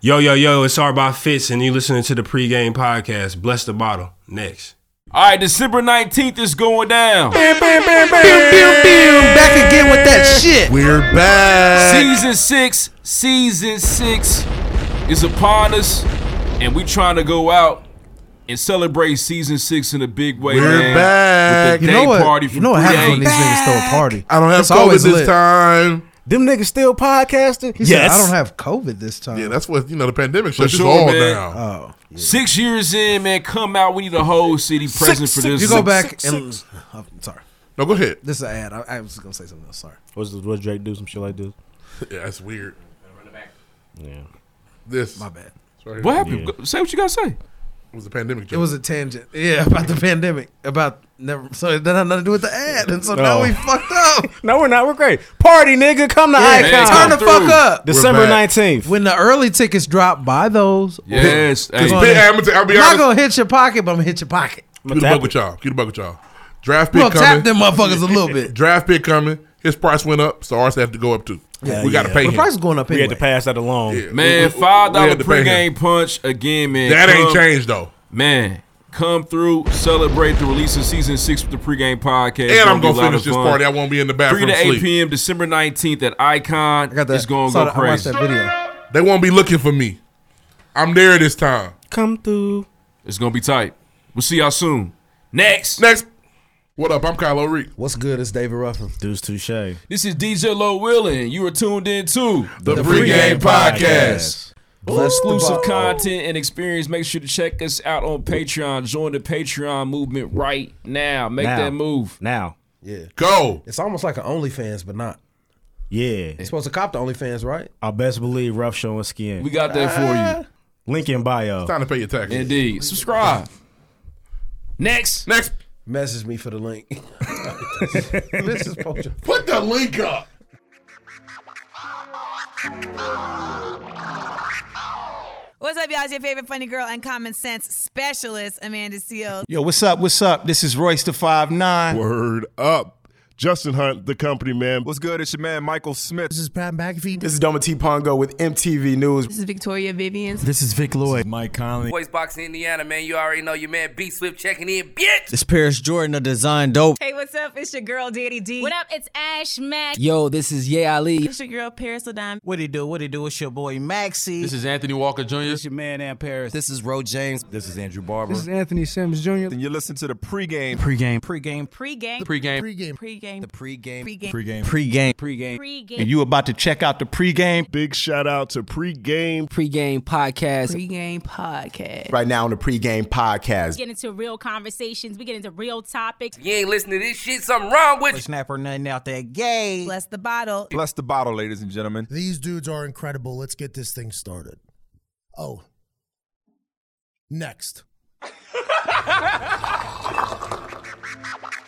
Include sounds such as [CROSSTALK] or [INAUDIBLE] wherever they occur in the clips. Yo, yo, yo, it's R by Fitz, and you listening to the pregame podcast. Bless the bottle. Next. All right, December 19th is going down. Back again with that shit. We're back. Season six, season six is upon us, and we trying to go out and celebrate season six in a big way. We're man, back. With the You You day know what? party You from know what happens 3A. when these niggas throw a party? I don't have It's COVID always this lit. time. Them niggas still podcasting. He said, Yes. I don't have COVID this time. Yeah, that's what you know. The pandemic shut sure, us all man. down. oh, Six years in, man, come out. We need a whole city present for this. you go back and Oh, I'm sorry. no, go ahead. This is an ad. I, I was gonna say something else. Sorry. What's the, what Drake do? Some shit like this. Yeah, that's weird. Yeah. This My bad. right What here happened? Go- Say what you gotta say. was the pandemic. Joke. It was a tangent. Yeah, [LAUGHS] about the pandemic. About never. So it didn't have nothing to do with the ad, and so now No. we fucked up. No, we're not. We're great. Party, nigga. Come to man, Icon. Turn the through. fuck up. December We're back. 19th. When the early tickets drop, buy those. Yes. hey. on. Pick- I'm gonna tell- I'll be I'm not honest. gonna hit your pocket, but I'm gonna hit your pocket. I'ma Keep the tap buck it. with y'all. Keep the buck with y'all. Draft We're pick gonna coming. tap them motherfuckers a [LAUGHS] little bit. Draft pick coming. His price went up, so ours have to go up too. Yeah, we got to yeah. pay The him. price is going up We anyway. had to pass that along. Yeah, we- we- Man, we- five we dollar had to pay him. pregame punch again, man. That ain't Come- changed though. Man, come through, celebrate the release of season six with the pregame podcast. And Gonna be a I'm gonna lot finish of this fun. party. I won't be in the Three bathroom to eight sleep. p.m. December nineteenth at Icon. I got that. It's gonna saw go that- I watched crazy. that video. They won't be looking for me. I'm there this time. Come through. It's gonna be tight. We'll see y'all soon. Next, Next, what up? I'm Kylo Reed. What's good? It's David Ruffin. Deuce Touche. What's this is DJ Low Willin. You are tuned in to The, Pregame Podcast. exclusive content and experience. Make sure to check us out on Patreon. Join the Patreon movement right now. Make Now. that move. Now. Go. It's almost like an OnlyFans, but not. Yeah. You're supposed to cop the OnlyFans, right? I best believe rough showing skin. We got that Ah. for Link in bio. Time to pay your you. taxes. Indeed. Subscribe. Next. Next, Message me for the link. [LAUGHS] this is Poacher. put the link up. What's up, y'all? It's your favorite funny girl and common sense specialist, Amanda Seals. Yo, what's up? What's up? This is Royce the Five Nine. Word up. Justin Hunt, the company man. What's good? It's your man Michael Smith. This is Pat McAfee. This is Doma T Pongo with MTV News. This is Victoria Vivian. This is Vic Lloyd. Mike Conley. Boys Boxing Indiana, man. You already know your man B Swift checking in, bitch. This Paris Jordan of Design Dope. Hey, what's up? It's your girl, Daddy D. What up? It's Ash Mack. Yo, this is Ye Ali. It's your girl, Paris Ladon. What he do? What he do? It's your boy Maxie. This is Anthony Walker Jr. your man Ann Paris. This is Ro James. This is Andrew Barber. And you listen to the pregame. Pre-game. Pre-game. Pre-game. Pre-game. Pre-game. Pre-game. Pre-game. Pre-game. Pre-game. Pre-game. Pre-game. And you about to check out the pre-game. Big shout out to pregame. Pre-game podcast. Pre-game podcast. Right now on the pre-game podcast. get into real conversations. We get into real topics. You ain't listening to this shit. Something wrong with you. Snap or nothing out that gay. Bless the bottle. Bless the bottle, ladies and gentlemen. These dudes are incredible. Let's get this thing started. Oh. Next.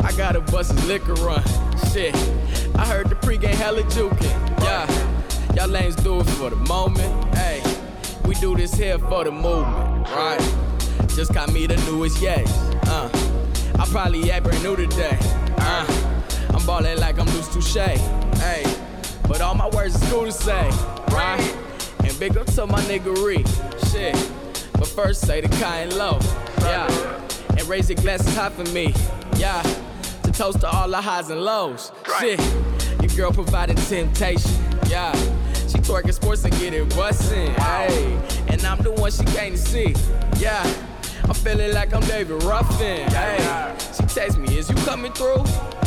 I got a bus's liquor run. Shit. I heard the pregame hella jukin'. Yeah. Y'all lanes do it for the moment. Hey, we do this here for the movement. Right. Just got me the newest yes. Uh, I probably act brand new today. Uh, I'm ballin' like I'm loose touche. Hey, but all my words is cool to say, right? And big up to my niggery, shit. But first say the kind low, yeah. And raise your glasses high for me, yeah. To toast to all the highs and lows, shit. Your girl providing temptation, yeah. She twerking sports and getting bustin', hey. And I'm the one she came to see, yeah. I'm feeling like I'm David Ruffin. Hey, she text me, is you coming through?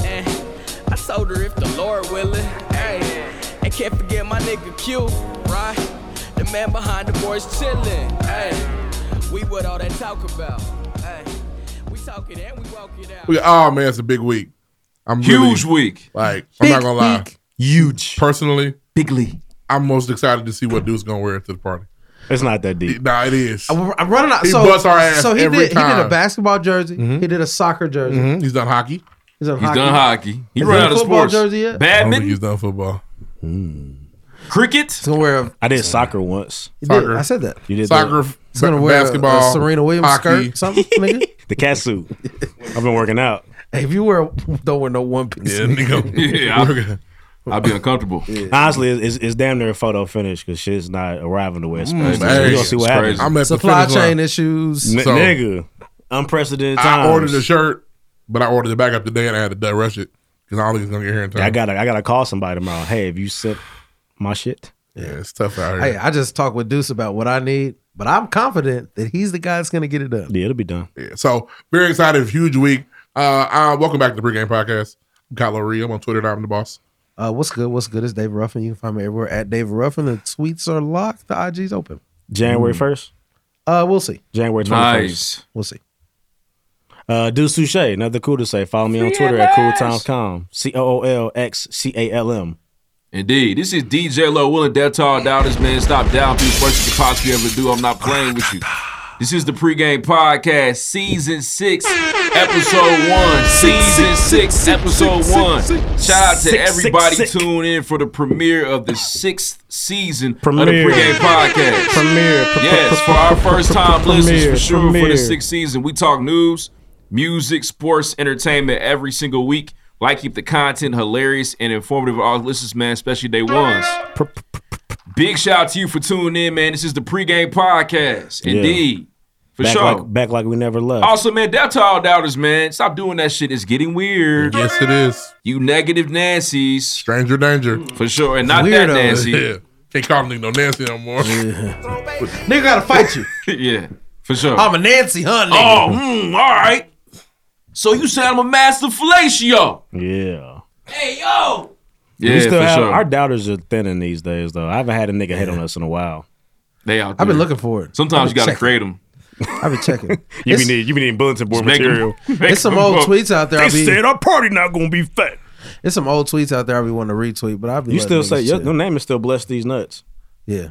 Eh. And I told her if the Lord willing. Hey, and can't forget my nigga Q, right? The man behind the boys chillin'. Hey, we what all that talk about. Hey, we talk it and we walk it out. We, oh man, it's a big week. I'm Huge really, week. Like I'm not gonna lie. Huge. Personally, Bigly. I'm most excited to see what dude's gonna wear to the party. It's not that deep. Nah, it is. I'm I'm running out. He so, busts our ass so he every did. He did a time. basketball jersey. Mm-hmm. He did a soccer jersey. Mhm. He's done hockey. He's done He's hockey. done hockey. He Is run he a out of football sports. jersey yet? I don't think Oh, Badminton, he's done football. cricket. He's gonna wear. A, I did soccer once. he did. Soccer. I said that. You did Soccer, The, He's gonna ba- wear basketball, basketball, a Serena Williams hockey. skirt, something, nigga. the cat suit. I've been working out. Hey, if you wear, don't wear no one piece. Yeah, nigga. [LAUGHS] Yeah, [LAUGHS] I'll, I'll be uncomfortable. [LAUGHS] Honestly, it's, it's, it's damn near a photo finish because shit's not arriving the way it's supposed to. hey, We're gonna see what it's happens. crazy. I'm at Supply the finish chain line. issues. N- So- nigga, unprecedented times. I ordered the shirt, but I ordered it back up today, and I had to rush it because I don't think it's gonna get here in time. I gotta, I gotta call somebody tomorrow. Hey, have you sent my shit? Yeah, it's tough out here. Hey, I just talked with Deuce about what I need, but I'm confident that he's the guy that's gonna get it done. Yeah, it'll be done. Yeah, so very excited, huge week. Uh, uh welcome back to the pregame podcast. I'm Kyle O'Ree. I'm on Twitter. and I'm the boss. Uh, what's good? What's good? It's Dave Ruffin. You can find me everywhere at Dave Ruffin. The tweets are locked. The IG's open. January first, Uh, we'll see. January twenty first. Nice. We'll see. Uh, Deuce Suchet, nothing cool to say. Follow me on Twitter at cooltimes.com. C O O L X C A L M. Indeed. This is DJ Low Willing Death All Doubters, man. Stop down through worst you could possibly ever do. I'm not playing with you. This is the pregame podcast, season six, episode one. Season six, episode one. Shout out to Six, everybody six, six. tuned in for the premiere of the sixth season of the Premiere. pregame podcast. Premiere. Yes, for our first time listeners, for sure, for the premiere. sixth season, we talk news, music, sports, entertainment every single week. Like keep the content hilarious and informative for all listeners, man, especially day ones. Big shout out to you for tuning in, man. This is the pregame podcast, Yeah. indeed, for Back, sure. like, back like we never left. also, man, down to all doubters, man. Stop doing that shit. It's getting weird. Yes, it is. You negative Nancy's, Stranger danger. for sure, and not that Weirdos. Nancy. [LAUGHS] Yeah, can't call him no Nancy no more. Nigga gotta fight you. yeah, for sure. I'm a Nancy, huh? Nigga? Oh, mm, all right. So you said I'm a master fellatio. yeah. Hey, yo. we Yeah, still for have, sure. Our doubters are thinning these days, though. I haven't had a nigga hit on us in a while. they out I've been there. looking for it. Sometimes I've you been gotta checking. create them. I've been checking. You be It's- need, you be needing bulletin board Make 'em- material. make It's some 'em old up. tweets out there. They I'll be, said our party not gonna be fat. it's some old tweets out there. I be wanting to retweet, but I be [LAUGHS] You letting still say niggas your, chill. your name is still bless these nuts. Yeah.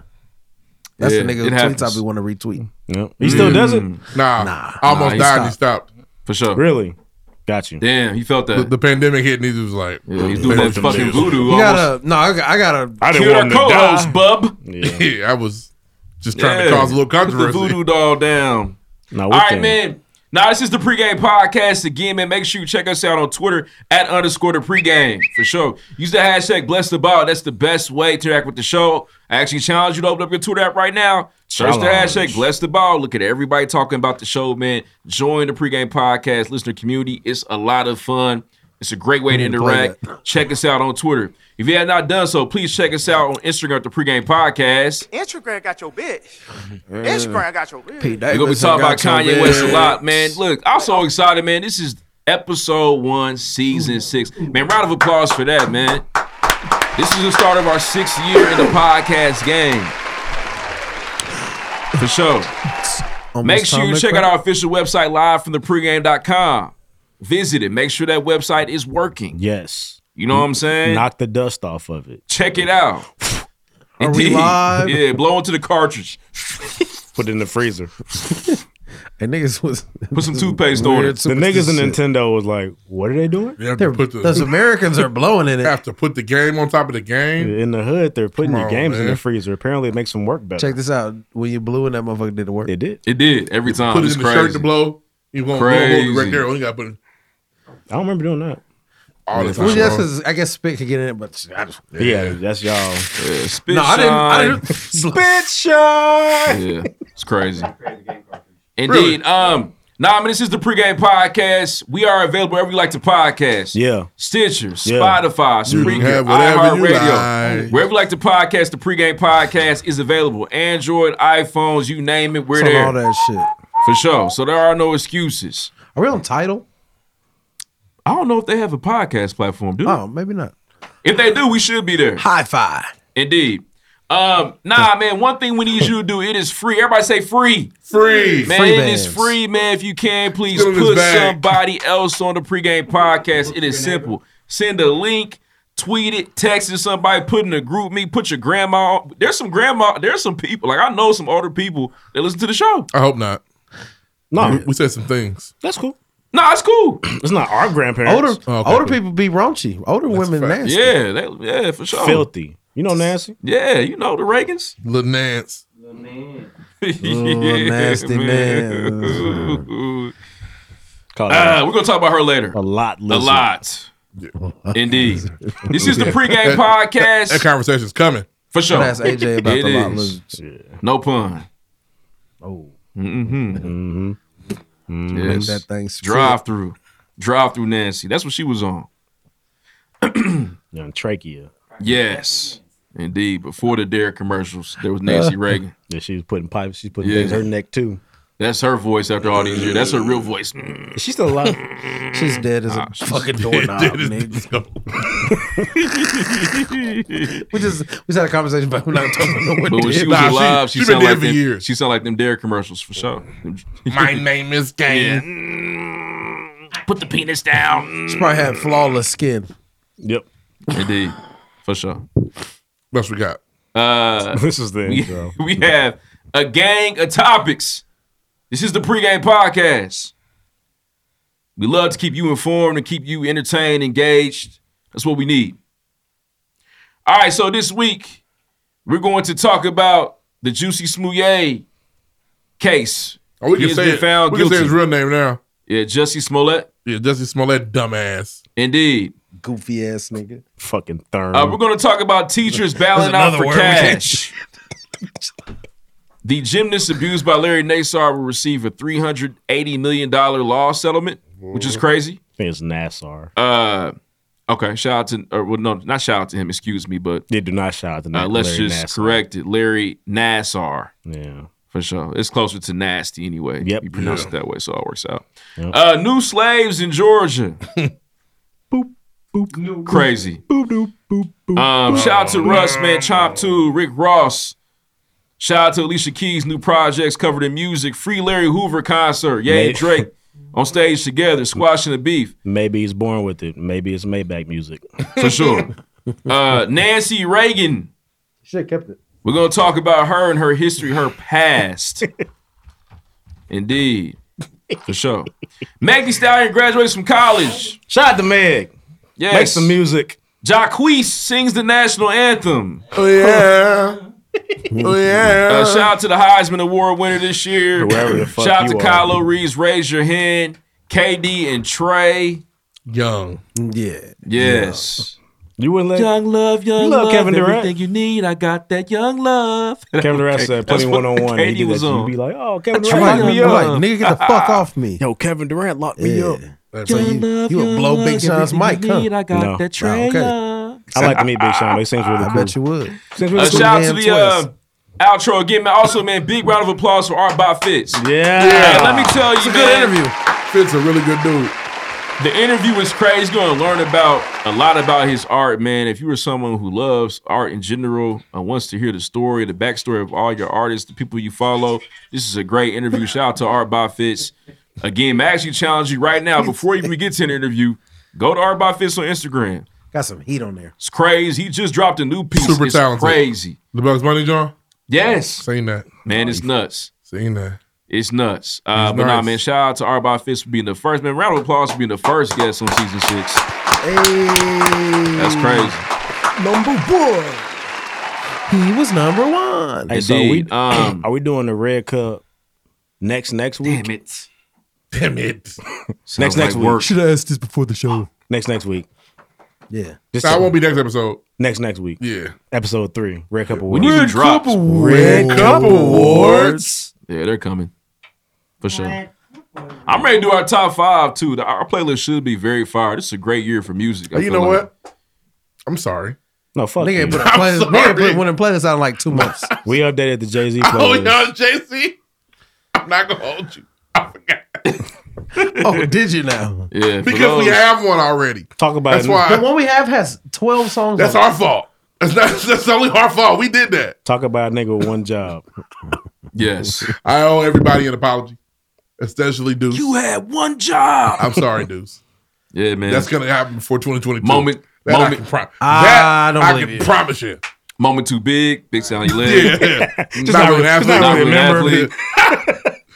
That's Yeah, the nigga it who tweets happens. I be want to retweet. Yep. He still does [LAUGHS] it. Mm. Nah, almost he died. and He stopped. Mm-hmm. For sure. Really? Got you. Damn, he felt The, that. the pandemic hit, and he was like, yeah, he's doing that Yeah. fucking voodoo. You almost gotta no, I, got- I gotta. I Killed our co-host, bub. Yeah. [LAUGHS] [LAUGHS] Yeah, I was just trying Yeah. to cause a little Put the controversy. [LAUGHS] voodoo doll down. No, All we right, can. man. Now this is the pregame podcast again, man. Make sure you check us out on Twitter at underscore the pregame for sure. Use the hashtag bless the ball. That's the best way to interact with the show. I actually challenge you to open up your Twitter app right now. Search the Challenge. hashtag bless the ball. Look at everybody talking about the show, man. Join the pregame podcast listener community. It's a lot of fun. It's a great way to interact. Check us out on Twitter. If you have not done so, please check us out on Instagram at the pregame podcast. Instagram got your [LAUGHS] bitch. Instagram got your bitch. We're gonna be talking about Kanye West a lot, man. Look, I'm so excited, man. This is episode one, season six. Man, round of applause for that, man. This is the start of our sixth year in the podcast game. For sure. Almost Make sure time you to check crack. out our official website live from the pregame.com. Visit it. Make sure that website is working. Yes. You know what I'm saying? Knock the dust off of it. check it out. Are we Indeed. live? Yeah, blow into the cartridge. Put it in the freezer. And niggas [LAUGHS] was Put some toothpaste on Weird it. The niggas in superstitious shit. Nintendo was like, "What are they doing?" You have to They're- put the Those Americans are blowing in it. have to put the game on top of the game. In the hood, they're putting Come your on, games in man. the freezer. Apparently, it makes them work better. [LAUGHS] Check this out. When you blew in that motherfucker, did it work? It did. It did every time. Put it It's in the shirt crazy. to blow. You won't blow Crazy. right there. Only got to put it I don't remember doing that. all the Yeah, time. Well, yes, bro. 'cause I guess spit could get in it, but I just, Yeah, that's y'all. Yeah, spit no, I didn't. I shine. didn't. [LAUGHS] Spit [LAUGHS] shot. yeah, uh, it's crazy. Indeed. Um, nah, I mean, this is the pregame podcast. We are available wherever you like to podcast. Yeah. Stitcher, Yeah. Spotify, You can Spreaker, have whatever you iHeartRadio. like. Wherever you like to podcast, the pregame podcast is available. Android, iPhones, you name it, we're It's on all there. that shit. For sure. So there are no excuses. Are we on title? I don't know if they have a podcast platform, do they? Oh, maybe not. If they do, we should be there. High five. Indeed. Um, nah, man, one thing we need you to do, it is free. Everybody say free. free. Man, Free it is bands. free, man. If you can, please Still in his put bag. somebody else on the pregame podcast. It is simple. Send a link tweet it, text it, somebody, put in a group me, put your grandma. on. There's some grandma, there's some people, like I know some older people that listen to the show. I hope not. No. We, we said some things. That's cool. No, it's cool. it's not our grandparents. Older older people be raunchy. Older women nasty. Yeah, they, yeah, for sure. Oh. Filthy. You know Nancy? Yeah, you know the Reagans. Little Nance. [LAUGHS] yeah, [LAUGHS] nasty man. Call Uh, we're gonna talk about her later. A lot. A lot. Indeed. This is the pregame [LAUGHS] That- podcast. That conversation's coming. For sure. That's AJ about It the lot is. lizards. No pun. Oh. Mm-hmm. Mm-hmm. Mm-hmm. Yes. That thing spit. Drive through. Drive through Nancy. That's what she was on. Young trachea. Yes. Indeed. Before the Derek commercials, there was Uh. Nancy Reagan. Yeah, she was putting pipes. She's putting Yeah. things in her neck too. That's her voice after all these years. That's her real [LAUGHS] voice. Is she [LAUGHS] still alive? She's dead Ah, as a fucking doorknob, dead as- nigga. [LAUGHS] we just we just had a conversation, but we're not talking about what But when did. she was Nah, alive, she, she been sounded dead like for them, years. She sounded like them Derek commercials for sure. My name is Kane. Put the penis down. She probably had flawless skin. Yep. Indeed. For sure. That's what we got. Uh, [LAUGHS] This is the we, intro. [LAUGHS] we have a gang of topics. This is the pregame podcast. We love to keep you informed and keep you entertained, engaged. That's what we need. All right, so this week we're going to talk about the Juicy Smouye case. Oh, we He can has say been it. found we guilty. can say his real name now. Yeah, Jussie Smollett. Yeah, Jussie Smollett, dumbass. Indeed. Goofy ass nigga. Fucking thurn. Uh, we're going to talk about teachers battling out another for word we can't cash. the gymnast abused by Larry Nassar will receive a three hundred eighty million dollar law settlement, which is crazy. I think it's Nassar. Uh, okay, shout out to or well, no, not shout out to him. Excuse me, but They do not shout out the uh, name. let's Larry just Nassar. correct it, Larry Nassar. Yeah. For sure. It's closer to nasty anyway. Yep. You pronounce Yeah. it that way, so it all works out. Yep. Uh, new slaves in Georgia. [LAUGHS] boop, boop. Crazy. Boop, boop, boop, Um, shout out to Russ, man. Chomp 2, Rick Ross. Shout out to Alicia Keys' new projects covered in music. Free Larry Hoover concert. Yay, Maybe- Drake on stage together, squashing the beef. Maybe he's born with it. Maybe it's Maybach music. For sure. [LAUGHS] Uh, Nancy Reagan. Shit kept it. We're gonna talk about her and her history, her past. Indeed. For sure. Maggie Stallion graduates from college. [LAUGHS] Shout out to Meg. Yes. Make some music. Jacquees sings the national anthem. [LAUGHS] Oh yeah. oh yeah. Uh, shout out to the Heisman Award winner this year. Whoever the fuck shout out to you are. Kylo Reeves, Raise Your Hand, KD and Trey. Young. Mm, Yeah. Yes. You wouldn't let Young love, young You love Kevin Durant. everything you need, I got that young [LAUGHS] love. Kevin Durant said, "Put That's me what one on one." KD He did that. was to you. on. You'd be like, "Oh, Kevin I'm Durant, like, lock me I'm like, up." nigga, get the fuck off me. Yo, Kevin Durant, locked me Yeah. up. So you, you would blow Big Sean's mic, huh? No. Nah, okay. I like to meet Big Sean. They sings really I cool. bet you would. [LAUGHS] Sings Uh, really cool. shout out to man the uh, outro again, man. Also, man, big round of applause for Art by Fitz. Yeah. Hey, let me tell you, It's a good man, interview. Fitz a really good dude. the interview is crazy. You're gonna learn about a lot about his art, man. If you are someone who loves art in general and wants to hear the story, the backstory of all your artists, the people you follow, this is a great interview. Shout out to Art by Fitz. Again, I actually challenge you right now before you even get to an interview, go to Art by Fitz on Instagram. Got some heat on there. It's crazy. He just dropped a new piece. Super it's talented. Crazy. The Bugs Bunny John? Yes, Seen that. man, it's nuts. Seen that. It's nuts. Uh, It's but nah, nice. man, shout out to R by Fitz for being the first man. Round of applause for being the first guest on season six. Hey. That's crazy. Number one. He was number one. Hey, so we, [CLEARS THROAT] Indeed. Um, are we doing the red cup next next week? Damn it. Damn it. Next Sounds like next week. work. Should have asked this before the show. Next next week. Yeah. Just That won't be next episode. next next week. Yeah. Episode three. Red cup We award. need some drops. Red Cup Awards. Yeah, they're coming. For sure. I'm ready to do our top five too. The- Our playlist should be very fire. This is a great year for music. I You feel know like. what? I'm sorry. No fuck. Nigga you. ain't put a playlist, sorry. nigga ain't put one in playlist out in like two [LAUGHS] months. We updated the Jay Z Oh, playlist. yeah, JC. I'm not going to hold you. I forgot. oh, did you now? Yeah, for Because we those- have one already. Talk about That's it. The why. one we have has 12 songs. That's on it. our fault. That's, not, [LAUGHS] that's only our fault. We did that. Talk about a nigga with [LAUGHS] one job. yes. I owe everybody an apology, especially Deuce. had one job. I'm sorry, Deuce. Yeah, man. That's going to happen before 2022. moment That I Moment- can, pro- Ah, I that don't I believe can you. promise you. Moment too big, big sound you live. Yeah. Just [LAUGHS] Not not really an re- just athlete. [LAUGHS] not Not really really an a member. athlete.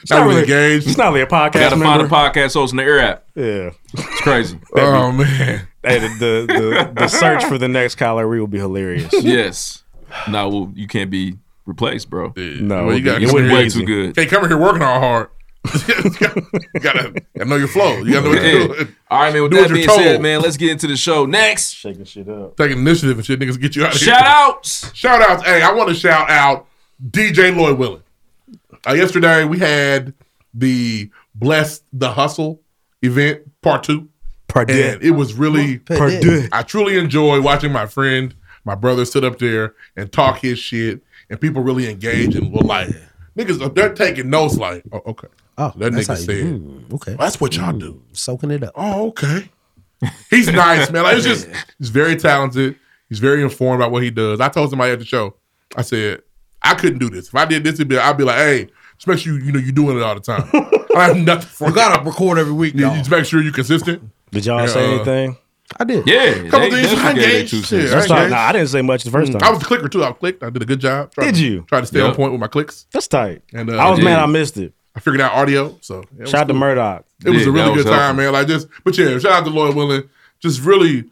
It's not really engaged. It's not really a podcast. Gotta find member. a podcast host in the air app. Yeah. It's crazy. Oh man. Hey, the, the, the, [LAUGHS] the search for the next Kyler Ree will be hilarious. yes. No, well, you can't be replaced, bro. No, Well, you it would gotta be- it come wouldn't here be way easy. too good. Can't come in here working all hard. you [LAUGHS] gotta, gotta know your flow. You gotta know what Yeah. you're doing. All right, man. With Do that what you're being told. said, man, let's get into the show next. Shaking shit up. Take initiative and shit, niggas get you out of here. Shout outs. Shout outs. Hey, I want to shout out DJ Lloyd Willard. Uh, yesterday we had the Bless the Hustle event, part two. Part two. It was really Part deux. I truly enjoy watching my friend, my brother sit up there and talk his shit and people really engage and will like niggas they're taking notes like, oh, okay. Oh, that that's nigga how you- said. mm, okay. That's what y'all do. Soaking it up. Oh, okay. He's nice, man. Like, it's [LAUGHS] just he's very talented. He's very informed about what he does. I told somebody at the show, I said, I couldn't do this. If I did this, it'd be I'd be like, hey, just make sure you, you know you're doing it all the [LAUGHS] time. I have nothing for you. gotta record every week. [LAUGHS] You, you just make sure you're consistent. Did y'all say Uh, anything? I did. Yeah. Couple they things. I definitely gave their engaged. two Yeah, cents. I That's tight. engaged. Nah, I didn't say much the first time. I was a clicker too. I clicked. I did a good job. Tried Did to- you? Tried to stay on Yep. point with my clicks. That's tight. And uh, I was mad I missed it. I figured out audio. So yeah, it was Shout out to cool. Murdoch. It was Yeah, a really that was good time, helpful. man. Like just, but yeah, shout out to Lloyd Willing, just really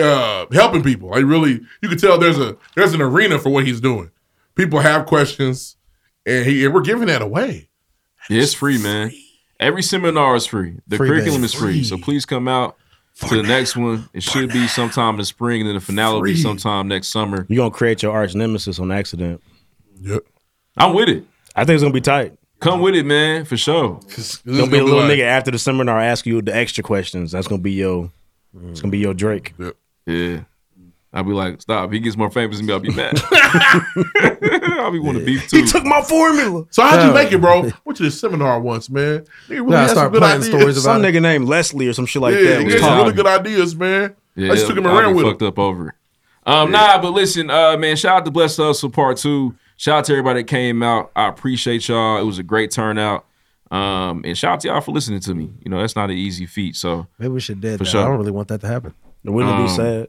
uh helping people. Like really, you can tell there's a there's an arena for what he's doing. People have questions, and he and we're giving that away. Yeah, it's free, man. Every seminar is free. The Free, curriculum baby. is free. So please come out to the next one. It should be sometime in spring, and then the finale will be Free. sometime next summer. You're going to create your arch nemesis on accident. Yep. I'm with it. I think it's going to be tight. Come with it, man, for sure. There'll be a little nigga after the seminar ask you the extra questions. That's going to be your it's going to be your Drake. Yeah. I'll be like, stop. If he gets more famous than me, I'll be mad. [LAUGHS] I'll be wanting to beef Mm. too. He took my formula. So how'd you make it, [LAUGHS] bro? Went to the seminar once, man. Nigga really had some good ideas. some nigga named Leslie or some shit like yeah, that. he was had some talking. really good ideas, man. Yeah, I just took him I'll around be with him. fucked up over it. Um, nah, but listen, uh, man, shout out to Blessed Hustle Part Two. Shout out to everybody that came out. I appreciate y'all. It was a great turnout. Um, and shout out to y'all for listening to me. You know, that's not an easy feat. So Maybe we should dead For that. sure. I don't really want that to happen. Wouldn't it be Um, sad?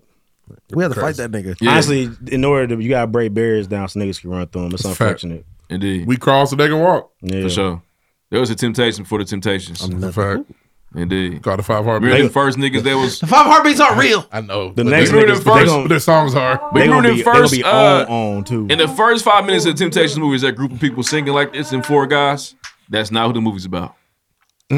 We had to fight that nigga. Honestly, in order to you gotta break barriers down so niggas can run through them. It's That's a fact. unfortunate. indeed. We crossed and they can walk. Yeah. for sure. There was a temptation for the temptations. That's a fact. Indeed. Got the five heartbeats. Remember the first niggas that was The five heartbeats aren't real. I know. The But next they remember niggas, them they first, gon- but their songs are. But They you gonna remember be- the they gonna first be uh, on, on, too. In the first five minutes of Temptations movie, is that group of people singing like this in four guys? That's not who the movie's about. [LAUGHS]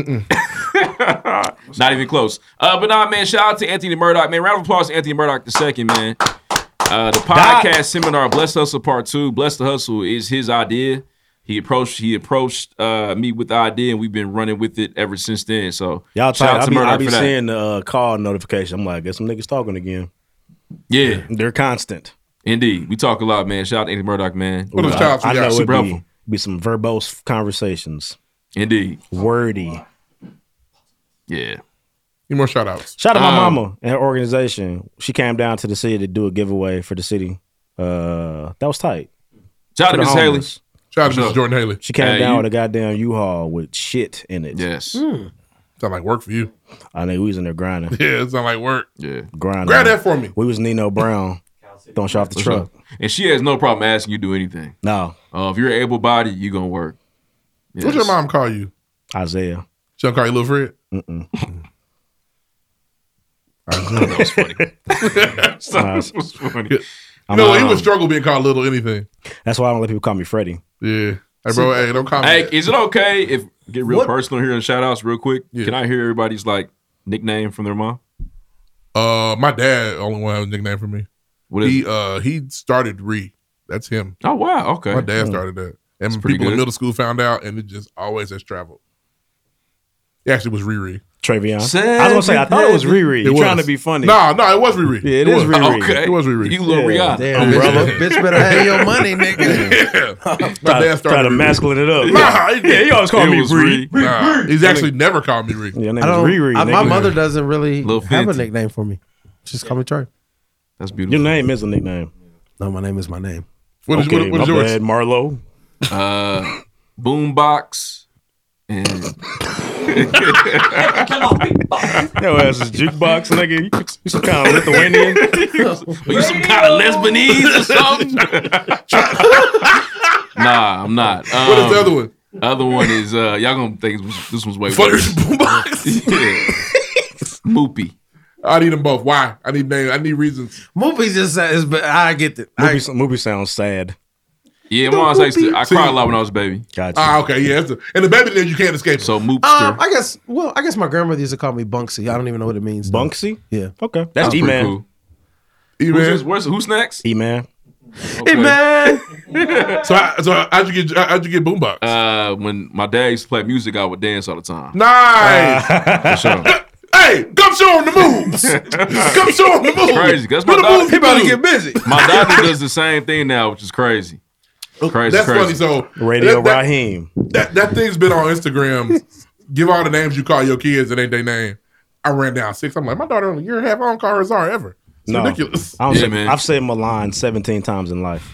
not even close. Uh, but nah, man, shout out to Anthony Murdoch. Man, round of applause to Anthony Murdoch the second, man. Uh, the podcast seminar, Blessed Hustle Part Two, Blessed the Hustle is his idea. He approached he approached uh, me with the idea, and we've been running with it ever since then. So Y'all shout talk, out I to be, I Murdoch be for that. seeing the uh, call notification. I'm like, guess some niggas talking again. yeah, They're constant. indeed. We talk a lot, man. Shout out to Anthony Murdoch, man. Uh, What I- those chops I we know got? it'd Super helpful. be, be some verbose conversations. Indeed. Wordy. Yeah. Any more shout outs? Shout out to my Um, mama and her organization. She came down to the city to do a giveaway for the city. Uh, that was tight. Shout out to For the Miss Haley. homeless. Shout out to For Mrs. sure. Jordan Haley. She came Hey, down you- with a goddamn U-Haul with shit in it. Yes. Sound like work for you. I think we was in [LAUGHS] there grinding. [LAUGHS] Yeah, it sound like work. Yeah. grinding. Grab that for me. We was Nino Brown. Don't show off the What's truck. up? And she has no problem asking you to do anything. No. Uh, if you're able bodied, you gonna work. Yes. What's your mom call you? Isaiah. She don't call you Little Fred? Mm-mm. [LAUGHS] that was [LAUGHS] funny. that was funny. Yeah. I'm no, not- he would struggle being called little anything. That's why I don't let people call me Freddie. Yeah. Hey, bro, hey, don't comment. Hey, is it okay if get real personal here and shout outs real quick? Can I hear everybody's like nickname from their mom? Uh, my dad only one has a nickname for me. What is he? Uh, he started Re. That's him. Oh wow, okay. My dad started that, and That's pretty people in good. middle school found out, and it just always has traveled. It actually was Riri. Travion. I was gonna say I thought it was Riri. It You was. trying to be funny? No, no, it was Riri. Yeah, it is was. Riri. It was Riri. [LAUGHS] You [LAUGHS] little Yeah, Damn, Rihanna. brother. bitch better have your money, nigga. My [LAUGHS] Try, dad started try to Riri. masculine it up. Nah, yeah, he always called It me was Riri. Riri. Nah, he's actually never called me Riri. Yeah, name I is don't. Riri. I- my nigga. mother doesn't really Lil have a Fenty. nickname for me. Just call me Trey. That's beautiful. Your name is a nickname. No, my name is my name. What is, Okay, what, what is my yours? bad, Marlo. Uh, boombox and Yo, ass is jukebox, nigga. You some kind of [LAUGHS] Lithuanian. Are you some kind of Lesbanese or something? [LAUGHS] nah, I'm not. Um, What is the Um, other one? Other one is uh, y'all gonna think this- this one's way [LAUGHS] worse. Moopy. I need them both. Why? I need names. I need reasons. Moopy just says, but I get it. Movie, movie sounds sad. Yeah, mine used to. I See- cried a lot when I was a baby. Gotcha. Ah, okay, yeah. That's the, and the baby name you can't escape. So Ah, Um, I guess. Well, I guess my grandmother used to call me Bunksy. I don't even know what it means. though. Bunksy? Yeah. Okay. That's pretty E-Man. cool. E-Man. Who's, where's, who's next? E-Man. Okay. so, I, so I- how'd you get how'd you get boombox? Uh, when my dad used to play music, I would dance all the time. Nice. For sure. hey, come show him the [LAUGHS] moves. come show him the moves. Crazy. That's my What the daughter- moves He you about to do? get busy. My daughter does the same thing now, which is crazy. Crazy, Oh, That's crazy. funny. So Radio that, that- Raheem. That that thing's been on Instagram. Give all the names you call your kids. It ain't their name. I ran down six. I'm like, my daughter only a year and a half. I don't call her Zara ever. It's No. ridiculous. I don't say, I've said Milan 17 times in life.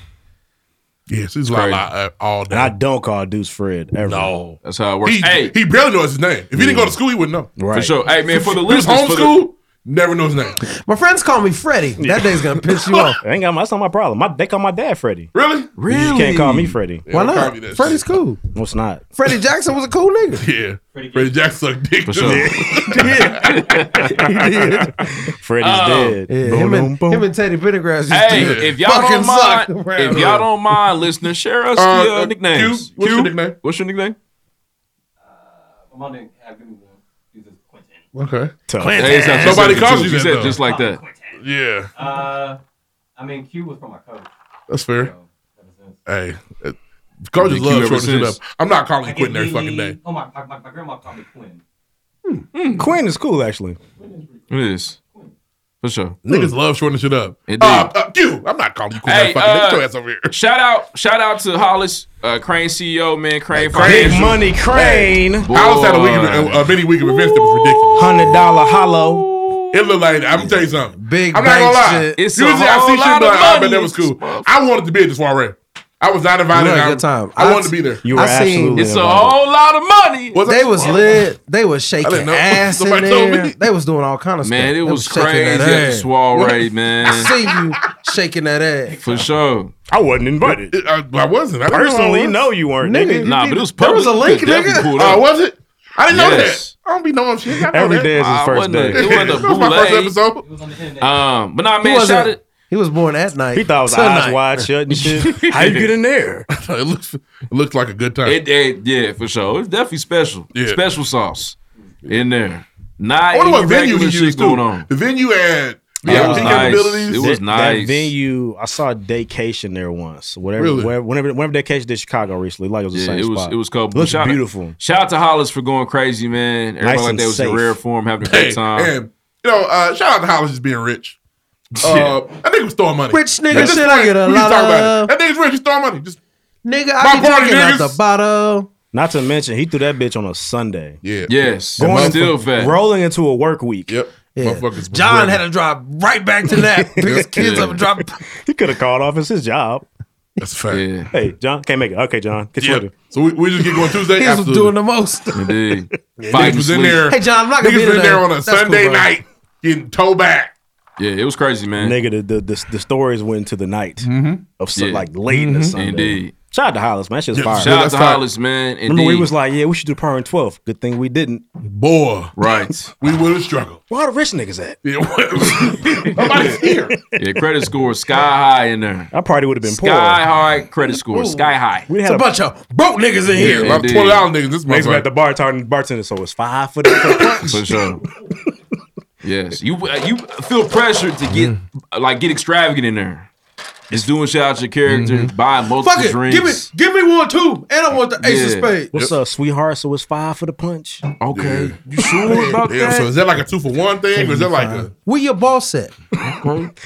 Yeah, she's like uh, all day. And I don't call Deuce Fred ever. No. That's how it works. He, hey, he barely knows his name. If he didn't go to school, he wouldn't know. Right. for sure. Hey, man, for the He was listeners, for the- homeschooled. Never knows his name. My friends call me Freddie. That day's gonna piss [LAUGHS] you off. Ain't got my, that's not my problem. My, they call my dad Freddie. Really? You just can't call me Freddie. Why not? Freddie's cool. No, it's not. Freddie Jackson was a cool nigga. Yeah. Freddie Jackson sucked dick. [LAUGHS] For sure. Freddie's Um, dead. Yeah, him, and, him and Teddy Pendergrass used Hey, to if y'all fucking don't mind, suck around. if y'all don't mind, listeners, share us Uh, your uh, nicknames. Q, what's your nickname? What's your nickname? Okay. Hey, it's not- she Nobody said it calls too. you She that. said though. just like that. Yeah. Uh, I mean, Q was from my coach. That's fair. Hey, uh, coaches Been love cute ever shortening it up. since. I'm not calling you Like, quitting every we- fucking day. Oh, my, my, my, my grandma called me Quinn. Quinn is cool, actually. It is. For sure. Niggas love shortening shit up. It Uh, uh, Q, I'm not calling you quitting every Hey, fucking day. Get uh, your ass over here. shout out, shout out to Hollis, uh, Crane CEO, man, Crane. Big Financial. Money Crane. Boy. I was had a week, of, a, a mini week of events that was ridiculous. Hundred dollar hollow. It looked like I'm gonna tell you something. Big I'm not gonna bank lie. shit. It's a Usually I whole see shit, lot but of I bet money. that was cool. I wanted to be at this soiree. I was not You invited. had a I, good time. I, I wanted to be there. You were I seen- absolutely. It's a invited. whole lot of money. They was lit. They was didn't shaking know. ass in Somebody told there. me. They was doing all kind of stuff. Man, it They was shaking crazy at that the ass. soiree, man. I see you shaking that ass. For sure. I wasn't invited. I, I wasn't. I didn't know I Personally, was. no, you weren't, nigga. Nigga, Nah, but it was There public. was a link, You could definitely nigga. pull it Oh, up. was it? I didn't know Yes. that. I don't be knowing shit. I know Every that. [LAUGHS] day is his I first wasn't a- day. It wasn't a Uh, That was my first bootleg. episode. [LAUGHS] Um, but nah, He man, shout wasn't. it. He was born at night. He thought I was eyes Tonight. wide shut [LAUGHS] and shit. How you get in there? it looks it looks like a good time. It, it- yeah, for sure. It's definitely special. Yeah. Special sauce in there. Not I wonder what any venue regular he shit used going too. on. The venue had Yeah, it was VIP nice. capabilities. It was that, nice. That venue, I saw Daycation there once. Whatever, Really? wherever, whenever, whenever Daycation did Chicago recently, like it was the Yeah, same it was spot. it was cool. Looks shout beautiful. Out, shout out to Hollis for going crazy, man. Everybody Nice like and that was in safe. rare form, having a Hey, great time. and, you know, uh, shout out to Hollis just being rich. Uh, that nigga was throwing money. Rich nigga At this shit, point, I get a we lot just talk about of- it. That nigga's rich. He's throwing money. Just Nigga, My I be party drinking out niggas. the bottle. Not to mention, he threw that bitch on a Sunday. yeah. yes, Going Going in- still fat. Rolling into a work week. Yep. Yeah. Motherfuckers. John had to drop right back to that. Pick his kids Yeah. up and drop. He could have called off. It's his job. [LAUGHS] That's a fact. yeah, Hey, John, can't make it. Okay, John. Catch you Yeah. later. So we, we just get going Tuesday. He was Absolutely. doing the most. [LAUGHS] indeed. Niggas Fighting was in sleep. there. Hey, John, I'm not gonna Niggas be was in today. there on a That's cool, Sunday bro. night getting towed back. Yeah, it was crazy, man. Nigga, the, the, the, the stories went into the night of some, Yeah. like late in the Sunday. Indeed. Shout out to Hollis, man. That shit's Yeah, fire. yeah, Shout out that's to how- Hollis, man. Indeed. Remember, we was like, yeah, we should do power in 12. Good thing we didn't. Boy, right. we would have struggled. [LAUGHS] Where all the rich niggas at? Yeah, Nobody's here. Yeah, [LAUGHS] credit score sky high in there. I probably would have been poor. Sky high credit score, sky high. We'd It's a have bunch of broke niggas in Yeah, here. about Indeed. twenty dollars niggas. This Niggas were at the motherfucker. bar talking to the bartender, so it's five for the for [COUGHS] the punch. For sure. [LAUGHS] yes, you uh, you feel pressured to get Mm. uh, like get extravagant in there. It's doing shit out your character, buying multiple Mm-hmm. Fuck it. drinks. Give me, give me one too, and I want the ace Yeah. of spades. What's up, sweetheart? So it's five for the punch. okay, you sure about Yeah, that? so is that like a two for one thing, or is that like a? Where your boss at?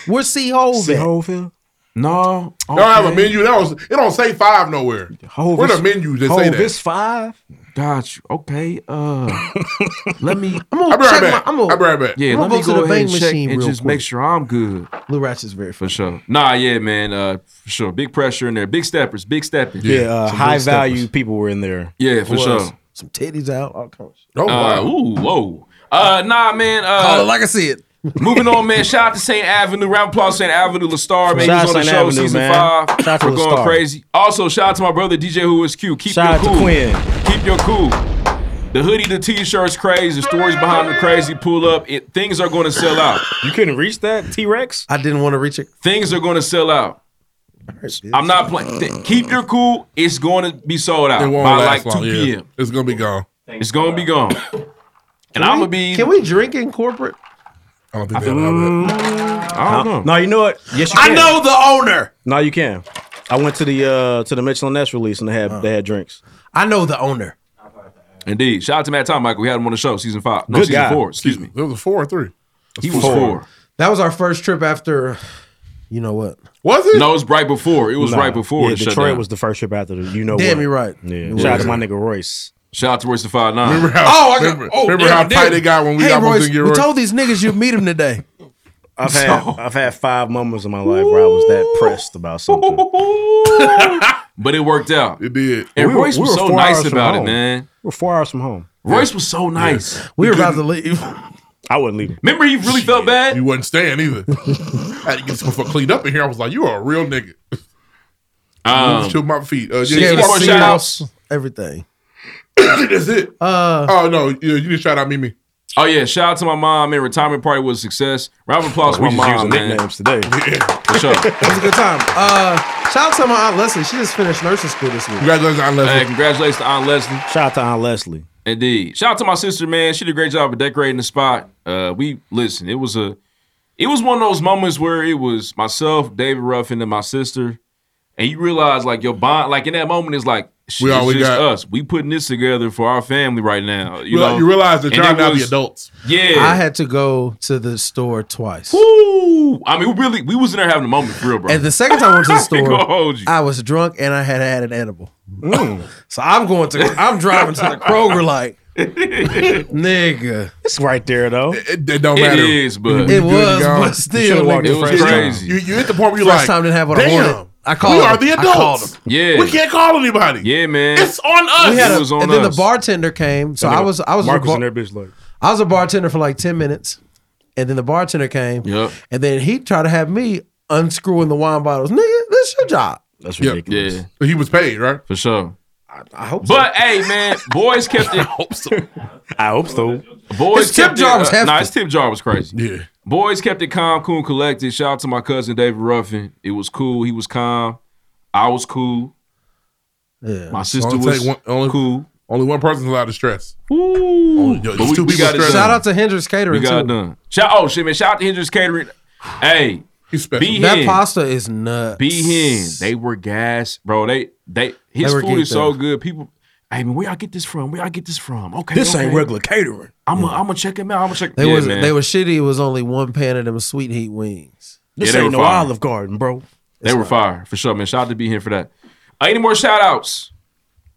Where C Hove See, at? Hoville. no, They don't have a menu. That was, it don't say five nowhere. Hov Where is- the menus that say Hove that? is five. Got you. Okay, [LAUGHS] uh, let me. I'm I'll gonna be right check back. my. I'm I'll be gonna. right back. Yeah, I'm let gonna me go to go the ahead and vending check machine and real just make quick. sure I'm good. Lil Ratchet's very funny. For sure. Nah, yeah, man. Uh, for sure. Big pressure in there. Big steppers. Big stepping. Yeah, uh, Some high big value steppers. people were in there. Yeah, for Was. sure. some titties out, all kinds of shit. Oh, wow. ooh, whoa. Uh, nah, man. Uh, Call it like I see it. Moving on, man. Shout out to St. Avenue. Round of applause, St. Avenue, LaStar, man. Shout He was on out the St. show Avenue, season man. five. Shout out to We're going LaStar. crazy. Also, shout out to my brother DJ Who Is Q. Keep Shout out to your cool. Quinn. Keep your cool. The hoodie, the t-shirts, crazy. The stories behind the crazy pull up. It, things are going to sell out. You couldn't reach that T Rex. I didn't want to reach it. Things are going to sell out. I'm not playing. Th- keep your cool. It's going to be sold out It won't by like last 2 long, yeah. p.m. It's gonna be gone. It's gonna be gone. And Can I'm we- gonna be. Can we drink in corporate? I don't think they allow that. I don't know. No, you Uh-uh. know what? Yes, you I can. know the owner. No, you can. I went to the uh to the Mitchell and Ness release and they had they had drinks. I know the owner. Indeed. Shout out to Matt Tom Michael. We had him on the show, season five. No, Good season guy. four. Excuse me. It was a four or three. He was four. That was our first trip after, you know what? Was [LAUGHS] No, it was right before. It was Nah. right before. Yeah, it shut Detroit down. was the first trip after the you know Damn, what. you're right. Yeah. It Shout out was. to my nigga Royce. Shout out to Royce the Five Nine. Remember how- Oh, I got, Remember- oh, remember damn, how tight damn. it got when we hey, almost Royce, didn't get We Royce? told these niggas you'd meet him today. [LAUGHS] I've had I've had five moments in my life where I was that pressed about something. [LAUGHS] but it worked out. It did. And We were- Royce we was were so four nice hours from about it, home. man. We're four hours from home. Royce was so nice. We were about to leave. I wouldn't leave. Remember, he really felt bad. You wasn't staying [LAUGHS] either. I had to get this motherfucker cleaned up in here. I was like, you are a real nigga. Um, Chilled my feet. Uh, She yeah, gave you us want shout shout-outs? outs, everything. That's it. Uh, oh no, you, you didn't shout out Mimi. Oh yeah, shout out to my mom. Man, retirement party was a success. Round of applause Oh, We for just my mom, using man. nicknames today. For sure. It was a good time. Uh, shout out to my aunt Leslie. She just finished nursing school this week. Congratulations, aunt Hey, congratulations to Aunt Leslie. Shout out to Aunt Leslie. Indeed. Shout out to my sister, man. She did a great job of decorating the spot. Uh, we listen. It was a, it was one of those moments where it was myself, David Ruffin, and my sister, and you realize like your bond, like in that moment, is like shit, We it's always just got- us. We putting this together for our family right now. You You, know, you realize that And y'all it now be was- adults. Yeah, I had to go to the store twice. Woo! I mean, we really we was in there having a moment for real, bro. And the second time I went to the I ain't gonna store, hold you. I was drunk and I had had an edible. So I'm going to, I'm driving to the Kroger like, nigga. It's right there though. It, it don't It matter. is, but- Mm-hmm. It You good was, to go. but still, You should've walked nigga, the first You- time. You, you hit the point where you First like, time didn't have what I damn, wanted. I called We him. are the I called adults. him. Yeah. we can't call anybody. Yeah, man. It's on us. We had a- and then the bartender came. So I was, I was, a Marcus bar- in there, bitch. Like I was a bartender for like 10 minutes. And then the bartender came. Yep. And then he tried to have me unscrewing the wine bottles. Nigga, that's your job. that's Yeah. ridiculous. But he was paid, [LAUGHS] right? For sure. I hope so. But hey, man, boys kept it. [LAUGHS] I hope so. I hope so. Boys His tip kept it, uh, jar was hefty. Nah, his tip jar was crazy. Yeah. Boys kept it calm, cool, and collected. Shout out to my cousin David Ruffin. It was cool. He was calm. I was cool. Yeah. My sister only was take one, only, cool. Only one person's allowed to stress. Ooh. yo, But there's we- two we people got it stressing. Shout out to Hendrix Catering. We got too. it done. Shout oh shit, man. Shout out to Hendrix Catering. Hey, be That hen. pasta is nuts. Be hen. They were gas, bro. They they his They were food is geeked so up. good. People, hey man, where I get this from? Where I get this from? Okay, This okay. ain't regular catering. I'm gonna I'm check him out. I'm gonna check. They yeah, was man. they were shitty. It was only one pan of them sweet heat wings. Yeah, This they ain't were no fire. Olive Garden, bro. They were fire for sure, man. Shout out to be here for that. Uh, any more shout outs?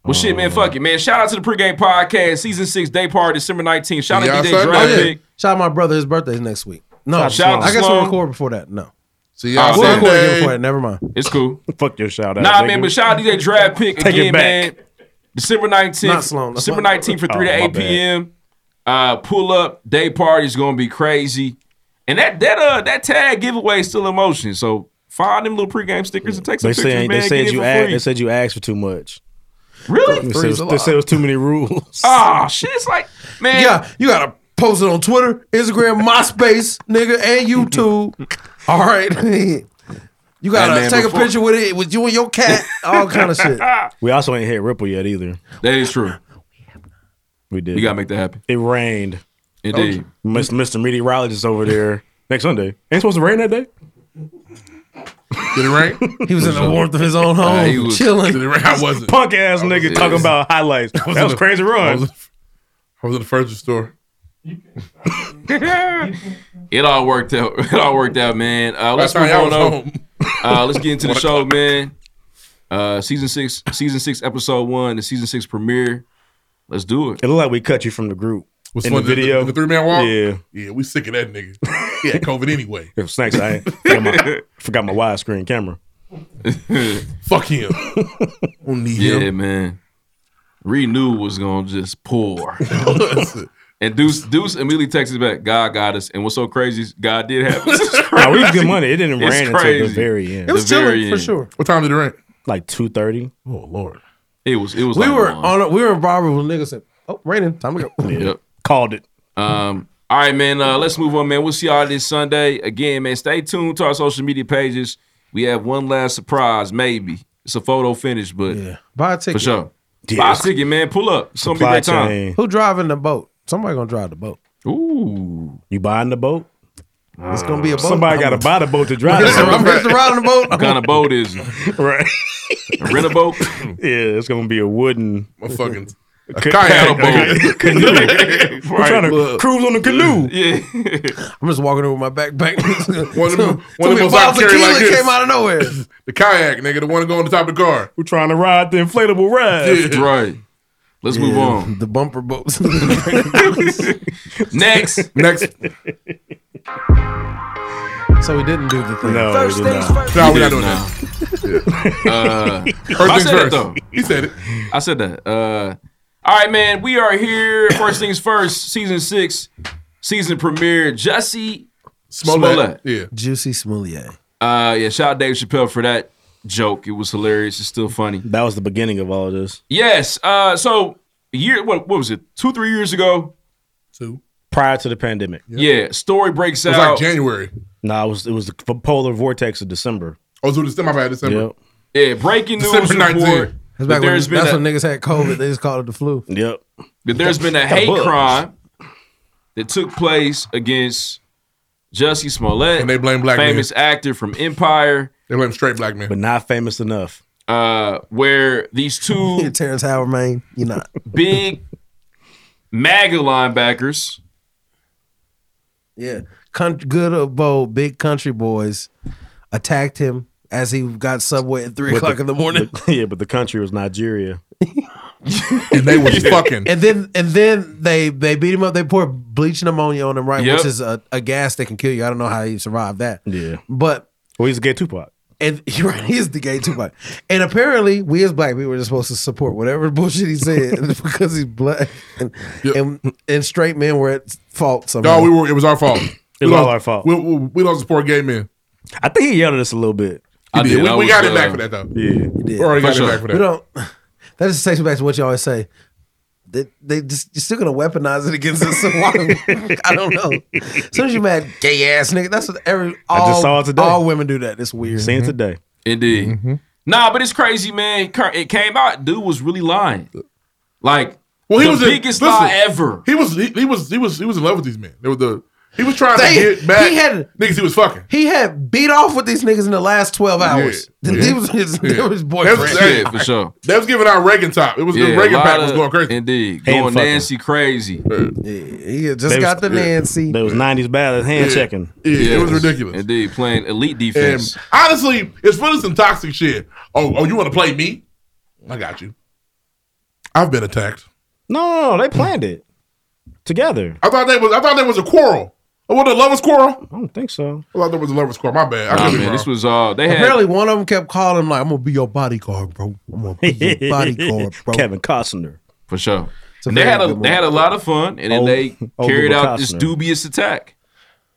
Well, shit, man. Fuck it, man. Shout out to the pregame podcast, season six, day party, December 19th. Shout out to DJ Draft Oh, yeah. Pick. Shout out my brother. His birthday's next week. No, Shout out to I guess Sloan. we'll record before that. No, See y'all we'll record Sunday. again before that. Never mind. It's [LAUGHS] cool. Fuck your shout out. Nah, nigga. man, but shout out to DJ Draft Pick Take it again, man. back. December Not 19th. Sloan, that's December my- 19th from 3 to Oh, my 8 bad. p.m. Uh, pull up day party is gonna be crazy. And that that uh that tag giveaway is still in motion. So find them little pregame stickers and take some They pictures, man. said they said Get in you for asked, free. they said you asked for too much. Really? [LAUGHS] They said, it was- they said it was too many rules. Ah, shit. It's like, man. Yeah, you gotta post it on Twitter, Instagram, MySpace, nigga, and YouTube. [LAUGHS] All right, [LAUGHS] you gotta Hey, man, take before- a picture with it with you and your cat. All kind of shit. We also ain't hit Ripple yet either. That is true. We did. We gotta make that happen. It rained. It did. Mis- Mr. Meteorologist over there next Sunday. Ain't supposed to rain that day. Did it rain? He was in the warmth of his own home, he was- chilling. Did it rain? I wasn't. Punk ass nigga was- talking about highlights. That was, in the- crazy I run. was, in- I was in the furniture store. It all worked out. [LAUGHS] It all worked out, man. Uh, let's By the move time on y'all was though. Uh, let's get into the show, man. Uh, season six, season six, episode one, the season six premiere. Let's do it. It looked like we cut you from the group What's in the one- video. The, three man walk? Yeah. Yeah, we sick of that [LAUGHS] nigga. He had COVID anyway. It was snakes. I ain't- forgot my, forgot my widescreen camera. [LAUGHS] Fuck him. Don't need yeah, him. man. Renew was gonna just pour. [LAUGHS] and Deuce Deuce immediately texts back, God got us. And what's so crazy is God did have us. [LAUGHS] It's Nah, we was crazy. good money. It didn't It's ran until the crazy. very end. The very end. What time did it rain? Like two thirty. Oh lord. It was it was we like were one. on. A, we were in barber with niggas said, "Oh, raining. Time to go." Yep. Called it. Um, all right, man. Uh, let's move on, man. We'll see y'all this Sunday again, man. Stay tuned to our social media pages. We have one last surprise, maybe. It's a photo finish, but Buy a ticket for sure. Yeah. Buy a ticket, man. Pull up. It's gonna be a Supply great time. chain. Who driving the boat? Somebody gonna drive the boat. Ooh, you buying the boat? It's gonna be a boat. [LAUGHS] Somebody got to buy the boat to drive. Yes, I'm ready to ride on the boat. What kind of boat is it? [LAUGHS] right. Rent a boat? Yeah, it's gonna be a wooden. A fucking a kayak [LAUGHS] boat. canoe. We're trying to Look. cruise on the canoe. Yeah. [LAUGHS] I'm just walking over with my backpack. [LAUGHS] One of them, one of Somebody them bought I carry tequila like this. came out of nowhere. the kayak, nigga, the one that go on the top of the car. We're trying to ride the inflatable raft. Yeah. Right. Let's move Yeah, on. The bumper [LAUGHS] boats. Next. Next. so we didn't do the thing. No, First we did things not. first. Nah, we're not doing that. Uh, [LAUGHS] First I things said it first. though. He said it. I said that. Uh, all right, man. We are here. First things first. Season six, season premiere. Jesse Smollett. Yeah. Juicy Smollett. Uh, yeah. Shout out Dave Chappelle for that joke. It was hilarious. It's still funny. That was the beginning of all this. Yes. Uh, so a year. What, what was it? Two, three years ago. Two. Prior to the pandemic. Yeah. Story breaks It was out. like January. No, it was it was the polar vortex of December. Oh, so December. I had December. Yep. yeah. Breaking news December 19. report. that That's back when, there's that's been a- when niggas had COVID. They just called it the flu. Yep. that there's been a The hate bugs. crime that took place against Jussie Smollett, And they blame black men. famous actor from Empire, They blame straight black men. But not famous enough. uh, where these [LAUGHS] two Terrence Howard, man, you're not. big MAGA linebackers, Yeah. Con- good of bold, big country boys attacked him as he got subway at three But o'clock in the morning. but- [LAUGHS] yeah, but the country was Nigeria. And [LAUGHS] they was fucking. And then and then they they beat him up. They poured bleach and ammonia on him, right? Yep. Which is a, a gas that can kill you. I don't know how he survived that. Yeah. But Well, he's a gay Tupac. and [LAUGHS] you're right, he is the gay Tupac. And apparently, we as black people are just supposed to support whatever bullshit he said [LAUGHS] because he's black. And, and and straight men were at fault somehow. No, we were. It was our fault. It We was all don't- our fault. We, we, we don't support gay men. I think he yelled at us a little bit. He I did. did. We, I we was, got it uh, back for that though. Yeah. We already For got sure. uh, it back for We that. don't. [LAUGHS] That just takes me back to what you always say. They, they just you're still gonna weaponize it against us. [LAUGHS] So why- I don't know. As soon as you mad gay ass nigga, that's what every all I just saw it today. all women do that. It's weird. Seen it today. indeed. Nah, but it's crazy, man. Cur- It came out, dude was really lying. Like, Well, he the was in- biggest listen, lie [LAUGHS] ever. He was. He, he was. He was. He was in love with these men. They were the. He was trying to They- get back. he had- niggas. He was fucking. He had beat off with these niggas in the last twelve hours. [LAUGHS] Yeah. Mm-hmm. He was his, they Yeah. were his That was, boyfriend. Yeah, for sure. that was giving out Reagan top. It was Yeah, the a Reagan lot pack was of- going crazy. Indeed. Hand Going fucking. Nancy crazy. He had just They was- got the Nancy. There was '90s ballads, hand Yeah. checking. Yeah, it was Yes. ridiculous. Indeed, playing elite defense. And honestly, it's really some toxic shit. Oh, oh, you want to play me? I got you. I've been attacked. No, no, no, they planned it together. I thought that was. I thought that was a quarrel. Oh, what a lovers quarrel? I don't think so. I thought that was a lovers quarrel. My bad. I Nah, could be man, wrong. this was all they had. Apparently, one of them kept calling him like, "I'm gonna be your bodyguard, bro. I'm gonna be [LAUGHS] your bodyguard, bro." Kevin Costner. For sure. a And they very had a good they had a lot of fun, and then Old- they old carried Bubba out this Costner. dubious attack.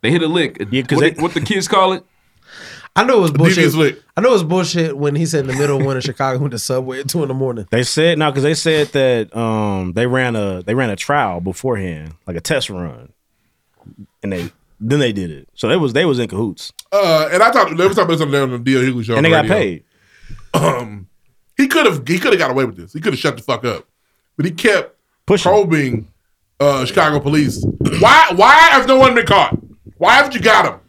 They hit a lick. Yeah, 'cause what, they- the- what the kids call it? I know it was Devious bullshit. lick. I know it was bullshit when he said in the middle of winter [LAUGHS] Chicago went to subway at two in the morning. They said no because they said that um, they ran a they ran a trial beforehand, like a test run, and they then they did it. So they was they was in cahoots, Uh, and I talked. They were talking about something on the Deal Hughley show. on and they the got radio. paid. He could have. He could have got away with this. He could have shut the fuck up, but he kept Pushing. probing uh, Chicago police. [CLEARS THROAT] Why? Why has no one been caught? Why haven't you got him?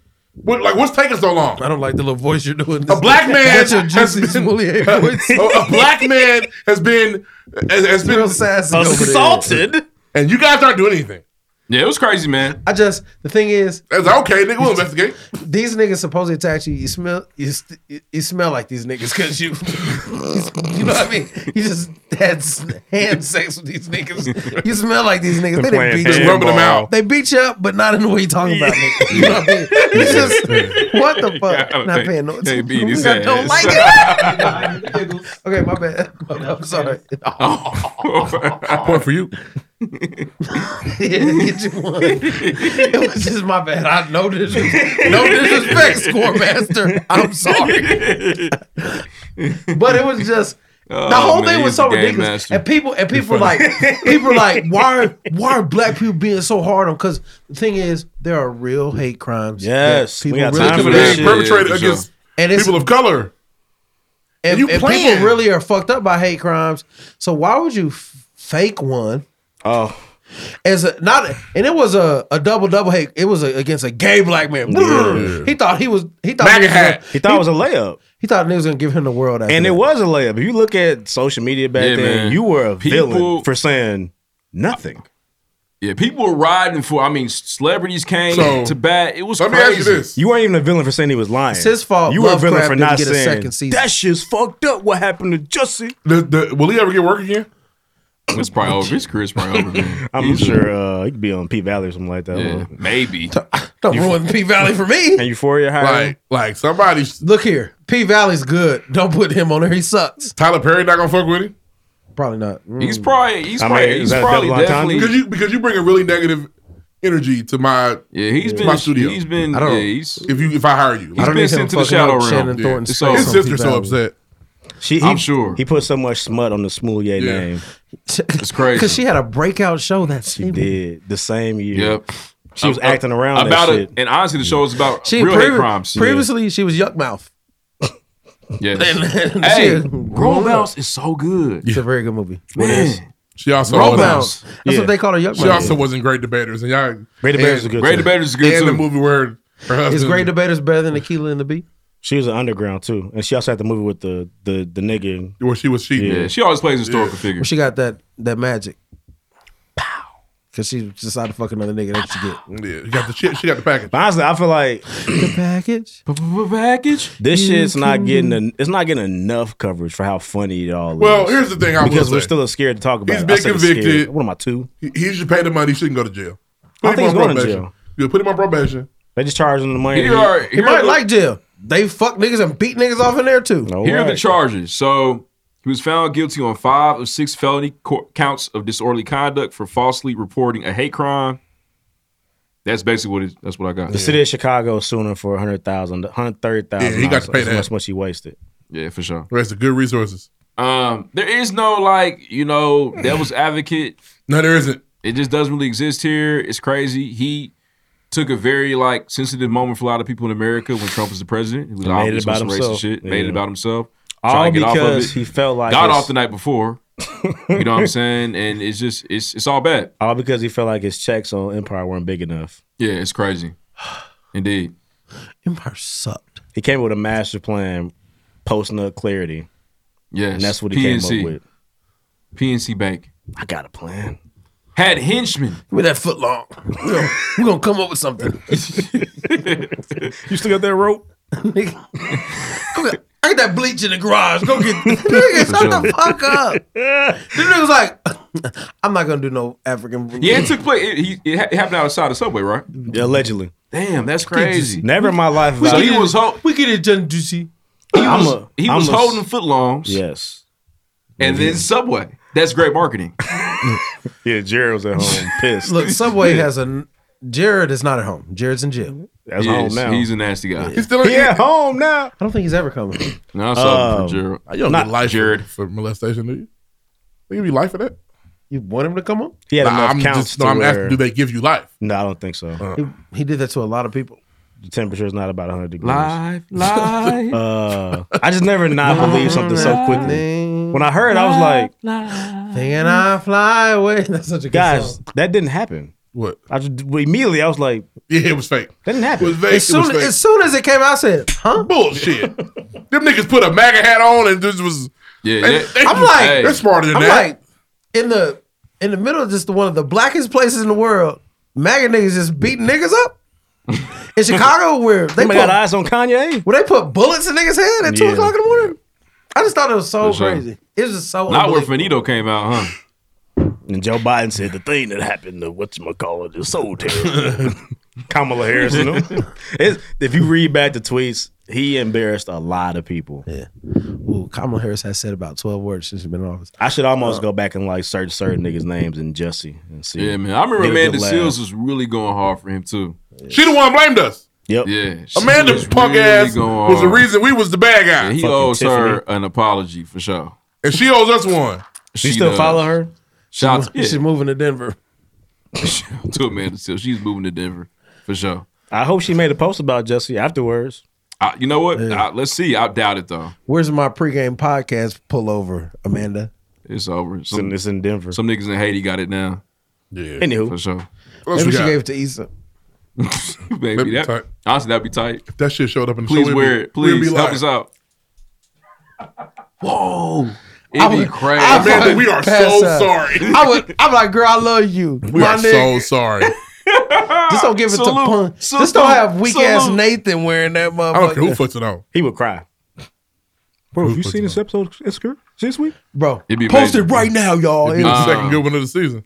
What, like, what's taking so long? I don't like the little voice you're doing. A black man That's your has [LAUGHS] juicy been- Smollett voice. a, a black man has been has, has been [LAUGHS] Real sassy over there. Assaulted. and you guys aren't doing anything. Yeah, it was crazy, man. I just the thing is, That's okay, nigga. We'll investigate. These niggas supposedly attack you. You smell, you, st- you- you smell like these niggas because you, [LAUGHS] you know what I mean. You just had s- hand sex with these niggas. You smell like these niggas. They didn't Playing beat you. handball. Rubbing 'em out. They beat you up, but not in the way you talking about. Nigga. You know what [LAUGHS] I mean? You just what the fuck? not paying no. They [LAUGHS] beat his I ass. don't like it. [LAUGHS] okay, my bad. [LAUGHS] I'm sorry. Point for you. [LAUGHS] yeah, get you [LAUGHS] one. [LAUGHS] it was just my bad. I no disrespect. No disrespect, Scoremaster. I'm sorry. but it was just the Oh, whole man, thing was he's so a game ridiculous. master. And people and people funny. [LAUGHS] like people like why are, why are black people being so hard on cuz the thing is there are real hate crimes. that Yes, we people got really time for commit. that shit. Perpetrated Yeah, for against sure. people of color. And, You and playing. people really are fucked up by hate crimes. So why would you f- fake one? Oh. As a not and it was a, a double double hate. It was a, against a gay black man. Yeah. He thought he was he thought MAGA he was, gonna- hat. He thought it was a layup. He thought they was gonna give him the world after And it that. was a layup. If you look at social media back Yeah, then, man. you were a People- villain for saying nothing. Yeah, people were riding for. I mean, celebrities came So, to bat. It was let me crazy. ask you this. You weren't even a villain for saying he was lying. It's his fault You were a villain Lovecraft for didn't not get a saying second season. that shit's fucked up. What happened to Jussie? The, the, will he ever get work again? It's probably over. His career's probably over. Man. [LAUGHS] I'm Easily. sure uh, he could be on P Valley or something like that. Yeah, maybe. Don't ruin P Valley for me. [LAUGHS] And Euphoria high. Like, like somebody look here. P Valley's good. Don't put him on there. He sucks. Tyler Perry not gonna fuck with him. Probably not. Mm. He's probably. He's probably. he's probably definitely. because you because you bring a really negative energy to my yeah he's to been- my studio. he's been- I don't- yeah, he's- if you if I hire you, I don't been need him sent to the fucking shadow up realm. Shannon Yeah. Thornton's So- face his on sister's P-Valley. so upset. She, he, I'm sure. he put so much smut on the Smoulier Yeah. name. [LAUGHS] It's crazy. Because she had a breakout show that she did the same year. Yep. She was Uh, uh, acting around about that it. shit. And honestly, the show is about She real hate previ- crimes. Previously, she was yuck mouth. [LAUGHS] yeah. and- hey, she- Roll Bounce is so good. It's a very good movie. Man. She also Roll wasn't- bounce. That's what they call her yuck She mouth. also wasn't great debaters, and y'all Great Debaters is good, Great too. Debaters is good, And the too. movie where her husband Is Great Debaters better than Aquila and the Bee? She was an underground too, and she also had the movie with the the the nigga where she was cheating. Yeah, she always plays historical Well, figures. she got that that magic. Pow. Cause she decided to fuck another nigga. That's what you get. Yeah, got the shit. She got the package. Honestly, I feel like the package. Package. this shit's not getting a en- it's not getting enough coverage for how funny it all Well, is. here's the thing I will because we're say. still scared to talk about. He's it. I been said scared. convicted. What am I two? He, he should pay the money. She can go to jail. I think he's going to jail. You put him on probation. They just charge him the money. Here are- He might like jail. They fuck niggas and beat niggas off in there too. Here are the charges. So he was found guilty on five of six felony co- counts of disorderly conduct for falsely reporting a hate crime. That's basically what it, that's what I got. The city of Chicago is suing him for 100000 130000 Yeah, he got to pay that. That's how much he wasted. Yeah, for sure. Rest of good resources. Um, there is no like you know devil's advocate. No, there isn't. It just doesn't really exist here. It's crazy. He took a very like sensitive moment for a lot of people in America when Trump was the president. He was And made it obviously about some himself. racist shit. Made it Yeah. about himself. All Trying to get off of because it. he felt like got it's- off the night before. you [LAUGHS] know what I'm saying? And it's just it's it's all bad. All because he felt like his checks on Empire weren't big enough. Yeah, it's [SIGHS] crazy. Indeed. Empire sucked. He came up with a master plan, post nut clarity. Yes. and that's what he PNC. came up with. PNC Bank. I got a plan. Had henchmen. Give me that foot long. We're gonna, we gonna come up with [LAUGHS] something. you still got that rope? Nigga. I got that bleach in the garage. Go [LAUGHS] get nigga, shut the fuck up. [LAUGHS] This nigga was like, [LAUGHS] I'm not gonna do no African. Yeah, it took place. It, he, it, ha- it happened outside the subway, right? Allegedly. Damn, that's crazy. Never in my life. have So I- he was ho- we get it done, juicy. He I'm was, a- he I'm was a- holding footlongs. [LAUGHS] Yes. And then Subway. That's great [LAUGHS] marketing. Oh, Yeah, Jared was at [LAUGHS] home pissed. Look, Subway has a. Jared is not at home. Jared's in jail. That's home now. He's a nasty guy. He's still- He at home now. I don't think he's ever coming. No, I saw him Um, for Gerald. You don't Not- get life Jared. for molestation, do you? They give you life for that? You want him to come on? He had Nah, enough I'm counts. just- no, I'm asking, do they Uh. give you life? No, I don't think so. He, he did that to a lot of [LAUGHS] people. The temperature is not about 100 degrees. Live, live. Uh, I just never not believe something so quickly. When I heard, I was like, Thinking I fly away. [LAUGHS] That's such a good guys, song. that didn't happen. What? I just immediately I was like, yeah, it was fake. That didn't happen. It was fake. As soon, it was fake. as soon as it came out, I said, huh? Bullshit. [LAUGHS] Them niggas put a MAGA hat on and this was. Yeah, they, that- they- I'm like, they're smarter than I'm that. like, in the in the middle of just one of the blackest places in the world, MAGA niggas just beating niggas up. In Chicago, where they put, Somebody got eyes on Kanye, where they put bullets in niggas' head at two Yeah. o'clock in the morning. I just thought it was so For sure. crazy. It was just so Not where unbelievable. Finito came out, huh? and Joe Biden said the thing that happened to what's call it is so terrible. [LAUGHS] Kamala Harris, you know? [LAUGHS] It's- if you read back the tweets, he embarrassed a lot of people. Yeah, Ooh, Kamala Harris has said about twelve words since she's been in office. I should almost go back and like search certain niggas' names and Jesse and see. Yeah, man. I remember Get a good Amanda laugh. Seals was really going hard for him too. She the one blamed us. Yep. Yeah. she Amanda was punk really ass going was the hard. reason we was the bad guy. Yeah, he Fucking owes her Tiffany. an apology for sure. And she owes us one. She still does. follow her? Shout out to- She's yeah. moving to Denver. [LAUGHS] to Amanda Seals. She's moving to Denver for sure. I hope she made a post about Jesse afterwards. I, you know what? I- let's see. I doubt it though. Where's my pregame podcast pullover, Amanda? It's over. Some, it's in Denver. Some niggas in Haiti got it now. Yeah. Anywho. for sure. [LAUGHS] Maybe she gave it to Issa. Maybe that. Honestly, that'd be tight. If that shit showed up in the Please show, wear it. Please help us out. Whoa. It'd be crazy. I would Amanda, we are pass so out. sorry. I would. I'm like, girl, I love you. We my are so nigga. sorry. Just don't give it to Salute. pun. Just Salute. don't have weak ass Salute. Nathan wearing that motherfucker. I don't care who puts it on. He would cry. Bro, have you puts seen this episode of Insecure this week? Bro, It'd be post amazing. it right now, y'all. It'd be the Uh, second good one of the season.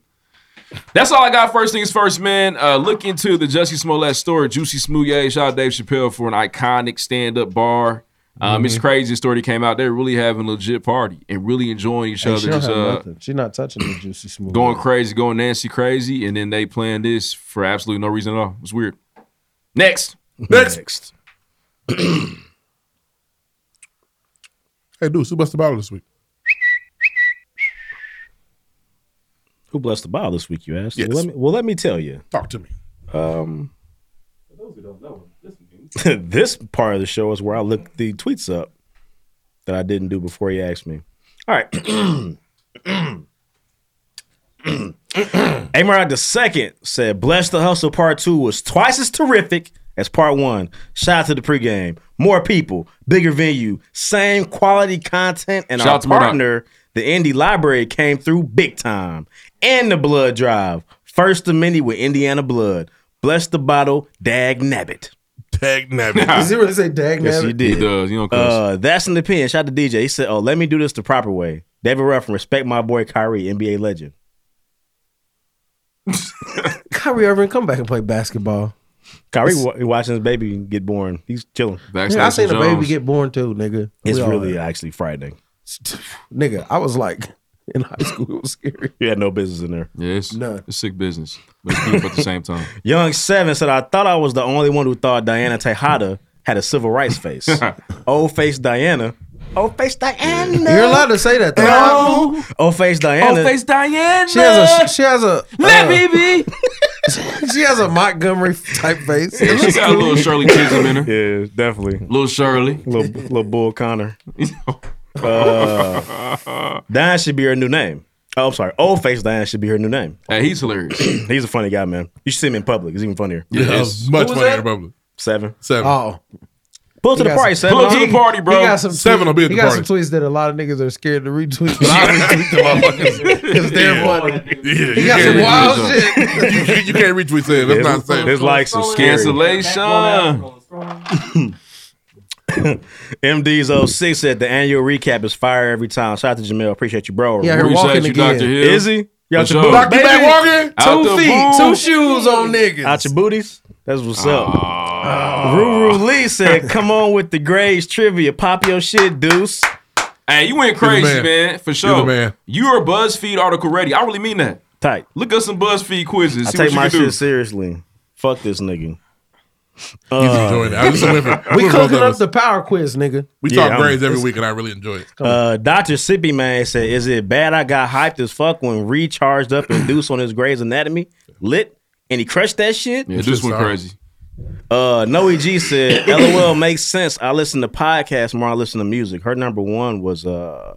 That's all I got. First things first, man. Uh, look into the Jussie Smollett story. Juicy Smouye. Shout out Dave Chappelle for an iconic stand-up bar. Um, It's Mhm. crazy. The story that came out. They're really having a legit party and really enjoying each Hey, other. she don't Just, have uh, nothing. She's not touching the juicy smoothie. going crazy, going Nancy crazy, and then they playing this for absolutely no reason at all. It's weird. Next. Next. Hey, dude, who busted bottle this week? Who blessed the bottle this week? You asked. Yes. Well, let me, well, let me tell you. Talk to me. Um, [LAUGHS] this part of the show is where I look the tweets up that I didn't do before he asked me. All right. [CLEARS THROAT] Amar the second said, "Bless the Hustle Part Two was twice as terrific as Part One. Shout out to the pregame, more people, bigger venue, same quality content, and Shout out to our Murdoch. partner, the Indy Library, came through big time. And the Blood Drive, first of many with Indiana Blood. Bless the bottle, Dag Nabbit. Dag Nabbit. Does he really say dag Yes, nabbit? he did. He does. You know, cuss. uh, that's an opinion. Shout out to DJ. He said, "Oh, let me do this the proper way." David Ruffin, respect my boy Kyrie, NBA legend. Kyrie Irving, come back and play basketball. Kyrie wa- watching his baby get born. He's chilling. Yeah, I seen a baby get born too, nigga. It's We all really right. actually frightening. [LAUGHS] nigga. I was like [LAUGHS] in high school, it was scary. You had no business in there. Yeah, it's, it's sick business, but it's beautiful at the same [LAUGHS] time. Young Seven said, I thought I was the only one who thought Diana Tejada had a civil rights [LAUGHS] face. Old face Diana. Old face Diana. You're allowed to say that. Though. Old face Diana. Oh, Diana. She has a. She has a. Let uh, me [LAUGHS] be. She has a Montgomery type [LAUGHS] face. Yeah, she got a little Shirley Chisholm in her. Yeah, definitely. Little Shirley. Little, [LAUGHS] little Bull Connor. Uh, Diane should be her new name. Oh, I'm sorry. Old face Diane should be her new name. [CLEARS THROAT] Hey, he's hilarious. he's a funny guy, man. You should see him in public. He's even funnier. Yeah, that was much funnier in public. Seven. Seven. Oh. Pull to He the got party, some- Seven. He got some Seven tweet- will be at He the got party. some tweets that a lot of niggas are scared to retweet, but I retweet [LAUGHS] the motherfuckers because they're Yeah. funny. Yeah, he got [LAUGHS] some wild shit. you, you can't retweet Sam. That's not safe. His likes are scary. Cancellation. MD's 06 said the annual recap is fire every time. Shout out to Jamel. Appreciate you, bro. Yeah, her Appreciate walking you, again. Dr. Hill. Is he? You out For sure. your booty- Dr. baby? Baby walking? Out Two the feet, boot. two shoes on niggas. Out your booties. That's what's Ah. up. Ruru Lee said, "Come on with the grades trivia. Pop your shit, Deuce." Hey, you went You're the crazy, man. man. For You're sure. the man. You are BuzzFeed article ready. I really mean that. Tight. Look up some BuzzFeed quizzes. I see take what my you can do. shit seriously. Fuck this nigga. enjoying it. I just went for- Uh, We cooking up the power quiz, nigga. We Yeah, talk I'm- grades every it's- week, and I really enjoy it. Uh, Dr. Sippy Man said, Is it bad I got hyped as fuck when recharged up and Deuce on his Grey's Anatomy? Lit? And he crushed that shit? Yeah, this went crazy. Uh, Noe G said, LOL makes sense. I listen to podcasts more than I listen to music. Her number one was uh,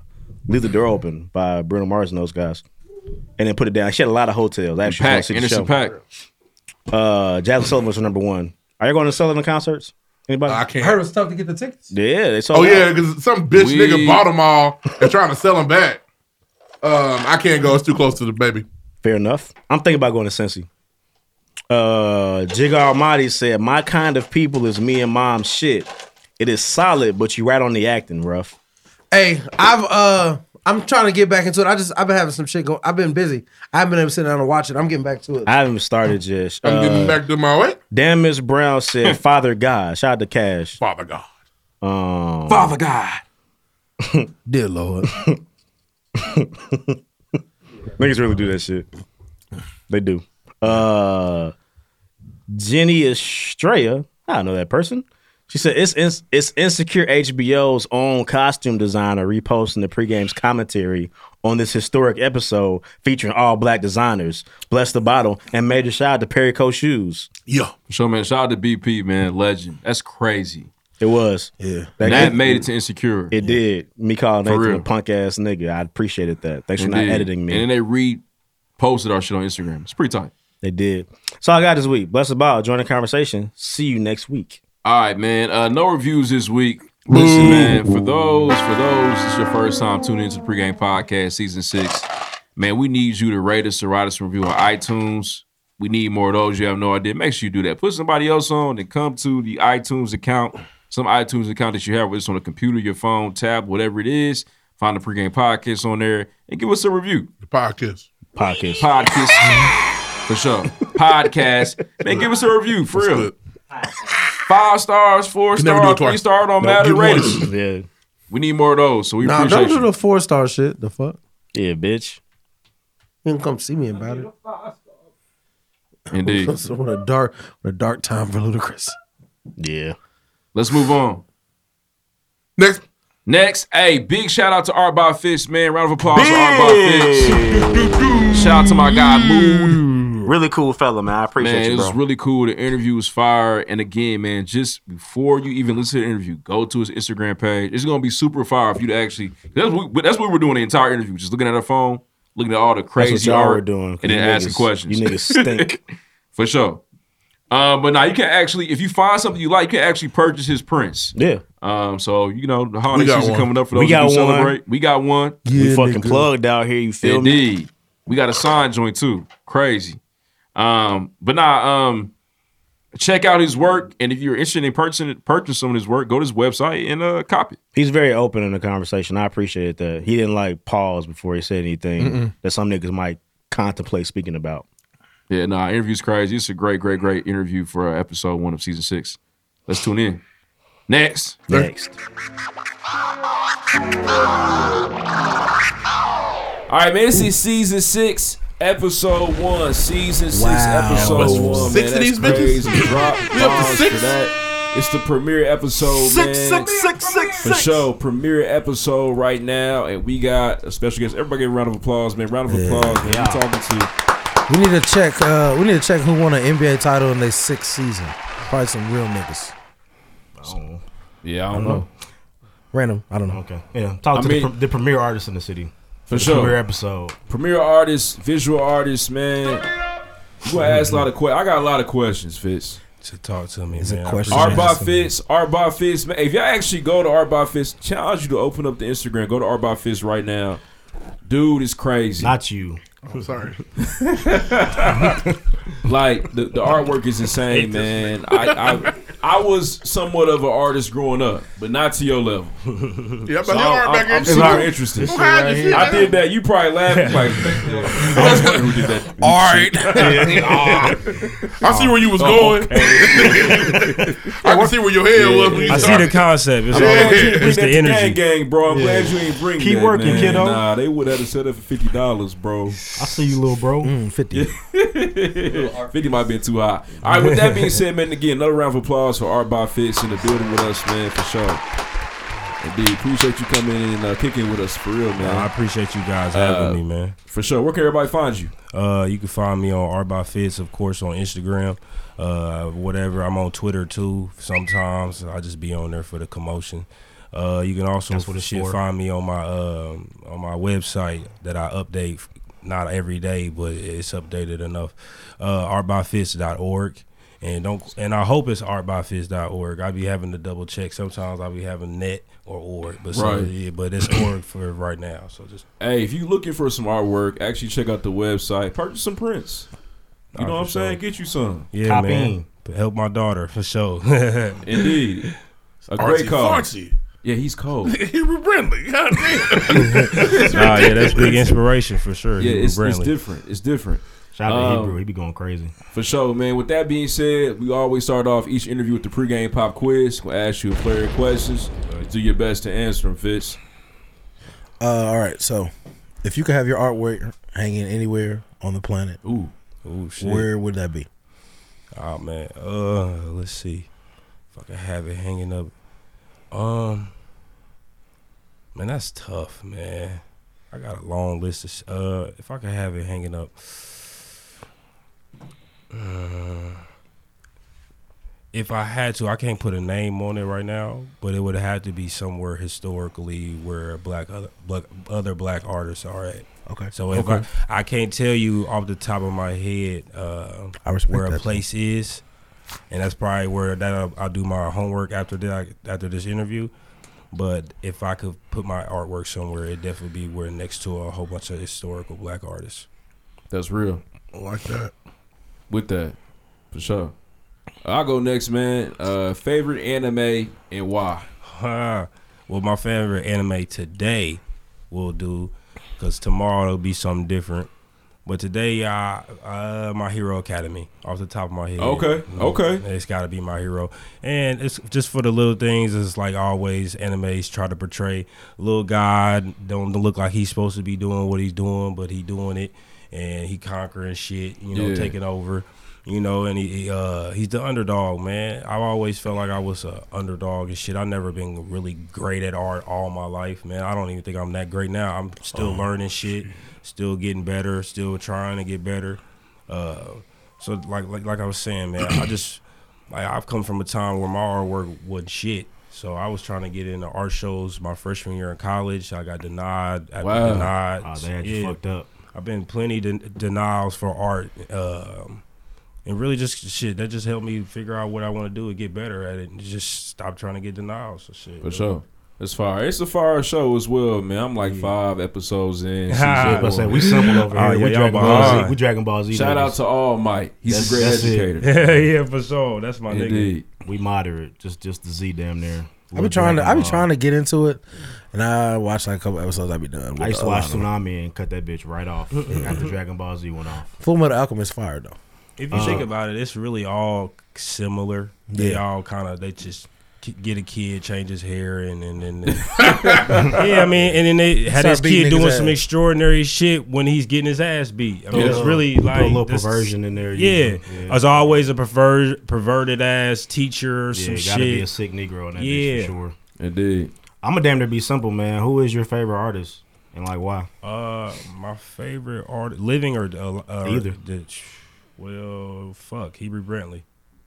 Leave the Door Open by Bruno Mars and those guys. And then put it down. She had a lot of hotels. Actually, Pack, when I see the Anderson show. Pack. Uh, Jasmine Sullivan's her number one. Are you going to Sullivan concerts? Anybody? I can't. Heard it was tough to get the tickets. Yeah, they sold Oh yeah, out. because some bitch We- nigga bought them all and trying to sell them back. Um, I can't go. It's too close to the baby. Fair enough. I'm thinking about going to Cincy. Uh, Jig Almighty said, "My kind of people is me and mom's shit. It is solid, but you right on the acting, rough." Hey, I've uh I'm trying to get back into it. I just I've been having some shit go I've been busy. I haven't been able to sit down and watch it. I'm getting back to it. I haven't started just. I'm getting Uh, back to my way. Damn, Miss [LAUGHS] Brown said, "Father God." Shout out to Cash. Father God. Um, Father God. Dear Lord. Niggas really do that shit. They do. Uh Jenny Estrella, I don't know that person. She said it's ins- it's insecure HBO's own costume designer reposting the pregame's commentary on this historic episode featuring all black designers. Bless the bottle and major shout out to Perry Co shoes. Yeah. So man, shout out to BP, man, legend. That's crazy. It was. Yeah. That, made it to insecure. It did. Me calling For Nathan real. a punk ass nigga. I appreciated that. Thanks for Indeed. not editing me. And then they reposted our shit on Instagram. It's pretty tight. They did. So I got this week. Bless the ball. Join the conversation. See you next week. All right, man. Uh, no reviews this week. Listen, man. For those, for those, it's your first time tuning into the pregame podcast, season six. Man, we need you to rate us or write us a review on iTunes. We need more of those. You have no idea. Make sure you do that. Put somebody else on and come to the iTunes account, some iTunes account that you have, whether it's on a computer, your phone, tab, whatever it is. Find the pregame podcast on there and give us a review. The podcast. [LAUGHS] Podcast. Podcast. for sure. Podcast. Man, give us a review for real. Five stars, four Can never do star, it twice. three star, it don't No, matter. give Rate one. us. Yeah. We need more of those, so we Nah, appreciate don't you. do the four star shit. The fuck? Yeah, bitch. You can come see me about [LAUGHS] it. Indeed. what a dark what a dark time for Ludacris. Yeah. Let's move on. Next. Next. Hey, big shout out to Art by Fish, man. Round of applause for Art by Fish. Shout out to my guy, Mood. Really cool fella, man. I appreciate man, you, it bro. was really cool. The interview was fire. And again, man, just before you even listen to the interview, go to his Instagram page. It's gonna be super fire if you to actually. That's what, we- that's what we were doing the entire interview, just looking at our phone, looking at all the crazy That's what y'all art, were doing. 'cause and then you asking niggas- questions. You niggas stink. [LAUGHS] for sure. Um, but now you can actually, if you find something you like, you can actually purchase his prints. Yeah. Um, so you know the holiday We got season one. coming up for We those got who do one. celebrate. We got one. we fucking plugged out here. You feel me? Indeed. We got a sign joint too. Crazy. Um, but nah, um, check out his work. And if you're interested in purchasing purchasing some of his work, go to his website and uh copy. He's very open in the conversation. I appreciate that. He didn't like pause before he said anything Mm-mm. that some niggas might contemplate speaking about. Yeah, nah, interview's crazy. It's a great, great, great interview for uh, episode one of season six. Let's tune in. Next. Next. All right, man. This is season six, episode one. Season six, Wow. What's episode one. six man, of these that's bitches? crazy. Drop [LAUGHS] We up to bars six? for that. It's the premiere episode, man. Six, six, six, six, For six. sure, premiere episode right now, and we got a special guest. Everybody, give a round of applause, man! Round of Yeah. applause, man. Yeah. We talking to We need to check. Uh, we need to check who won an NBA title in their sixth season. Probably some real niggas. Yeah, I don't know. Random. I don't know. Okay. Yeah. Talk I to the mean- Oh. the, premier artist in the city. For sure. Premier artist, visual artist, man. You gonna ask a lot of questions. I got a lot of questions, Fitz. To talk to me, Is it man. I question? appreciate Art by it. Fitz, Art by Fitz, man. If y'all actually go to Art by Fitz, challenge you to open up the Instagram. Go to Art by Fitz right now. Dude is crazy. Not you. I'm sorry. like the, the artwork is insane, man. I, I I was somewhat of an artist growing up, but not to your level. Yeah, but So your I'm, art back I'm, I'm in- super Sorry. interested. This shit right here. I did that. You [LAUGHS] probably laughing like I was wondering who did that. All right. [LAUGHS] [LAUGHS] Yeah. I see where you was Oh, going. [LAUGHS] I can see where your head was when you I see started. the concept. It's, I'm glad you all, didn't bring it's that the to energy. Gang, gang, bro. I'm Yeah. glad you ain't bring Keep that, working, man. kiddo. Nah, they would have to set up for fifty [LAUGHS] dollars, bro. I see you, little bro. 50. fifty might be too high. All right. With that being said, man, again, another round of applause for Art by Fitz in the building with us, man, for sure. Indeed, appreciate you coming in and uh, kicking with us for real, man. I appreciate you guys Uh, having me, man. For sure. Where can everybody find you? Uh, you can find me on Art by Fitz, of course, on Instagram. Uh, whatever. I'm on Twitter too. Sometimes I just be on there for the commotion. Uh, you can also That's what it's shit, for. find me on my um, on my website that I update not every day, but it's updated enough. Uh, artbyfits.org. And don't and I hope it's artbyfits.org. I be having to double check. Sometimes I be having net or org, but so, Right. yeah, but it's org for right now. So just Hey, if you looking for some artwork, actually check out the website. Purchase some prints. You know what I'm saying? Get you some. Yeah, Cop man. in. Help my daughter for sure. [LAUGHS] Indeed. A great call. Yeah, he's cold. Hebrew Brindley. God nah, yeah, that's big inspiration for sure. Yeah, Hebrew it's, it's Brantley. different. It's different. Shout out to Um, Hebrew. He be going crazy. For sure, man. With that being said, we always start off each interview with the pregame pop quiz. We'll ask you a player questions. Do your best to answer them, Fitz. Uh, all right, so if you could have your artwork hanging anywhere on the planet, ooh, ooh, shit. where would that be? Oh man, uh, let's see. If I can have it hanging up, um, man, that's tough, man. I got a long list of. Sh- uh, if I could have it hanging up, uh, if I had to, I can't put a name on it right now, but it would have to be somewhere historically where black other black, other black artists are at. Okay. So if Okay. I, I can't tell you off the top of my head uh, I respect where a that. place is, and that's probably where that I'll, I'll do my homework after that after this interview. But if I could put my artwork somewhere, it'd definitely be where next to a whole bunch of historical black artists. That's real. I like that. With that, for sure. I'll go next, man. Uh, favorite anime and why? Huh. well, my favorite anime today will do, because tomorrow it'll be something different. But today, uh, uh, my Hero Academy off the top of my head. Okay, okay. It's got to be my hero, and it's just for the little things. It's like always, animes try to portray little guy don't look like he's supposed to be doing what he's doing, but he doing it, and he conquering shit. You know, Yeah. taking over. You know, and he, he, uh, he's the underdog, man. I've always felt like I was a underdog and shit. I've never been really great at art all my life, man. I don't even think I'm that great now. I'm still Oh, learning shit, still getting better, still trying to get better. Uh, so like like like I was saying, man, I just like I've come from a time where my artwork wasn't shit. So I was trying to get into art shows my freshman year in college. I got denied. I Wow. wow. denied. Oh, they had you fucked up. I've been plenty de- denials for art. Um, and really just shit that just helped me figure out what I want to do and get better at it and just stop trying to get denials for shit. For sure. It's fire. It's a fire show as well, man. I'm like five episodes [LAUGHS] I in. was about to say, we simple over here. We Dragon Ball behind. Z- we Dragon Ball Z Shout out niggas. to All Might. He's That's- a great that's it. educator. [LAUGHS] yeah, for sure. That's my Indeed. nigga. We moderate. Just just the Z damn near. I've been trying to I've been trying to get into it, and I watched like a couple episodes. I'd be done. with I used to a watch lot of them. Tsunami and cut that bitch right off after Dragon Ball Z went off. Full Metal Alchemist fire though. If you Uh, think about it, it's really all similar. They Yeah. all kind of they just ki- get a kid, change his hair, and and, and yeah, I mean, and then they had Start this beating kid doing niggas' some ass. extraordinary shit when he's getting his ass beat. I mean, Yeah. it's really Put a like little this- perversion in there, Yeah, Uh, usually. Yeah. there's always a perver- perverted ass teacher. Or Yeah, some gotta shit. be a sick Negro in that bitch yeah. for sure. Indeed. I'm a damn to be simple, man. Who is your favorite artist and like why? Uh, my favorite artist, living or uh, uh, Either. the- well, fuck, Hebrew Brantley.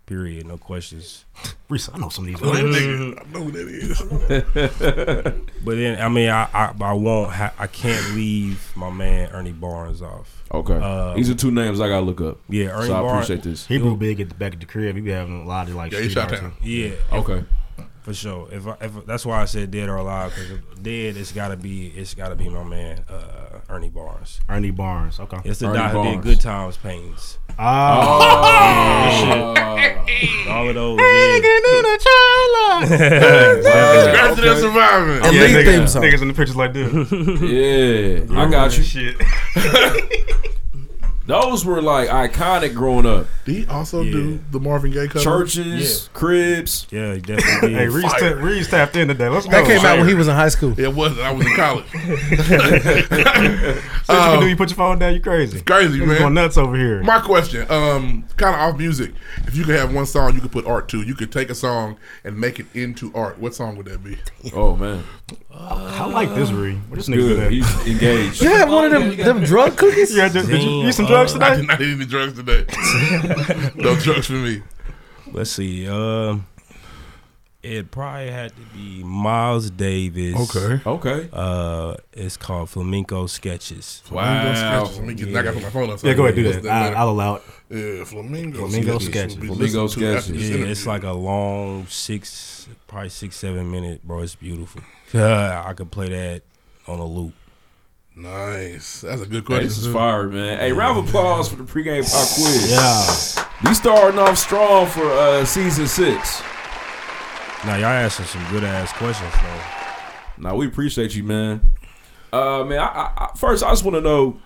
Period. No questions. Reese, I know some of these. I know Mm-hmm. that Mm. nigga. I know who [LAUGHS] that is. but then, I mean, I I, I won't. Ha- I can't leave my man Ernie Barnes off. Okay. Uh, These are two names I got to look up. Yeah, Ernie So I Barnes- appreciate this. He real big at the back of the crib. He be having a lot of like. Yeah, he street shot art, down. too. Yeah. Okay. For sure. If, I, if that's why I said dead or alive, because dead, it's gotta be it's gotta be my man uh, Ernie Barnes. Ernie Barnes. Okay. Ah, It's the Ernie guy who did Barnes. Good Times paintings. Oh. Yeah, shit. all of those. Congrats to that surviving. And Yeah, these nigga. things- niggas in the pictures like [LAUGHS] this. [LAUGHS] Yeah, I got you. [LAUGHS] Those were like iconic growing up. Did he also do the Marvin Gaye cover? Churches, cribs. Yeah, he [LAUGHS] definitely Hey, Reese, ta- Reese tapped in today. Let's Oh, That go. came out when he was in high school. It wasn't. I was in college. [LAUGHS] Shit you can do, you put your phone down. You crazy. It's crazy, Niggas man. Going nuts over here. My question, um, kind of off music. If you could have one song, you could put art to. You could take a song and make it into art. What song would that be? [LAUGHS] Oh man, I like this, Ree. What this nigga Good. good. He's [LAUGHS] engaged. You had one of them them drug cookies. Yeah, did, did you eat some Damn, drugs uh, today? I did not eat any drugs [LAUGHS] today. no drugs for me. Let's see. Um, it probably had to be Miles Davis. Okay. Okay. Uh, it's called Flamenco Sketches. Flamingo Sketches. Let me get- I gotta put my phone outside. What's that matter? Yeah, Flamingo, Sketches. will be listened to after this Yeah, interview. it's like a long six, [LAUGHS] probably six, seven minute, bro. It's beautiful. I could play that on a loop. Nice. That's a good Hey, question. this is fire, man. Hey, round of applause for the pregame pop quiz. Yeah. We starting off strong for uh, season six. Now y'all asking some good ass questions, though. Now we appreciate you, man. Uh, man, I, I, I, first I just want to know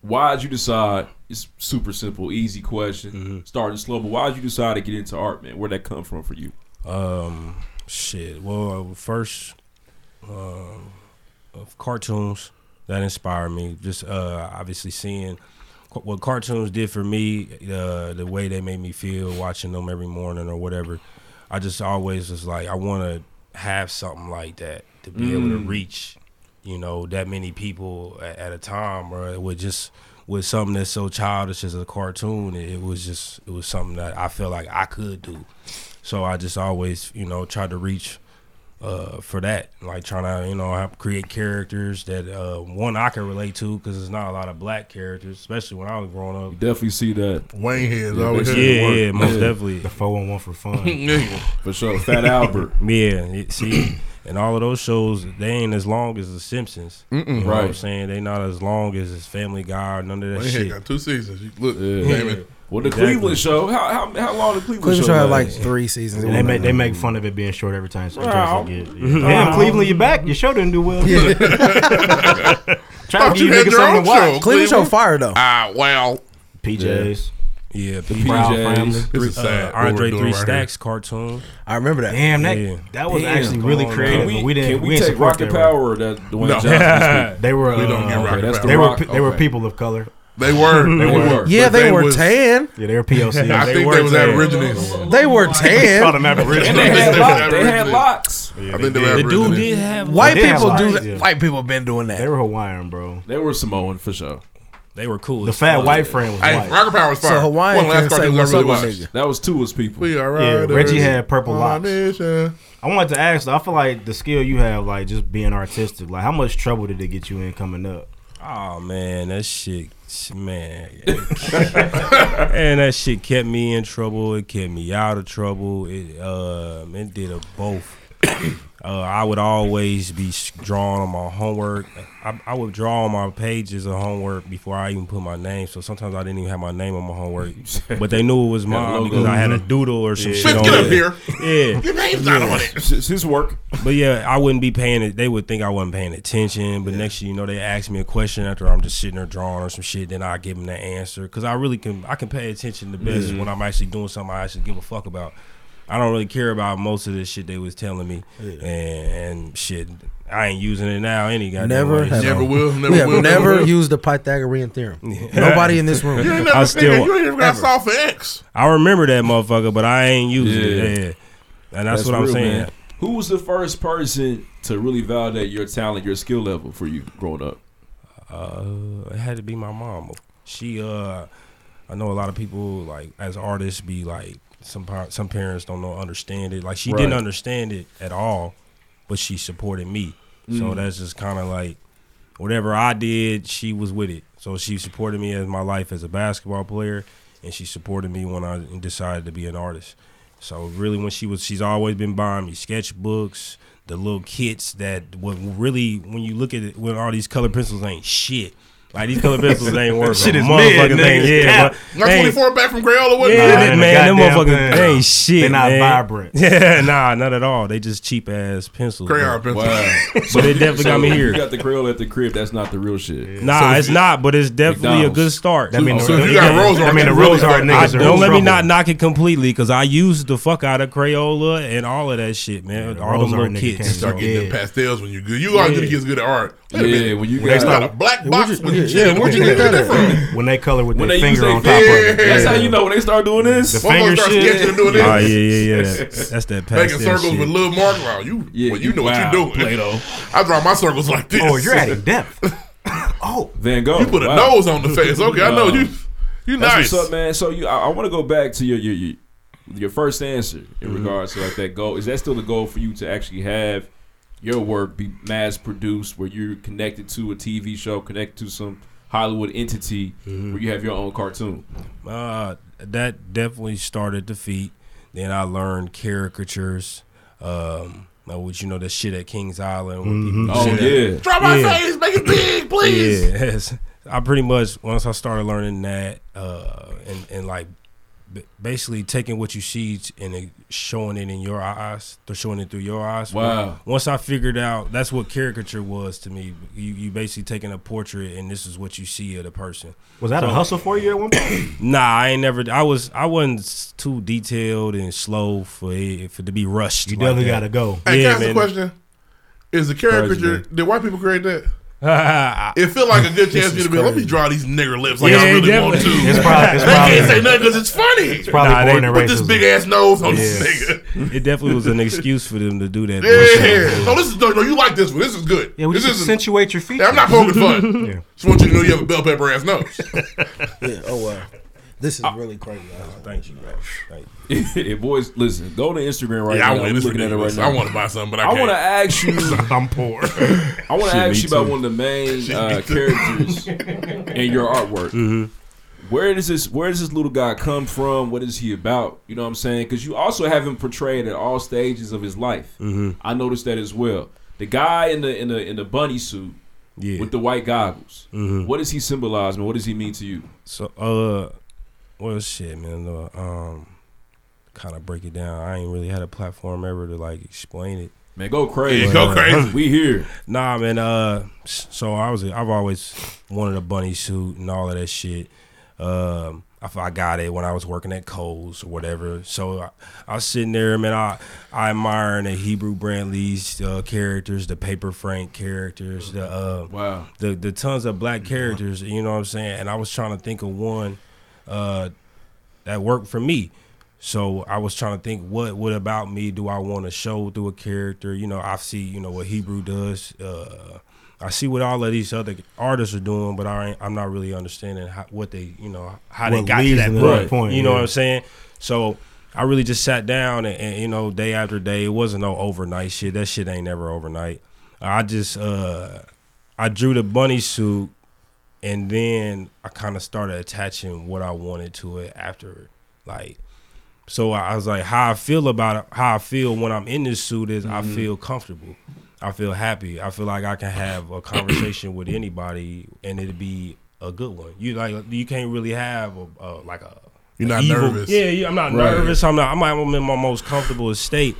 why would you decide? It's super simple, easy question. Starting slow, but why did you decide to get into art, man? Where'd that come from for you? Um, shit. Well, uh, first, um, of cartoons that inspired me. Just uh, obviously seeing ca- what cartoons did for me, uh, the way they made me feel watching them every morning or whatever. I just always was like, I want to have something like that to be able to Mm. reach, you know, that many people at, at a time, or with just with something that's so childish as a cartoon. It, it was just it was something that I felt like I could do. So I just always, you know, tried to reach uh, for that, like trying to, you know, help create characters that uh, one I can relate to because there's not a lot of black characters, especially when I was growing up. Definitely see that. Wayne heads Yeah, always yeah, had to work. yeah, most definitely. The 411 for fun. Yeah. For sure. Fat Albert. yeah, it- see, [CLEARS THROAT] and all of those shows, they ain't as long as The Simpsons. Mm-mm. you know what I'm Right. saying? They not as long as it's Family Guy or none of that Wayne shit. had got two seasons. You look, Yeah. damn it. Well, the Exactly. Cleveland show. How, how how long the Cleveland, Cleveland show? show had last? like three seasons. And they make they make fun of it being short every time. So every Wow. time they get, yeah. Damn, Cleveland, you're back. Your show didn't do well. [LAUGHS] Yeah. Trying to give you niggas something to watch. Cleveland show fire though. Ah, well. PJs. Yeah, the Proud Family. PJs. Three, uh, Andre Three Stacks cartoon. I remember that. Damn, that that was Damn, actually come really on, creative. man. but we didn't. Can we, we didn't take support that, Rocket Power or that Dwayne No. Johnson? this week? They were. We uh, don't get Rocket that's Power. They were. Rock- pe- They were okay. people of color. They were. They were. Yeah, But they, they were was- tan. Yeah, they were POC. I think they was aborigines. They were tan. Called them aborigines. And they had locks. They had Aborigines. locks. I think they were aborigines. White They did people have do locks, that. yeah. White people been doing that. They were Hawaiian, bro. They were Samoan for sure. They were cool. The fat white friend was Hey, white. Rocket Power was So fire. One Hawaiian of the last can't say cartoons I what's really up with watched. nigga. That was two was people. We are Yeah, riders Reggie had purple on a locks. mission. I wanted to ask. though, I feel like the skill you have, like just being artistic, like how much trouble did it get you in coming up? Oh man, that shit, sh- man, [LAUGHS] and that shit kept me in trouble. It kept me out of trouble. It um, it did a both. [COUGHS] Uh, I would always be s- drawing on my homework. I, I would draw on my pages of homework before I even put my name. So sometimes I didn't even have my name on my [LAUGHS] homework, but they knew it was Had a mine logo. because I had a doodle or some Yeah. shit. Fitz, on [LAUGHS] get up it. here. Yeah, Your name's not Yeah. on it. It's- it's his work. But yeah, I wouldn't be paying it. They would think I wasn't paying attention. But next year, you know, they ask me a question after I'm just sitting there drawing or some shit. Then I give them the answer because I really can. I can pay attention the best Yeah. when I'm actually doing something I actually give a fuck about. I don't really care about most of this shit they was telling me, and, and shit. I ain't using it now. Any goddamn Never way, have. so- we have never used the Pythagorean theorem. [LAUGHS] Nobody in this room. You ain't never, I I still- you ain't even got to solve for X. I remember that motherfucker, but I ain't using it. Yeah. And that's, what I'm real, saying. man. Who was the first person to really validate your talent, your skill level for you growing up? Uh, it had to be my mom. She, uh, I know a lot of people like as artists be like some par- some parents don't know understand it. Like she didn't Right. understand it at all, but she supported me. So Mm. that's just kind of like whatever I did, she was with it. So she supported me as my life as a basketball player, and she supported me when I decided to be an artist. So really, when she was, she's always been buying me sketchbooks, the little kits that what really when you look at it, when all these color pencils ain't shit. Like these color [LAUGHS] pencils ain't worth Shit a is motherfucking mid, thing. Yeah, nigga. Cap. but My they ain't- 24 back from Crayola wasn't yeah, bad. they- Nah, man, them ain't a goddamn motherfuckers thing. they ain't shit. They not man. vibrant. [LAUGHS] Yeah, nah, not at all. They just cheap ass pencils. Crayon bro. pencils. Wow. but they definitely [LAUGHS] So got me if here. You got the Crayola at the crib. That's not the real shit. Nah, So it's if- not, but it's definitely a good McDonald's. start. That mean So the- if you got yeah, Rose Art, that really fuck- I- niggas are in Don't let me trouble. not knock it completely because I used the fuck out of Crayola and all of that shit, man. all Rose them Art little nigga kids. can't start [LAUGHS] getting them pastels when you good. You are good Yeah. kids good at art. Wait a Yeah, minute. when you When they got- start a black box with you. yeah, where'd you get that at? When they color with When their they use finger their on top of it. finger. That's how you know when they start doing this. The finger start shit. sketching and doing this. Ah, yeah, [LAUGHS] yeah, yeah. That's- that's that Making pastel circles shit. with little mark around you. Yeah, well, you you- know what wow, you're doing. Plato. I draw my circles like this. Oh, you're [LAUGHS] at a depth. oh, Van Gogh. You put a Wow. nose on the face. Okay, I know Wow. you. You That's nice. what's up, man. So you, I, I want to go back to your your your, your first answer in Mm-hmm. regards to like that goal. Is that still the goal for you to actually have your work be mass produced, where you're connected to a TV show, connected to some Hollywood entity, Mm-hmm. where you have your own cartoon? Uh, that definitely started the feet. Then I learned caricatures. Um, Like, which you know the shit at Kings Island. when Mhm. people Oh, shit. yeah. [LAUGHS] Drop my face, make it big, please. Yes. I pretty much once I started learning that uh, and and like b- basically taking what you see and uh, showing it in your eyes, they're showing it through your eyes. Wow. Once I figured out that's what caricature was to me. You you basically taking a portrait and this is what you see of the person. Was that a So- hustle for you at one point? Nah, I ain't never. I was. I wasn't s- too detailed and slow for it, for it to be rushed. You like definitely that. gotta go. Hey, yeah, can I ask a man. question? Is the caricature Crazy, did white people create that? [LAUGHS] it feel like a good This chance for you is to be. Let me crazy. draw these nigger lips like Yeah, I really yeah, want to. definitely. [LAUGHS] It's probably- it's they can't probably- say nothing because it's funny. It's probably Nah, they- born in put this racism. big ass nose on this Yeah. nigga. It definitely was an excuse for them to do that. [LAUGHS] uh, Yeah. No, this is no, no. You like this one? This is good. Yeah, we this just is accentuate your feet. I'm not poking fun. Yeah. Just want you to know you have a bell pepper ass [LAUGHS] nose. yeah. Oh wow. This is really crazy. Thank you, bro. Thank Yeah, boys, listen, go to Instagram right Yeah, I now. want I'm this looking at it right ridiculous. now. I wanna buy something, but I I [LAUGHS] want to can't. ask you. I'm [LAUGHS] poor. I want Shit, to ask me you about too. one of the main Shit, uh, me too. characters in your artwork. Where does this Where does this little guy come from? What is he about? You know what I'm saying? Because you also have him portrayed at all stages of his life. Mhm. I noticed that as well. The guy in the in the in the bunny suit Yeah. with the white goggles. Mhm. What does he symbolize, man? What does he mean to you? So, uh, well, shit, man. uh, um, kind of break it down. I ain't really had a platform ever to like explain it. Man, go crazy. Yeah, go But, uh, crazy. We here. Nah, man. Uh, so I was. I've always wanted a bunny suit and all of that shit. Um, I, f- I got it when I was working at Kohl's or whatever. So I, I was sitting there, man. I I admiring the Hebrew Brantley's uh, characters, the Paper Frank characters, the uh, wow, the the tons of black characters. You know what I'm saying? And I was trying to think of one uh, that worked for me. So I was trying to think, what what about me do I want to show through a character? You know, I see, you know, what Hebrew does. Uh, I see what all of these other artists are doing, but I ain't, I'm not really understanding how, what they, you know, how they What got to leads that them to point. that point, You know what yeah. I'm saying? So I really just sat down and, and, you know, day after day, it wasn't no overnight shit. That shit ain't never overnight. I just uh, I drew the bunny suit and then I kind of started attaching what I wanted to it after, like. So I I was like, how I feel about it, how I feel when I'm in this suit is I Mhm. Mm-hmm. feel comfortable, I feel happy, I feel like I can have a conversation with anybody and it'd be a good one. You like you can't really have a, a like a You're a not evil- nervous. Yeah, yeah, I'm not Right. nervous. I'm not. I'm, not- I'm in my most comfortable state.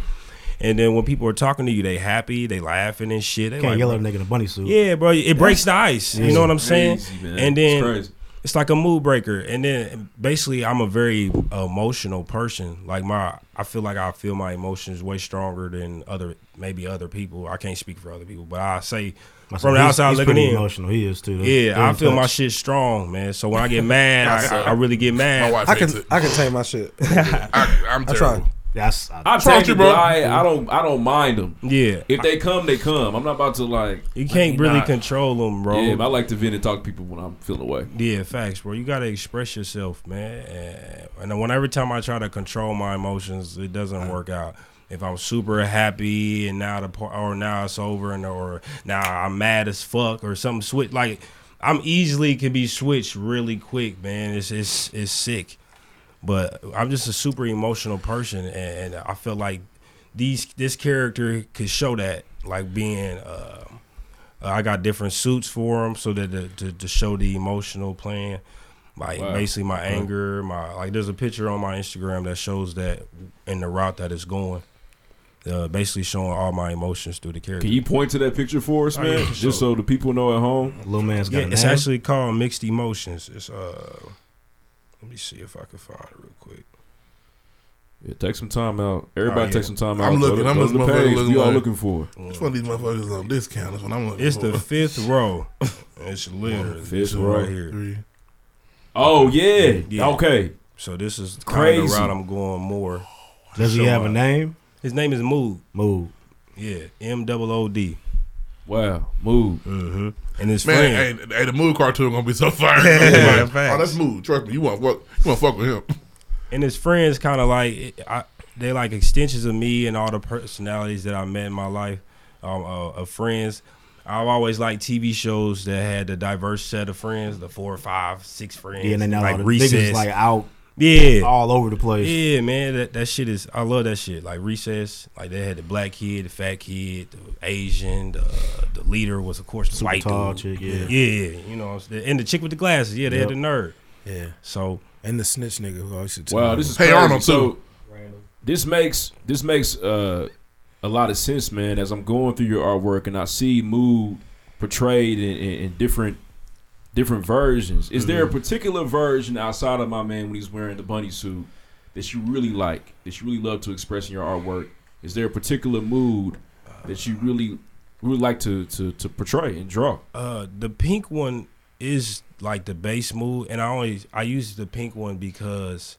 And then when people are talking to you, they happy, they laughing and shit. They Can't like, yell [LAUGHS] at a nigga in a bunny suit. Yeah, bro, it breaks the ice. You know what I'm saying? Crazy, man. and It's then crazy. it's like a mood breaker. And then basically, I'm a very emotional person. Like my, I feel like I feel my emotions way stronger than other maybe other people. I can't speak for other people, but I say My son, from the he's- outside he's looking pretty in, emotional. He is, too. They're Yeah, I in feel my touch. shit strong, man. So when [LAUGHS] I get mad, My I, son. I really get My mad. wife I can I can tame my shit. I, I'm I try. That's I, I promise promise you, bro. I, I don't. I don't mind them. [LAUGHS] Yeah. If they come, they come. I'm not about to like. You can't really control 'em, bro. Yeah, but I like to vent and talk to people when I'm feeling away. Yeah, facts, bro. You gotta express yourself, man. And- And when every time I try to control my emotions, it doesn't work out. If I'm super happy and now the par- or now it's over and or now I'm mad as fuck or something switch like I'm easily can be switched really quick, man. It's it's it's sick. But I'm just a super emotional person, and, and I feel like these this character could show that, like being. Uh, uh, I got different suits for them so that the, to, to show the emotional plan, like Wow. basically my Okay. anger, my like. There's a picture on my Instagram that shows that in the route that it's going, uh, basically showing all my emotions through the character. Can you point to that picture for us, Oh, man? yeah, for Just sure. so the people know at home. Little man's Yeah, it's actually called mixed emotions. It's uh, let me see if I can find it real quick. Yeah, take some time out. Everybody, Oh, yeah. take some time out. I'm Go to- looking. I'm go to just the page. motherfucker looking. We all like- looking for. Which one of these motherfuckers on discount? That's what I'm looking It's for. [LAUGHS] the fifth row. It's literally Fifth this one row. right here. Three. Oh yeah. Okay. So this is crazy. Crazy. route I'm going more. Does he So, have uh, a name? His name is Mood. Mood. Yeah, M O O D. Wow, Mood. Mm-hmm. And his Man, friend. hey, hey, the mood cartoon gonna be so fire. Yeah, Like, oh, that's mood. Trust me, you want fuck, you want fuck with him. and his friends kind of like I, they like extensions of me and all the personalities that I met in my life um, uh, of friends. I've always liked TV shows that had the diverse set of friends, the four, five, six friends. Yeah, and then now like all the niggas recess. like out Yeah, all over the place. Yeah, man, that, that shit is. I love that shit. Like recess, like they had the black kid, the fat kid, the Asian, the, the leader was of course the Super white tall dude. chick, yeah. yeah, you know, what I'm saying? and the chick with the glasses. Yeah, they Yep. had the nerd. Yeah. So and the snitch nigga who always should. Wow, this is Hey crazy. Arnold so, too. This makes this makes uh, a lot of sense, man. As I'm going through your artwork and I see mood portrayed in, in, in different different versions. Is there a particular version outside of my man when he's wearing the bunny suit that you really like? That you really love to express in your artwork? Is there a particular mood that you really really like to to, to portray and draw? Uh, the pink one is like the base move, and I always I use the pink one because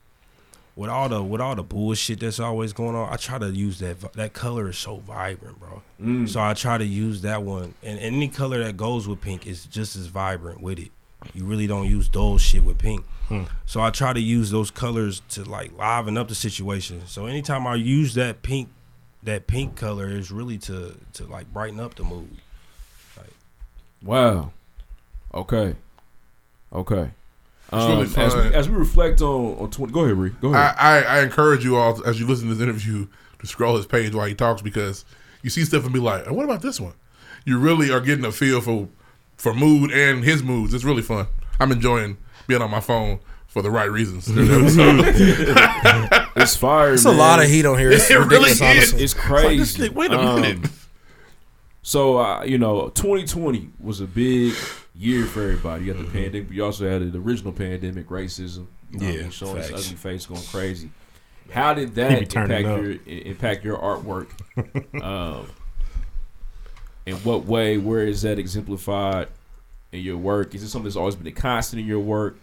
with all the with all the bullshit that's always going on, I try to use that vi- that color is so vibrant, bro. Mm. So I try to use that one, and any color that goes with pink is just as vibrant with it. You really don't use dull shit with pink. Hmm. So I try to use those colors to like liven up the situation. So anytime I use that pink, that pink color is really to to like brighten up the mood. Wow. Okay. Okay. Um, really as, we, fun. as we reflect on, on 20, go ahead, Ree. Go ahead. I, I, I encourage you all as you listen to this interview to scroll his page while he talks because you see stuff and be like, oh, "What about this one?" You really are getting a feel for for mood and his moods. It's really fun. I'm enjoying being on my phone for the right reasons. [LAUGHS] it's fire. It's a man. lot of heat on here. It's it really ridiculous, is. honestly. It's crazy. It's like, this nigga- wait a Um, minute. so uh, you know, 2020 was a big year for everybody. You got Mm-hmm. the pandemic. You also had the original pandemic, racism. You know, Yeah, yeah, showing his facts. ugly face, going crazy. How did He that be impact turning up. your i- impact your artwork? um, in what way? Where is that exemplified in your work? Is it something that's always been a constant in your work?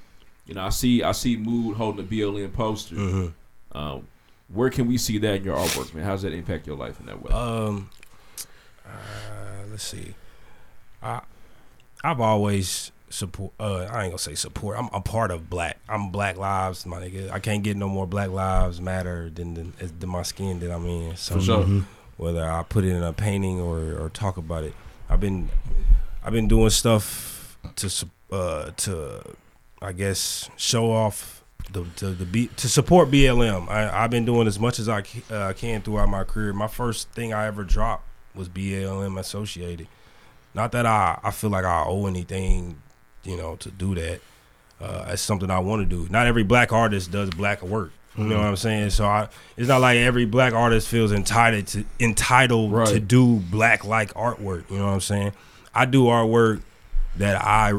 You know, I see I see Mood holding a BLM poster. Mm-hmm. Um, where can we see that in your artwork, man? How does that impact your life in that way? Um, uh, let's see. I I've always support. Uh, I ain't gonna say support. I'm a part of Black. I'm Black Lives, my nigga. I can't get no more Black Lives Matter than than, as- than my skin that I'm in. So For sure. Mhm. whether I put it in a painting or or talk about it, I've been I've been doing stuff to su- uh to I guess show off the to the B, to support BLM. I, I've been doing as much as I ca- uh, can throughout my career. My first thing I ever dropped was BLM associated. Not that I I feel like I owe anything, you know, to do that. Uh, it's something I want to do. Not every black artist does black work. You know Mhm. what I'm saying? So I, it's not like every black artist feels entitled to entitled to Right. do black like artwork. You know what I'm saying? I do artwork that I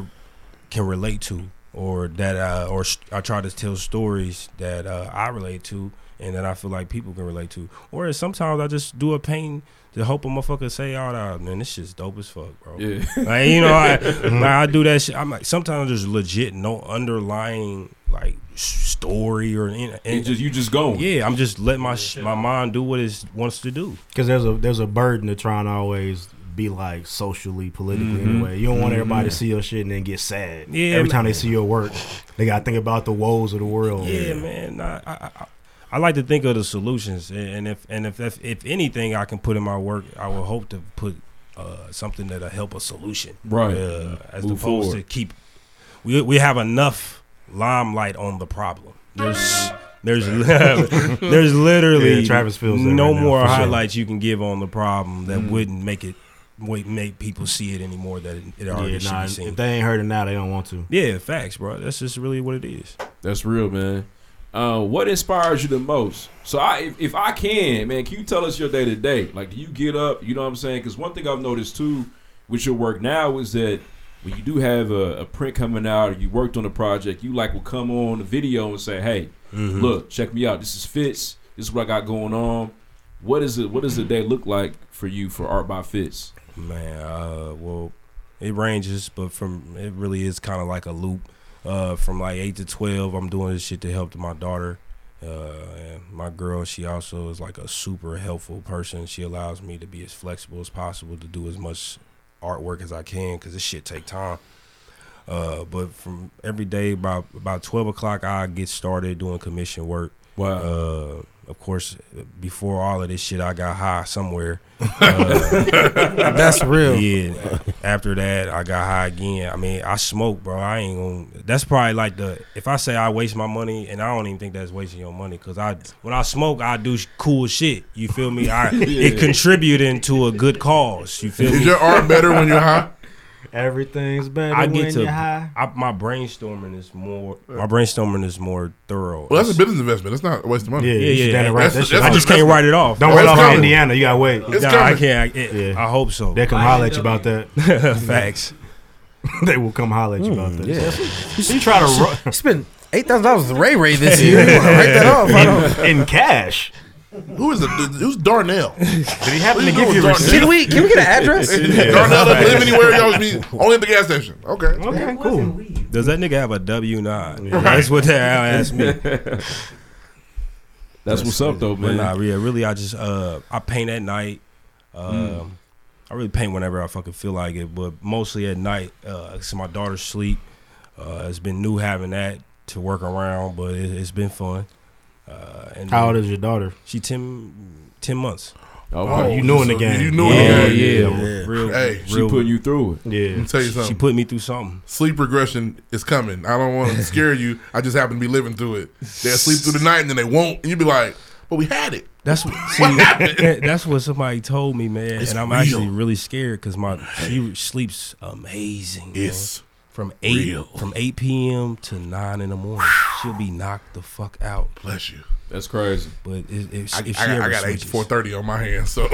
can relate to, or that uh, or st- I try to tell stories that uh, I relate to, and that I feel like people can relate to. Or sometimes I just do a painting to hope a motherfucker say, "Oh, nah, man, this shit's dope as fuck, bro." Yeah. like you know, I, like, I do that shit. I'm like sometimes there's legit no underlying like s- story or any- [LAUGHS] You just- you just going. Yeah, I'm just letting my sh- my mind do what it wants to do. Because there's a there's a burden to trying to always be like socially, politically Mhm. anyway. You don't want everybody Mhm. to see your shit and then get sad. Yeah, Every man. time they see your work, they gotta think about the woes of the world. Yeah, man. Nah, I, I, I- I like to think of the solutions, and- and if and if if, if anything I can put in my work, I would hope to put uh, something that'll help a solution. Right. Uh, as Move opposed to forward. keep. We we have enough limelight on the problem. There's. There's [LAUGHS] there's literally Yeah, Travis feels that no right now, more for sure. highlights you can give on the problem that Mm. wouldn't make it wait, make people see it anymore that it, it already Yeah, should nah, be seen. if they ain't heard it now, they don't want to. yeah, facts, bro. That's just really what it is. That's real, man. Uh, what inspires you the most? So, I, if, if I can, man, can you tell us your day to day? Like, do you get up? You know what I'm saying? Because one thing I've noticed too with your work now is that when you do have a, a print coming out or you worked on a project, you like will come on the video and say, "Hey, Mhm. look, check me out. This is Fitz. This is what I got going on. What is it? What does the day look like for you for Art by Fitz? Man, uh, well, it ranges, but from it really is kind of like a loop. Uh, from like eight to twelve, I'm doing this shit to help my daughter. Uh, and my girl, she also is like a super helpful person. She allows me to be as flexible as possible to do as much artwork as I can because this shit take time. Uh, but from every day about about twelve o'clock, I get started doing commission work. Wow. Uh, Of course, before all of this shit, I got high somewhere. That's real. Yeah. After that, I got high again. I mean, I smoke, bro. I ain't gonna. That's probably like the. If I say I waste my money, and I don't even think that's wasting your money, cause I when I smoke, I do sh- cool shit. You feel me? [LAUGHS] I it contributing to a good cause. You feel me? Is your art better when you're high? Everything's better I get when to you're high. I, my brainstorming is more my brainstorming is more thorough. Well, that's a business investment. That's not a waste of money. Yeah, yeah, yeah. That's- That's- that's- I just can't write it off. That's coming. It's Nah, I coming. can't. I, it- I hope so. They come holler at you about that. [LAUGHS] Facts. [LAUGHS] they will come holler at you Mm, about that. Yeah. You try to ru- You spent eight thousand dollars Ray Ray this year. You want to write that off? I [LAUGHS] don't. in, in cash. Who is it? Who's [LAUGHS] Darnell? Did he happen to give you a receipt? Can we can we get an address? Darnell doesn't live anywhere. Y'all just be only at the gas station. Okay. Okay. Cool. Does that nigga have a W nine? That's what they asked me. That's what's up, though, But man. nah, yeah, really, I just uh, I paint at night. Um, I really paint whenever I fucking feel like it, but mostly at night. Uh, so my daughter's sleep. Uh, it's been new having that to work around, but it, it's been fun. Uh, and How old is your daughter? She 10, 10 months. Oh, you knew in the game. Yeah, yeah, Real, hey, real- you through it. Yeah. Let me tell you She something. put me through something. Sleep regression is coming. I don't want to scare you. I just happen to be living through it. They'll sleep through the night and then they won't. And you'd be like, but we had it. That's what, see, that- that's what somebody told me, man. It's and I'm real. actually really scared because my she sleeps amazing. man. It's from eight real. from eight p.m. to nine in the morning. She'll be knocked the fuck out. Bless you. That's crazy. But if, if, I, I, if she got- ever I got eight switches, four thirty on my hands, so [LAUGHS]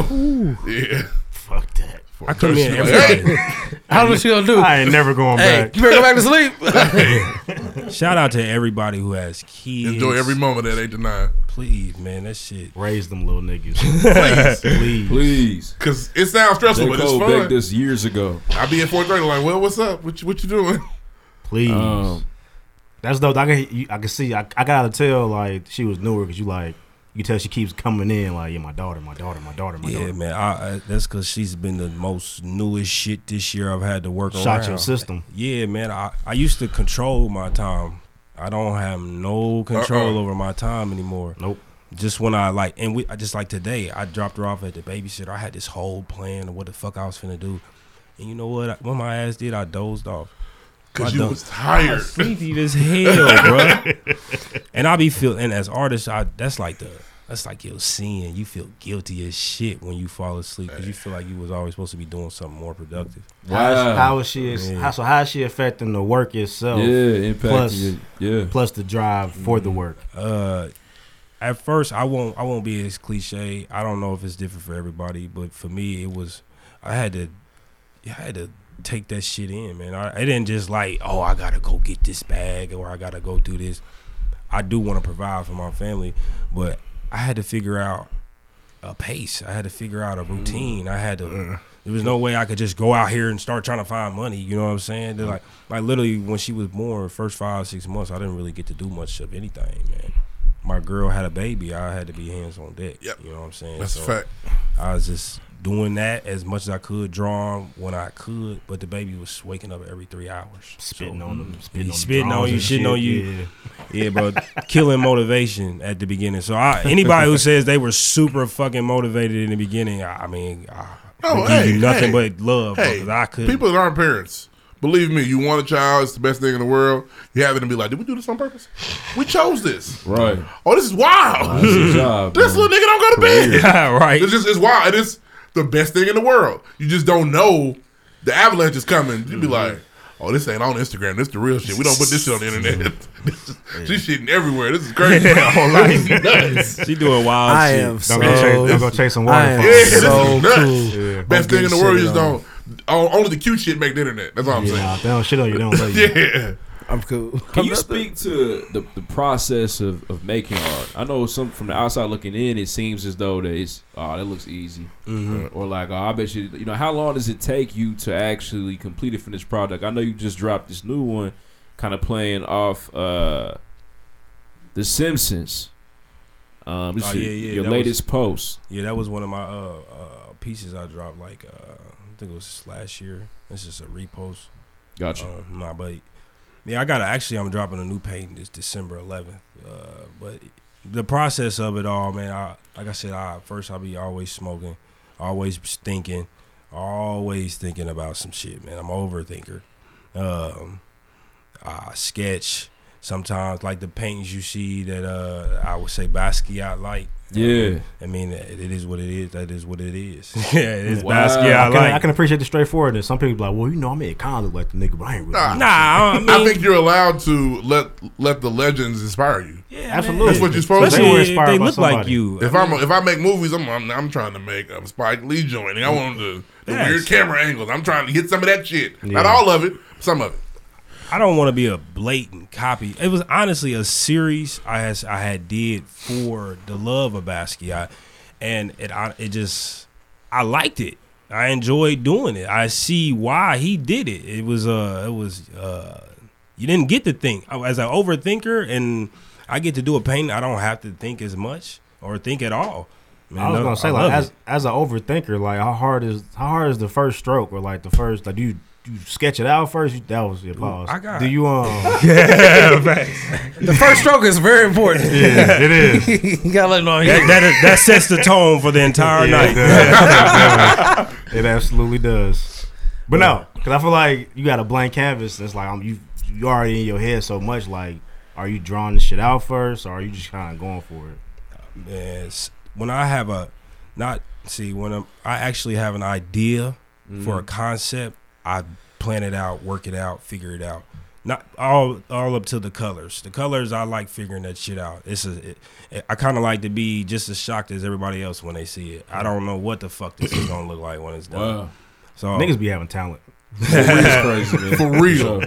yeah. Fuck that. I come in every day. I don't know what you gonna do. I ain't never going Hey, back. you better go back to sleep. Shout out to everybody who has kids. Enjoy every moment at eight to nine. Please, man, that shit. Raise them little [LAUGHS] niggas. Please. Please. Cause it sounds stressful, J. but it's Cole fun. begged this years ago. I be at four thirty, like, well, what's up? What you, what you doing? Please. Um, That's dope. I can you- I can see. I, I gotta tell like she was newer because you like you tell she keeps coming in like yeah my daughter my daughter my daughter my Yeah, daughter. man. I, I, that's because she's been the most newest shit this year. I've had to work Shot around. your system. Yeah, man. I, I used to control my time. I don't have no control Uh-uh. over my time anymore. Nope. Just when I like, and we, I just like today, I dropped her off at the babysitter. I had this whole plan of what the fuck I was finna do, and you know what? When my ass did, I dozed off. 'Cause I you done- was tired. I was sleepy as hell, bro. and I be feel, and as artists, I that's like the that's like your sin. You feel guilty as shit when you fall asleep because you feel like you was always supposed to be doing something more productive. How Uh, is, how is she? Is, Yeah. how, so how is she affecting the work itself? Yeah, impacting plus it, yeah. plus the drive for the work. Uh, at first, I won't. I won't be as cliche. I don't know if it's different for everybody, but for me, it was. I had to. I had to take that shit in, man. I, I didn't just like, oh, I gotta go get this bag or I gotta go do this. I do want to provide for my family, but I had to figure out a pace. I had to figure out a routine. I had to. Mm-hmm. There was no way I could just go out here and start trying to find money. You know what I'm saying? They're like, Mm-hmm. like literally when she was born, first five six months, I didn't really get to do much of anything, man. My girl had a baby. I had to be hands on deck. You know what I'm saying? That's a fact. I was just doing that as much as I could, drawing when I could, but the baby was waking up every three hours. Spitting on them, spitting He on the spitting on drawers you, and shitting shit, on you. Yeah, bro. Killing motivation at the beginning. So I, anybody who says they were super fucking motivated in the beginning, I, I mean, I, Oh, I give hey, you nothing hey. but love. bro, 'cause I could. People that aren't parents, believe me, you want a child, it's the best thing in the world. You have it and be like, did we do this on purpose? We chose this. [LAUGHS] Right. Oh, this is wild. That's your job, [LAUGHS] this man. little nigga don't go to bed. Yeah, [LAUGHS] right. [LAUGHS] It's just it's wild. It is the best thing in the world. You just don't know the avalanche is coming. You'd be like, Mm-hmm. oh, this ain't on Instagram. This the real shit. We don't put this shit on [LAUGHS] the internet. This is- She's shitting everywhere. This is crazy. Yeah, all right. [LAUGHS] This is nuts. She doing wild I shit. am Don't go so- chase- don't [LAUGHS] go chasing I am waterfalls. Yeah, this [LAUGHS] so is nuts. cool. [LAUGHS] Yeah. Best Don't thing in get the world. You shitted just on. don't. oh, Only the cute shit make the internet. That's all I'm Yeah, saying. they don't shit on you. They [LAUGHS] don't love you. [LAUGHS] Yeah. I'm cool. Can you speak to the, the process of, of making art? I know some from the outside looking in, it seems as though that it's oh that looks easy, Mm-hmm. Mhm. or like oh, I bet you you know how long does it take you to actually complete a finished product? I know you just dropped this new one, kind of playing off uh, the Simpsons. Um, this Oh, is yeah, yeah, your that latest was- post. Yeah, that was one of my uh, uh, pieces I dropped. Like uh, I think it was last year. It's just a repost. Gotcha. Uh, nah, but yeah, I gotta actually. I'm dropping a new painting this December 11th. Uh, but the process of it all, man. I like I said, I first I be always smoking, always thinking, always thinking about some shit, man. I'm an overthinker. Um, I sketch sometimes, like the paintings you see that uh I would say Basquiat like. Yeah. I mean, it it is what it is. That is what it is. [LAUGHS] yeah, it's Basquiat I, can, like. I can appreciate the straightforwardness. Some people be like, well, you know, I mean, it kind of look like the nigga, but I ain't really. Nah, I, think you're allowed to let let the legends inspire you. Yeah, Absolutely. That's what you're supposed to. Especially do. if they They look like somebody. you. If I I am mean- if I make movies, I'm I'm, I'm trying to make a Spike Lee joint. I want the, the Yes. weird camera angles. I'm trying to get some of that shit. Not Yeah. all of it, some of it. I don't want to be a blatant copy. It was honestly a series I has I had did for the love of Basquiat, and it I, it just I liked it. I enjoyed doing it. I see why he did it. It was uh it was uh you didn't get to think I- as an overthinker, and I get to do a painting. I don't have to think as much or think at all. Man, I was no, gonna say love like it. as as an overthinker, like how hard is how hard is the first stroke or like the first like do you you sketch it out first? You, that was your pause. I got- do you um Yeah, facts. The first stroke is very important. Yeah, it is. you gotta let them know. Oh, [LAUGHS] that, that, that sets the tone for the entire Yeah, night. It, does. It absolutely does. But no, because I feel like you got a blank canvas. That's like um, you you already in your head so much. Like, are you drawing this shit out first, or are you just kind of going for it? is when I have a not see when I'm, I actually have an idea for a Mhm. concept, I plan it out, work it out, figure it out. Not all all up to the colors. The colors I like figuring that shit out. It's a it, I kind of like to be just as shocked as everybody else when they see it. I don't know what the fuck this is gonna look like when it's done. Wow. So Niggas be having talent. [LAUGHS] For real.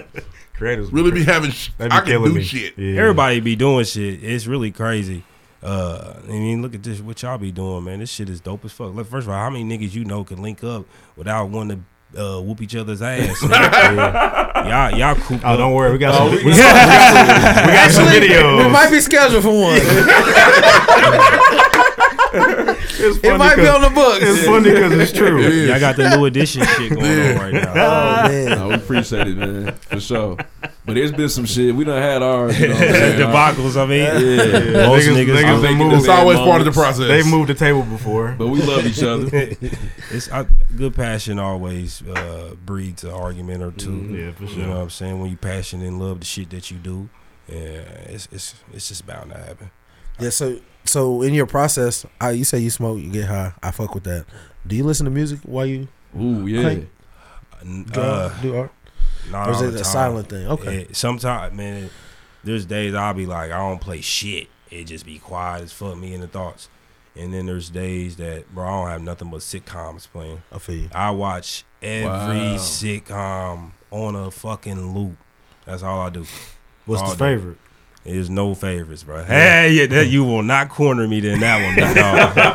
Creators really be having. Sh- They be I can killing do me. shit. Yeah. Everybody be doing shit. It's really crazy. Uh, I mean, look at this. What y'all be doing, man? This shit is dope as fuck. Look, first of all, how many niggas you know can link up without wanting to uh, whoop each other's ass? [LAUGHS] yeah. Y'all, y'all coop. Oh, don't worry, we got Oh, some. we- We, got some, we got some Actually, videos. We might be scheduled for one. it might be on the books. It's funny because it's true. Y'all got the new [LAUGHS] edition shit going on right now. Oh, Nah, we appreciate it, man, for sure. But there's been some shit we done had our you know what I'm saying? Debacles, I mean. yeah, [LAUGHS] Yeah. Most niggas- niggas I'm they thinking move. the bad always part of the moments. process. They moved the table before, But we love each other. it's I, good passion always uh, breeds an argument or 2 Mhm. Yeah, for You sure. know what I'm saying? When you passion and love the shit that you do, yeah, it's it's it's just bound to happen. Yeah. So, so in your process, uh, you say you smoke, you get high. I fuck with that. Do you listen to music while you? Ooh, yeah. crank? N- Draw, uh, do art. Not or is all it the a time. silent thing? Okay. It- sometimes, man, there's days I'll be like, I don't play shit. It just be quiet as fuck, me and the thoughts. And then there's days that, bro, I don't have nothing but sitcoms playing. I feel you. I watch every Wow. sitcom on a fucking loop. That's all I do. What's the All day. favorite? There's no favorites, bro. Hey, yeah, that, you will not corner me in that one,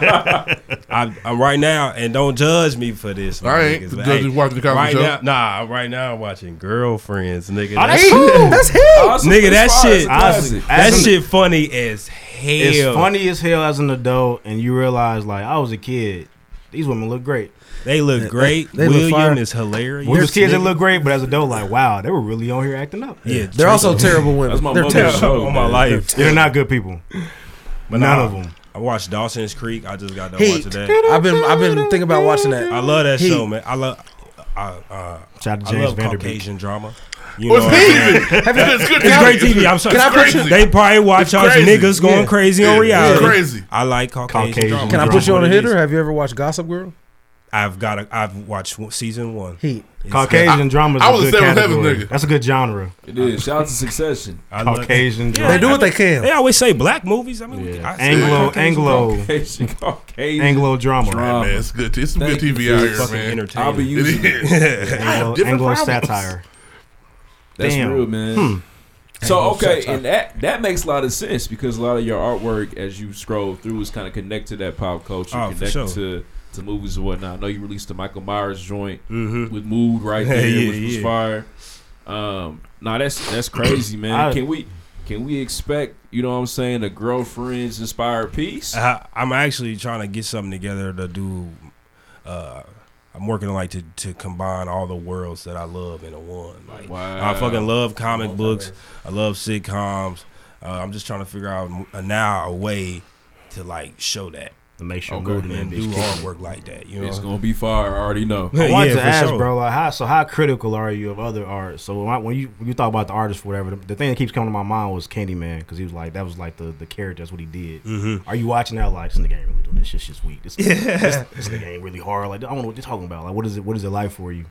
big dog. I, I'm right now, and don't judge me for this. my I ain't. niggas, The but judge is watching the comedy right show. Now, nah, right now I'm watching Girlfriends, nigga. Oh, That that's shit- cool. That's him. Awesome. Nigga, that That's shit, awesome. that Awesome. shit funny as hell. It's funny as hell as an adult, and you realize like I was a kid. These women look great. They look great. They look William fire. is hilarious. We was kids that nigga. look great, but as adult, like wow, they were really on here acting up. Yeah, They're also terrible women. That's my They're mother's terrible. show, on On my my man. life. life. They're not good people. But None nah, of them. I watched Dawson's Creek. I just got done Heat. watching that. I've been I've been thinking about watching that. I love that Heat. show, man. I love. I, uh, Shout out to I James love Vanderbeek. Caucasian drama. What's what I'm he saying? even? Have you- [LAUGHS] It's good it's great comedy. TV. I'm sorry. Can I It's put you- crazy. They probably watch It's y'all crazy. niggas going Yeah. crazy Yeah. on It's reality. crazy. I like Caucasian, Caucasian drama. Can I put you on a It hitter? is. Have you ever watched Gossip Girl? I've got. A, I've watched one- season one. Heat. It's- Caucasian drama is I a was a good seventh heaven category. nigga. That's a good genre. It is. Shout out to Succession. I love- Caucasian Yeah, drama. I mean, They always say black movies. I mean, we- I say Anglo, Caucasian Anglo, [LAUGHS] drama. Caucasian, Caucasian Anglo drama. drama. Man, it's good. It's some Thank good you TV for out fucking here, man. entertaining. I'll be [LAUGHS] using [LAUGHS] it. it. Is. I have Anglo, [LAUGHS] different Anglo problems. satire. That's Damn. real, man. Hmm. So Ain't no okay, such and that that makes a lot of sense because a lot of your artwork, as you scroll through, is kind of connected to that pop culture, Oh, for connected sure. to to movies and whatnot. I know you released the Michael Myers joint Mhm. with Mood right there, Yeah, which was yeah. fire. Um, nah, that's that's crazy, man. I- can we can we expect you know what I'm saying a girlfriend's inspired piece? I, I'm actually trying to get something together to do. Uh, I'm working like to, to combine all the worlds that I love into one. Like Wow. I fucking love comic books. I love sitcoms. Uh, I'm just trying to figure out m- uh, now a way to like show that. To make sure movement and is do kicking. hard work like that. You know, It's gonna be fire. I already know. [LAUGHS] I wanted Yeah, to for ask, sure. bro, like how so how critical are you of other artists? So when, I, when you when you talk about the artist, whatever, the, the thing that keeps coming to my mind was Candyman because he was like that was like the the character. That's what he did. Mhm. Are you watching that like? This nigga ain't really doing this shit. Shit's weak. This, this, this nigga ain't really hard. Like I don't know what they're talking about. Like what is it? What is it like for you?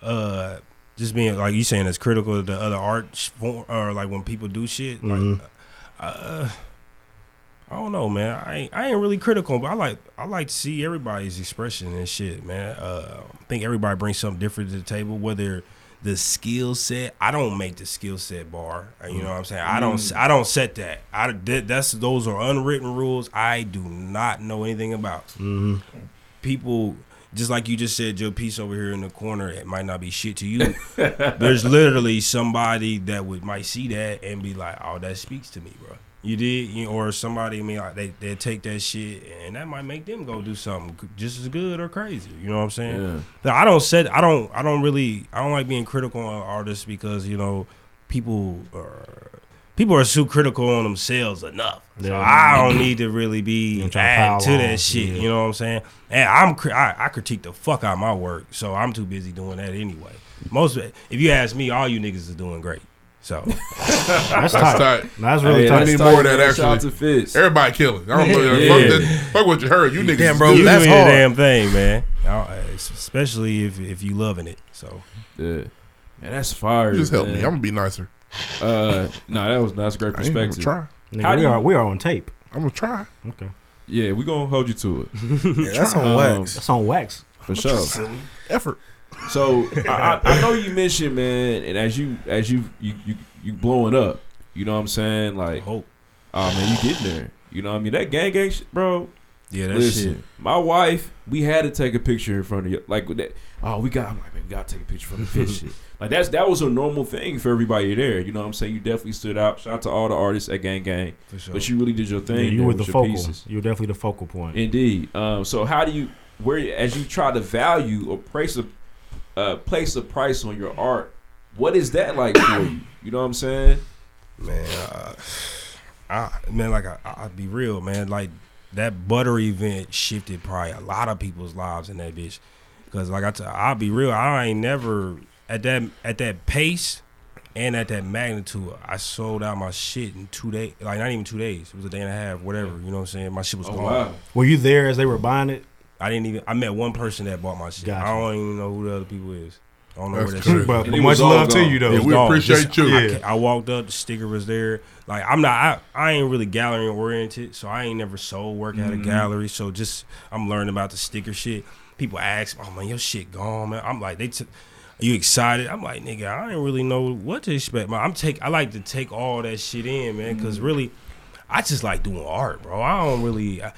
uh, just being like you saying it's critical to other art sh- form or like when people do shit. Mhm. Like, uh, I don't know, man. I ain't, I ain't really critical, but I like I like to see everybody's expression and shit, man. Uh, I think everybody brings something different to the table, whether the skill set. I don't make the skill set bar. uh, You know what I'm saying? I don't. Mm. I don't set that. I that, that's those are unwritten rules. I do not know anything about Mm-hmm. people just like you just said your piece over here in the corner it might not be shit to [LAUGHS] you there's literally somebody that would might see that and be like oh that speaks to me bro you did you, or somebody I mean like they, they take that shit and that might make them go do something just as good or crazy you know what i'm saying Yeah. Now, i don't set i don't i don't really i don't like being critical on artists because you know people are people are too critical on themselves enough so Yeah. i don't need to really be You try to add to pile on, that shit yeah. you know what i'm saying and i'm cri- I, I critique the fuck out of my work so i'm too busy doing that anyway most if you ask me all you niggas is doing great so That's tight. That's really Yeah, tight. I need more of that man. Shout out actually. to Fitz. Everybody killing. I don't know. Yeah. Fuck, that, fuck what you heard. You niggas. Damn, is bro, good. that's hard. damn thing, man. I- Especially if if you loving it. So yeah, man, that's fire. You just help man. me. I'm gonna be nicer. Uh, no, that was that's great I ain't gonna perspective. try. Nigga, How do we you- are we are on tape. I'm gonna try. Okay. Yeah, we gonna hold you to it. Yeah, that's Um, on wax. That's on wax. for sure. Silly. Effort. So I, I, I know you mentioned, man, and as you as you you you, you blowing up, you know what I'm saying? Like, hope. Oh man, you getting there? You know what I mean? That gang gang shit, bro. Yeah, that shit. My wife, we had to take a picture in front of you, like with that. Oh, we got. I'm like, man, we gotta take a picture from the [LAUGHS] fish shit. Like that's that was a normal thing for everybody there. You know what I'm saying? You definitely stood out. Shout out to all the artists at Gang Gang, For sure. but you really did your thing. Yeah, you there were with the your focal. pieces. You were definitely the focal point. Indeed. Um, so how do you where as you try to value or place a uh, place a price on your art? What is that like for you? You know what I'm saying? Man, uh, I man, like I, I- I'll be real, man. Like that butter event shifted probably a lot of people's lives in that bitch. Cause like I, t- I'll be real, I ain't never at that at that pace and at that magnitude. I sold out my shit in two days, like not even two days. It was a day and a half, whatever. You know what I'm saying? My shit was Oh, gone. wow. Were you there as they were buying it? I didn't even. I met one person that bought my shit. Gotcha. I don't even know who the other people is. I don't know That's where that true. shit. But- And but it much was all love to gone. you, though. It was We gone. appreciate Just- you. I, Yeah. ca- I walked up. The sticker was there. Like I'm not. I, I ain't really gallery oriented, so I ain't never sold work at a Mm-hmm. Mhm. gallery. So just I'm learning about the sticker shit. People ask, "Oh man, your shit gone, man." I'm like, they. T- are you excited? I'm like, nigga, I didn't really know what to expect. Man, I'm take. I like to take all that shit in, man, because Mm-hmm. really, I just like doing art, bro. I don't really. I,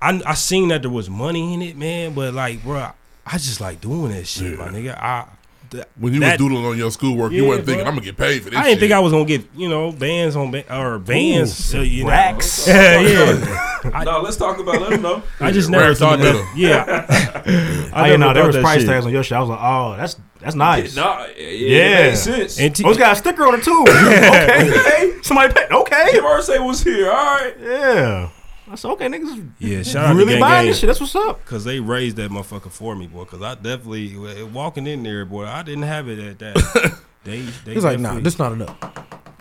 I, I seen that there was money in it, man, but like, bro, I just like doing that shit, my nigga. I th- When you that- was doodling on your schoolwork, you Yeah, wasn't thinking bro. I'm gonna get paid for this. I didn't shit. think I was gonna get you know bands on ba- or bands, so, you know. racks. Yeah, yeah. no, let's talk about. Let them [LAUGHS] know. I just never Racks in thought the that. middle. Yeah, oh, yeah, never no, there thought was that price shit. tags on your shit. I was like, oh, that's that's nice. Nah, yeah, yeah, it makes sense. And oh, it's got a sticker on [LAUGHS] it too. okay, okay. Somebody paid. Okay. Jim Irsay was here. All right. Yeah. I said, okay, niggas. [LAUGHS] Yeah, shout really out to Gang buying Gang. this shit. That's what's up. Cause they raised that motherfucker for me, boy. Cause I definitely w- walking in there, boy. I didn't have it at [COUGHS] that. they, they He's like, nah, definitely- this not enough.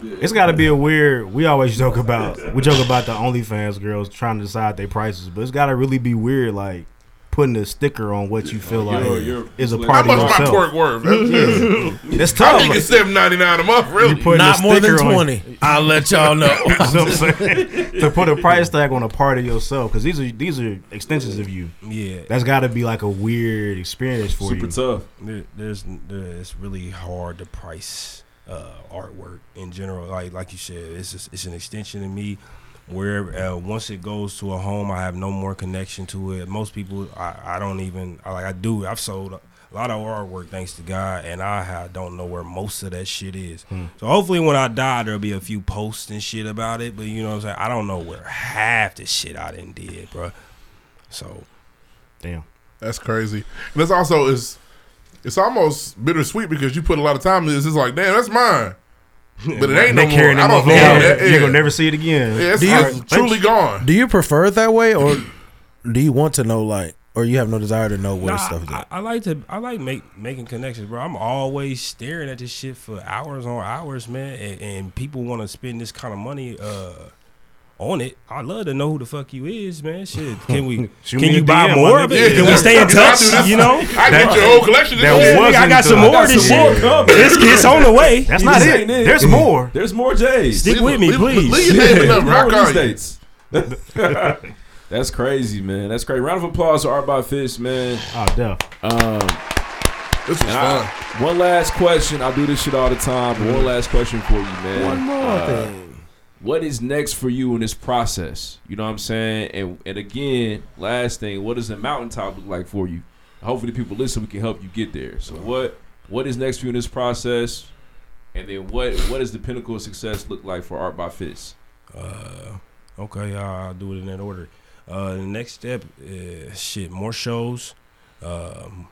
It's got to be a weird. We always joke about we joke about the OnlyFans girls trying to decide their prices, but it's got to really be weird, like putting a sticker on what you feel like You're- you're- is a How part of much my yourself. twerk worth? [LAUGHS] That's- Yeah. That's tough. I think it's seven ninety nine a month. Really, You putting Not a more than sticker on- 20. I'll let y'all [LAUGHS] know. You know what I'm saying? [LAUGHS] to put a price tag on a part of yourself, because these are these are extensions of you. Yeah. that's got to be like a weird experience for you. tough. There, there's, there, it's really hard to price uh, artwork in general. Like, like you said, it's just, it's an extension of me. Where uh, once it goes to a home, I have no more connection to it. Most people, I, I don't even I, like. I do. I've sold a lot of artwork thanks to God, and I ha- don't know where most of that shit is. Hmm. So hopefully, when I die, there'll be a few posts and shit about it. But you know what I'm saying? I don't know where half the shit I didn't did, bro. So damn, that's crazy. And it's also is it's almost bittersweet because you put a lot of time in this. It's like, damn, that's mine. But it ain't no more. They carrying I that don't motherfucker know. out. Yeah, You yeah. gonna never see it again. Yeah, it's, Do you- it's truly gone. Do you prefer it that way, or do you want to know, like, or you have no desire to know where Nah, stuff is? I, at? I like to I like make making connections, bro. I'm always staring at this shit for hours on hours, man. And, and people want to spend this kind of money uh, on it. I love to know who the fuck you is, man. [LAUGHS] Shit, can we Shoot can me you a buy DM, more my of it? nigga. Can we stay in Yeah, [LAUGHS] I touch? do this. You know, I get your whole collection of That this. nigga, I got wasn't some the- more I of got this some shit. more coming. It's, it's on the way. That's It not just it. ain't There's more. There's more J's. [LAUGHS] Stick with me, please. Leave Yeah. it Number, I call you. dates. [LAUGHS] That's crazy, man. That's crazy. Round of applause to Art by Fist, man. Oh, duh. Um, this was fun. one last question. I do this shit all the time. But one last question for you, man. One more Uh, thing. What is next for you in this process? You know what I'm saying? And and again, last thing, what does the mountaintop look like for you? Hopefully, people listen. We can help you get there. So, what what is next for you in this process? And then, what what does the pinnacle of success look like for Art by Fist? Uh, okay, I'll I'll do it in that order. Uh, the next step is shit, more shows, um,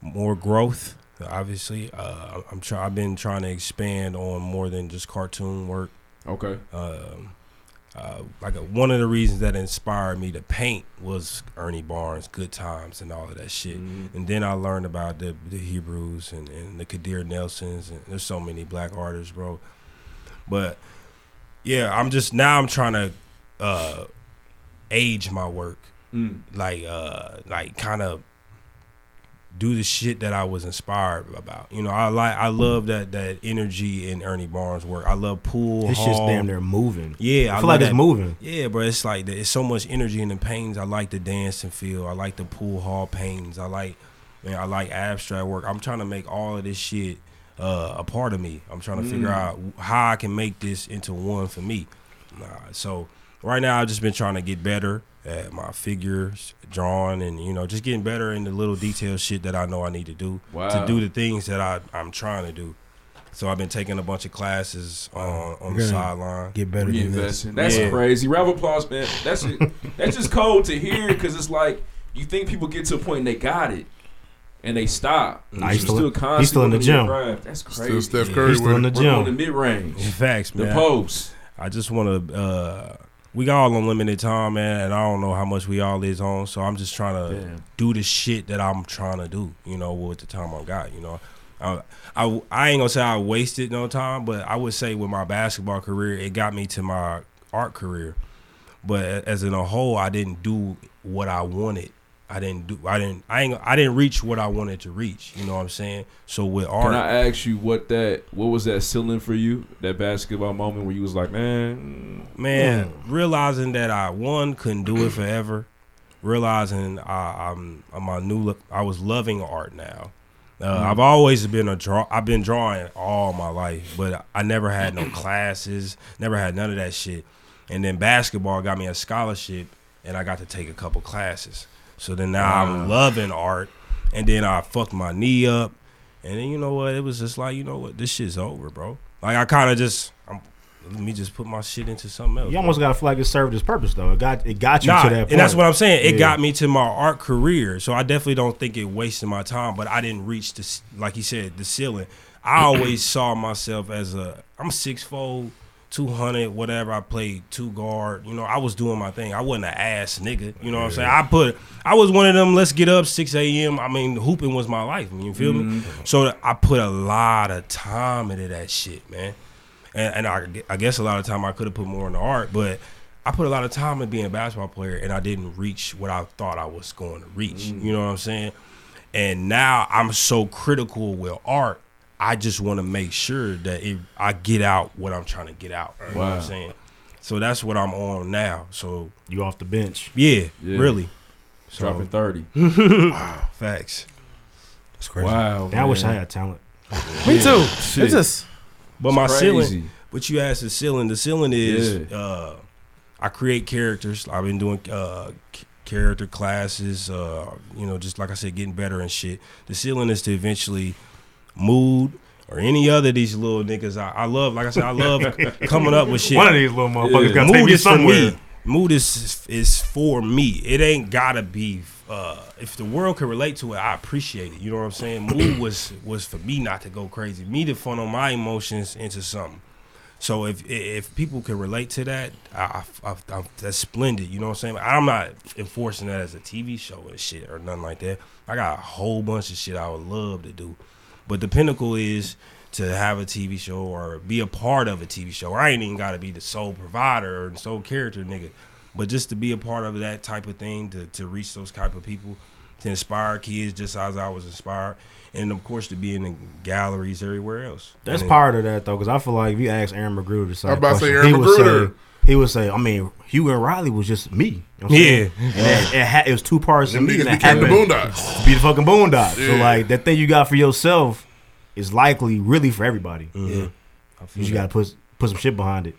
more growth. Obviously, uh, I'm try- I've been trying to expand on more than just cartoon work. Okay. Um, uh, like uh one of the reasons that inspired me to paint was Ernie Barnes, Good Times, and all of that shit. And then I learned about the the Hebrews and, and the Kadir Nelsons, and there's so many black artists, bro. But yeah, I'm just now I'm trying to uh, age my work, Mm. like uh, like kind of do the shit that I was inspired about. You know, I like I love that that energy in Ernie Barnes' work. I love Pool. It's just Hall. damn near moving. Yeah, I feel love like it's that- moving. Yeah, but it's like the, it's so much energy in the paintings. I like the dance and feel. I like the Pool Hall paintings. I like man, I like abstract work. I'm trying to make all of this shit uh, a part of me. I'm trying to figure Mm. out how I can make this into one for me. Nah, so right now I've just been trying to get better at my figures, drawing, and you know just getting better in the little detail shit that I know I need to do Wow. to do the things that I I'm trying to do. So I've been taking a bunch of classes on on the You're gonna sideline. get better than this. Reinvesting. That's Yeah. crazy. Round of applause, man. That's just, that's just cold to hear because it's like you think people get to a point and they got it and they stop. Nah, You he's still- he's constantly still in the working your gym. craft. That's crazy. Still Steph Curry He's still in the with it. Working on the mid gym. range. Facts, man. The post. I just want to. Uh, we got all unlimited time, man, and I don't know how much we all is on. So I'm just trying to Damn. do the shit that I'm trying to do. You know, with the time I got. You know, I, I I ain't gonna say I wasted no time, but I would say with my basketball career, it got me to my art career. But a- as in a whole, I didn't do what I wanted. I didn't do. I didn't. I ain't. I didn't reach what I wanted to reach. You know what I'm saying? So with art, Can I ask you what that what was that ceiling for you? That basketball moment where you was like, man, man, realizing that I one couldn't do it forever, realizing I, I'm I'm a new look. I was loving art now. Uh, Mhm. I've always been a draw. I've been drawing all my life, but I never had no classes, never had none of that shit. And then basketball got me a scholarship, and I got to take a couple classes. So then now Wow. I'm loving art, and then I fucked my knee up, and then you know what? It was just like you know what? This shit's over, bro. Like I kind of just I'm, let me just put my shit into something else. You almost bro. got to feel like it served its purpose though. It got it got you Nah, to that point. and that's what I'm saying. It Yeah. got me to my art career, so I definitely don't think it wasted my time. But I didn't reach the s- like he said the ceiling. [CLEARS THROAT] I always saw myself as a I'm six fold, two hundred, whatever. I played two guard. You know, I was doing my thing. I wasn't an ass nigga. You know what I'm saying? I put I was one of them. Let's get up six a.m. I mean, hooping was my life. You feel me? Mhm. Mm-hmm. So I put a lot of time into that shit, man. And, and I, I guess a lot of time I could have put more into art, but I put a lot of time in being a basketball player, and I didn't reach what I thought I was going to reach. You know what I'm saying? And now I'm so critical with art. I just want to make sure that it, I get out what I'm trying to get out. You know what Wow. I'm saying? So that's what I'm on now. So you off the bench? Yeah, Yeah. really. Dropping [LAUGHS] 30. wow, facts. That's crazy. Wow, Oh, Man, I wish I man. had talent. Me Yeah. too. Shit. It's just, but It's my crazy. ceiling. But you asked the ceiling. The ceiling is uh, I create characters. I've been doing uh, c- character classes. Uh, you know, just like I said, getting better and shit. The ceiling is to eventually mood. Or any other of these little niggas, I, I love. Like I said, I love coming up with shit. One of these little motherfuckers gotta Mood take me is for somewhere. mood is is for me. It ain't gotta be. Uh, if the world can relate to it, I appreciate it. You know what I'm saying? [CLEARS THROAT] Mood was was for me not to go crazy, me to funnel my emotions into something. So if if people can relate to that, I, I, I, I- that's splendid. You know what I'm saying? I'm not enforcing that as a TV show and shit or nothing like that. I got a whole bunch of shit I would love to do, but the pinnacle is to have a TV show or be a part of a TV show. I ain't even got to be the sole provider or the sole character, nigga. But just to be a part of that type of thing, to, to reach those type of people, to inspire kids just as I was inspired, and of course to be in the galleries everywhere else. That's And it- part of that though, because I feel like if you ask Aaron McGruder the same I'm about to say question, Aaron he would McGruder. say he would say, I mean, Hugh and Riley was just me. You know what I'm Yeah. saying? and it, it, ha- it was two parts of Them me. niggas and it became the happened Boondocks. to Be the fucking boondocks. So Yeah. like that thing you got for yourself is likely really for everybody. Mhm. I Yeah, feel you just that. got to put put some shit behind it.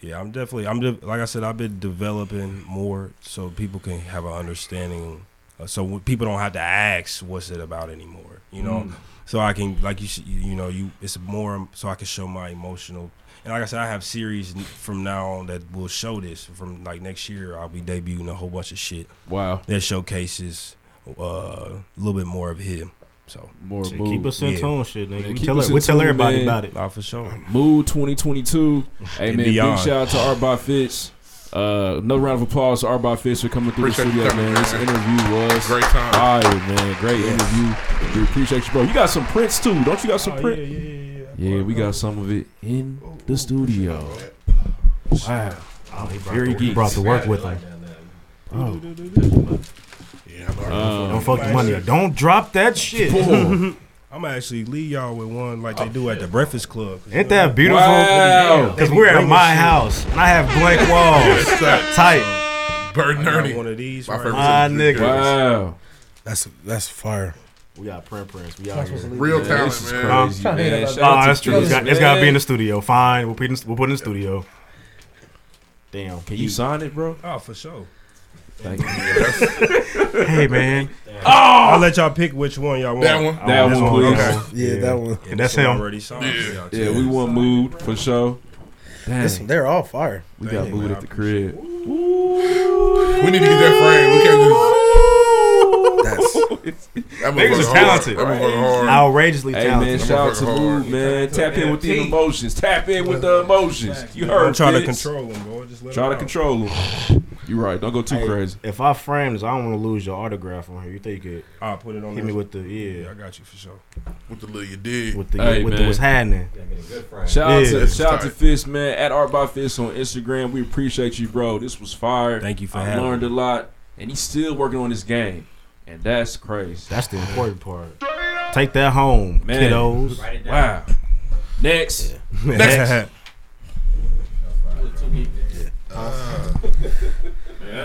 Yeah, I'm definitely. I'm de- like I said, I've been developing more so people can have an understanding. Uh, so when people don't have to ask what's it about anymore. You know, Mm. so I can like you. sh- You know, you. It's more um, so I can show my emotional. And like I said, I have series n- from now on that will show this. From like next year, I'll be debuting a whole bunch of shit. Wow. That showcases uh, a little bit more of him. So More Shit, mood. keep us in tune, shit, nigga. We keep tell us her- in we tell tune, everybody man. about it. Nah, for sure. Mood 2022. Hey, And man, beyond. big shout out to Art by Fitz. Uh, another round of applause to Art by Fitz for coming through Appreciate the you studio, coming, man. This man. interview was Great time. fire, man. Great interview. We appreciate you, bro. You got some prints too, don't you? Got some print? Oh, yeah, yeah, yeah. we got some of it in the studio. Wow. Oh, he brought Very the- he geeks. brought the work with him. Oh. [LAUGHS] don't fuck the money. up. Don't drop that shit. I'm gonna actually leave y'all with one like they do at the Breakfast Club. Ain't that beautiful? Because we're at my house and I have [LAUGHS] blank walls. Tight. Bird I got Ernie. one of these My right favorite My here. nigga. drink. Wow. That's that's fire. We got prayer prayers. We Am I out here. supposed to leave Real this? talent, This is man. crazy, I'm trying to man. hear that Shout about out the to- it's gotta- brothers, it's got to be man. in the studio. Fine. We'll put it in, we'll put it in the studio. Damn. Can you sign it, bro? Oh, for sure. Thank you. Hey, man. Oh! I'll let y'all pick which one y'all want. That one? That Oh, one, this please. okay. Yeah, that one. Yeah, And that's this one him. Already signed. Yeah. y'all Yeah, too. we want mood for sure. Dang. This- they're all fire. We got Dang, mood man, at the crib. We need to get that frame. We can't just. Niggas That motherfucker is hard. talented. That motherfucker hard. hey, man, shout out to Mood, man. Tap in with the emotions. Tap in with the emotions. You heard Don't try to Fitz. control 'em, boy. Just let Try 'em to out. control them. You're right. Don't go too Hey, crazy. If I frame this, I don't want to lose your autograph on here. You think it? I'll put it on Hit there. me with the yeah. I got you for sure. With the little you did. With the with the what's happening. Shout out Yeah. to shout out to Fist man at Art by Fist on Instagram. We appreciate you, bro. This was fire. Thank you for I having learned a lot, and he's still working on his game, and that's crazy. That's the important part. Take that home, Man. kiddos. [LAUGHS] Wow. Next. Next. Yeah,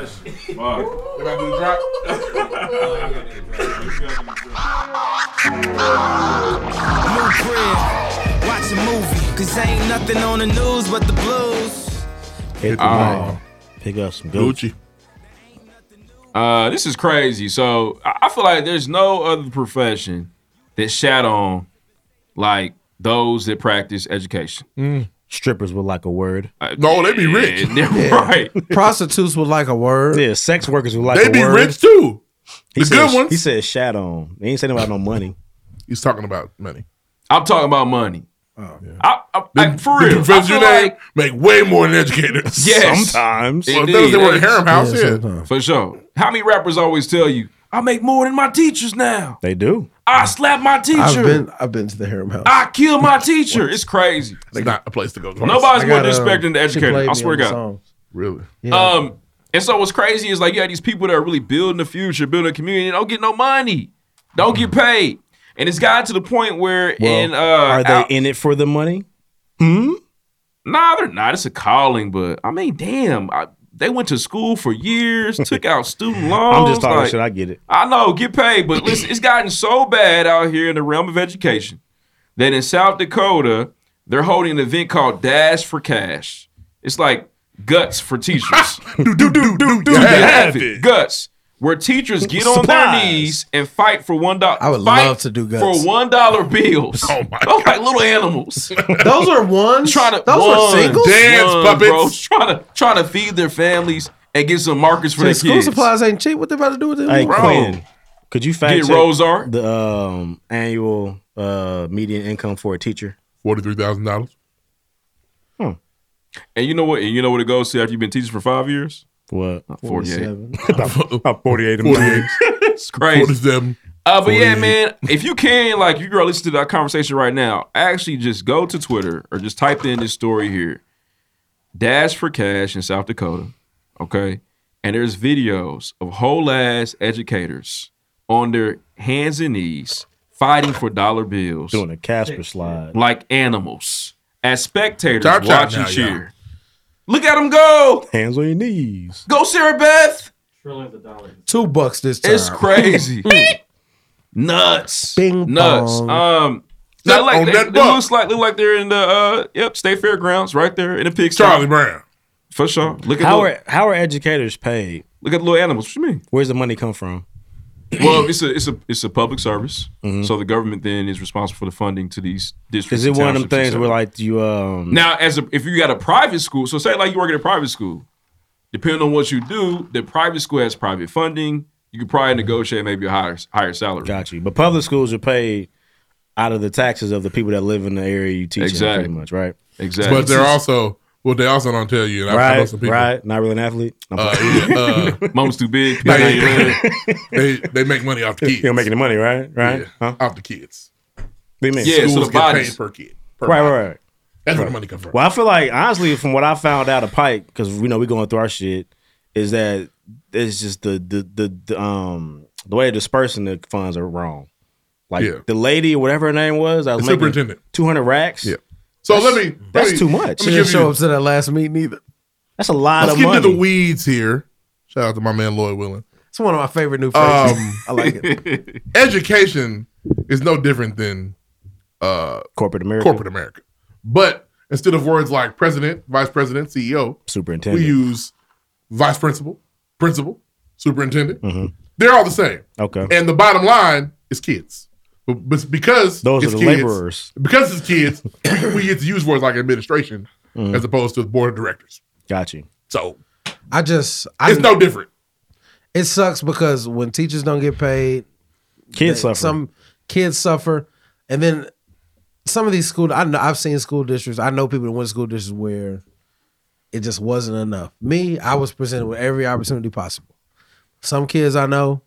that's New crib, watch a movie. Cause ain't nothing on the news but the blues. Hit the Alright. mic. Pick up some Oh. Gucci. Uh, this is crazy. So I I feel like there's no other profession that shat on like those that practice education. Strippers would like a word. no, they be [LAUGHS] rich. Right. Prostitutes would like a word. Yeah, sex workers would like They a be word. rich too. He The said, good ones. He said shat on. He ain't saying about no money. [LAUGHS] He's talking about money. I'm talking about money. Oh, I, I, I, for the real, I professors feel you name like- make way more than [LAUGHS] educators. Yes, Well, if those that were in Indeed. Harem House, yeah. for sure. How many rappers always tell you, "I make more than my teachers now. They do. I slap my teacher. I've been I've been to the harem house. I kill my teacher." it's crazy. It's not a place to go. Nobody's I more got, uh, um, disrespecting the she educator. played I me swear on to the God. song. Really? Um, and so what's crazy is like you had these people that are really building the future, building a community, and don't get no money, don't get paid, and it's gotten to the point where Well, in uh, are they out- in it for the money? nah, they're not. It's a calling, but I mean, damn, I, they went to school for years, [LAUGHS] took out student loans. I'm just talking like- shit. I get it. I know, get paid, but listen, it's gotten so bad out here in the realm of education that in South Dakota, they're holding an event called Dash for Cash. It's like guts for teachers. do do do do do. You can have it. Guts. where teachers get on their Supplies. knees and fight for one dollar. I would fight love to do guts. for one dollar bills. [LAUGHS] Oh my Those like little animals. Those are ones. Trying to Those are ones, singles? Dance Dance puppets. puppets. Bro, trying to trying to feed their families and get some markets for Shit, their school kids. supplies ain't cheap. What they about to do with it? Hey, Bro. Quinn, could you fact Get check Rose Art? the um, annual uh, median income for a teacher? Forty three thousand dollars. And you know what? And you know what it goes to after you've been teaching for five years? What? Forty eight. [LAUGHS] 47. About 48 48. it's [LAUGHS] crazy. 47. Uh, but yeah, 48. man, if you can, like, if you are listening to that conversation right now, actually just go to Twitter or just type in this story here Dash for Cash in South Dakota. Okay. And there's videos of whole ass educators on their hands and knees fighting for dollar bills. Doing a Casper slide. Like animals. As spectators Chop chop watch now, and cheer. y'all. Look at them go. Hands on your knees. Go, Sarah Beth. Trillions of dollars. Two bucks this time. It's [LAUGHS] crazy. Nuts. Bing Nuts. bong. Um, they Step like on they, that they buck. looks like look like they're in the uh yep state fairgrounds right there in the pig. Charlie Brown for sure. Look at how little, are how are educators paid? Look at the little animals. What you [CLEARS THROAT] mean? Where's the money come from? well, it's a it's a it's a public service, Mhm. so the government then is responsible for the funding to these districts. Is it and one of them townships and things stuff. where like you um Now, as a, if you got a private school, so say like you work at a private school, depending on what you do, the private school has private funding. You could probably negotiate maybe a higher higher salary. got you? But public schools are paid out of the taxes of the people that live in the area you teach in, Exactly. pretty much, right? Exactly. But they're also well, they also don't tell you. and I- I know right, some people- right. Not really an athlete. I'm [LAUGHS] Uh, playing. yeah, uh, Mom's too big. Nah, yeah, [LAUGHS] [LAUGHS] they, they make money off the kids. You're making the money, right? Right? Yeah, Huh? Off the kids. What do you mean? Schools get paid per kid. per right, body. right, right. That's right. where the money comes from. Well, I feel like honestly, from what I found out of Pike, because we know we going through our shit, is that it's just the the the, the um the way of dispersing the funds are wrong. Like Yeah. the lady, whatever her name was, I was The making superintendent. two hundred racks. Yeah. So let me. let That's me- too much. Let me give you, to that last meeting either. That's a lot let's of get money. into the weeds here. Shout out to my man Lloyd Willing. It's one of my favorite new phrases. Um, I like it. education is no different than uh, corporate America. Corporate America, but instead of words like president, vice president, CEO, Superintendent. we use vice principal, principal, superintendent. They're all the same. Mm-hmm. Okay. And the bottom line is kids. But- But because Those it's are the kids, laborers. Because it's kids, [COUGHS] we get to use words like administration Mhm. as opposed to the board of directors. Got you. So I just I, it's no different. It sucks because when teachers don't get paid, Kids they- suffer. Some kids suffer, and then some of these school. I know I've seen school districts. I know people that went to school districts where it just wasn't enough. Me, I was presented with every opportunity possible. Some kids I know,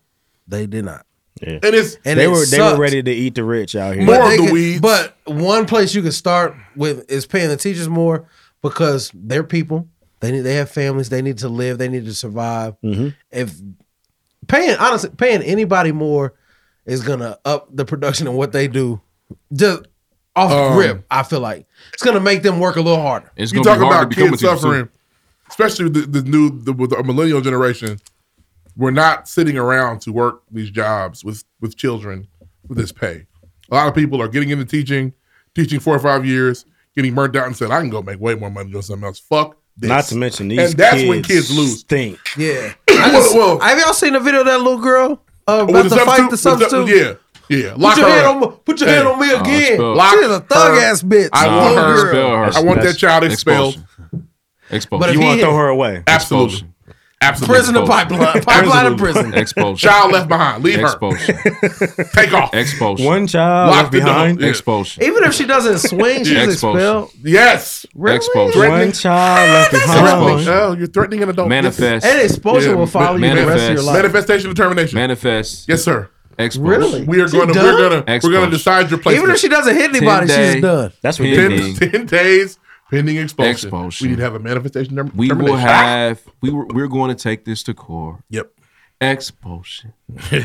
they did not. Yeah. And it's and they it were they sucks. were ready to eat the rich out here. But they could- But one place you can start with is paying the teachers more because they're people. They need, they have families. They need to live. They need to survive. Mm-hmm. Mhm. If paying honestly paying anybody more is gonna up the production of what they do, just off Um, the rip. I feel like it's gonna make them work a little harder. you talk about kids suffering, especially the, the new the, with the millennial generation. We're not sitting around to work these jobs with with children with this pay. A lot of people are getting into teaching, teaching four or five years, getting burnt out, and said, "I can go make way more money doing something else." Fuck this. Not to mention these and that's when kids kids lose. Think [COUGHS] Yeah. I just- Whoa, whoa. Have y'all seen the video of that little girl uh, With about to fight the with substitute? the- Yeah, yeah. Put your hand on. Put your Hey. hand on me again. Lock She's a thug her. ass bitch. I want Thug her. girl. I want that child expelled. expulsion. Expulsion. But if You he wanna had- throw her away? Absolutely. Absolutely. Prison to pipeline. Pipeline to prison. Expulsion. Child left behind. Leave Expulsion. her. Take off. Expulsion. One child Lock left the door. behind? Yeah. Expulsion. Even if she doesn't swing, she's Expulsion. expelled. Yes. Really? Expulsion. One child left Threatening. behind. Oh, you're threatening an adult. Manifest. And expulsion will follow you the rest of your Manifest. life. Manifestation of termination. Manifest. Yes, sir. Expulsion. Really? We are She going to. done? We're going to. We're going Expulsion. to decide your place. Even if she doesn't hit anybody, she's done. That's what Ten, pending. [LAUGHS] ten days pending expulsion. Expulsion. We need to have a manifestation. Term- We will termination. have. We were, we're going to take this to court. Yep. [LAUGHS] Expulsion.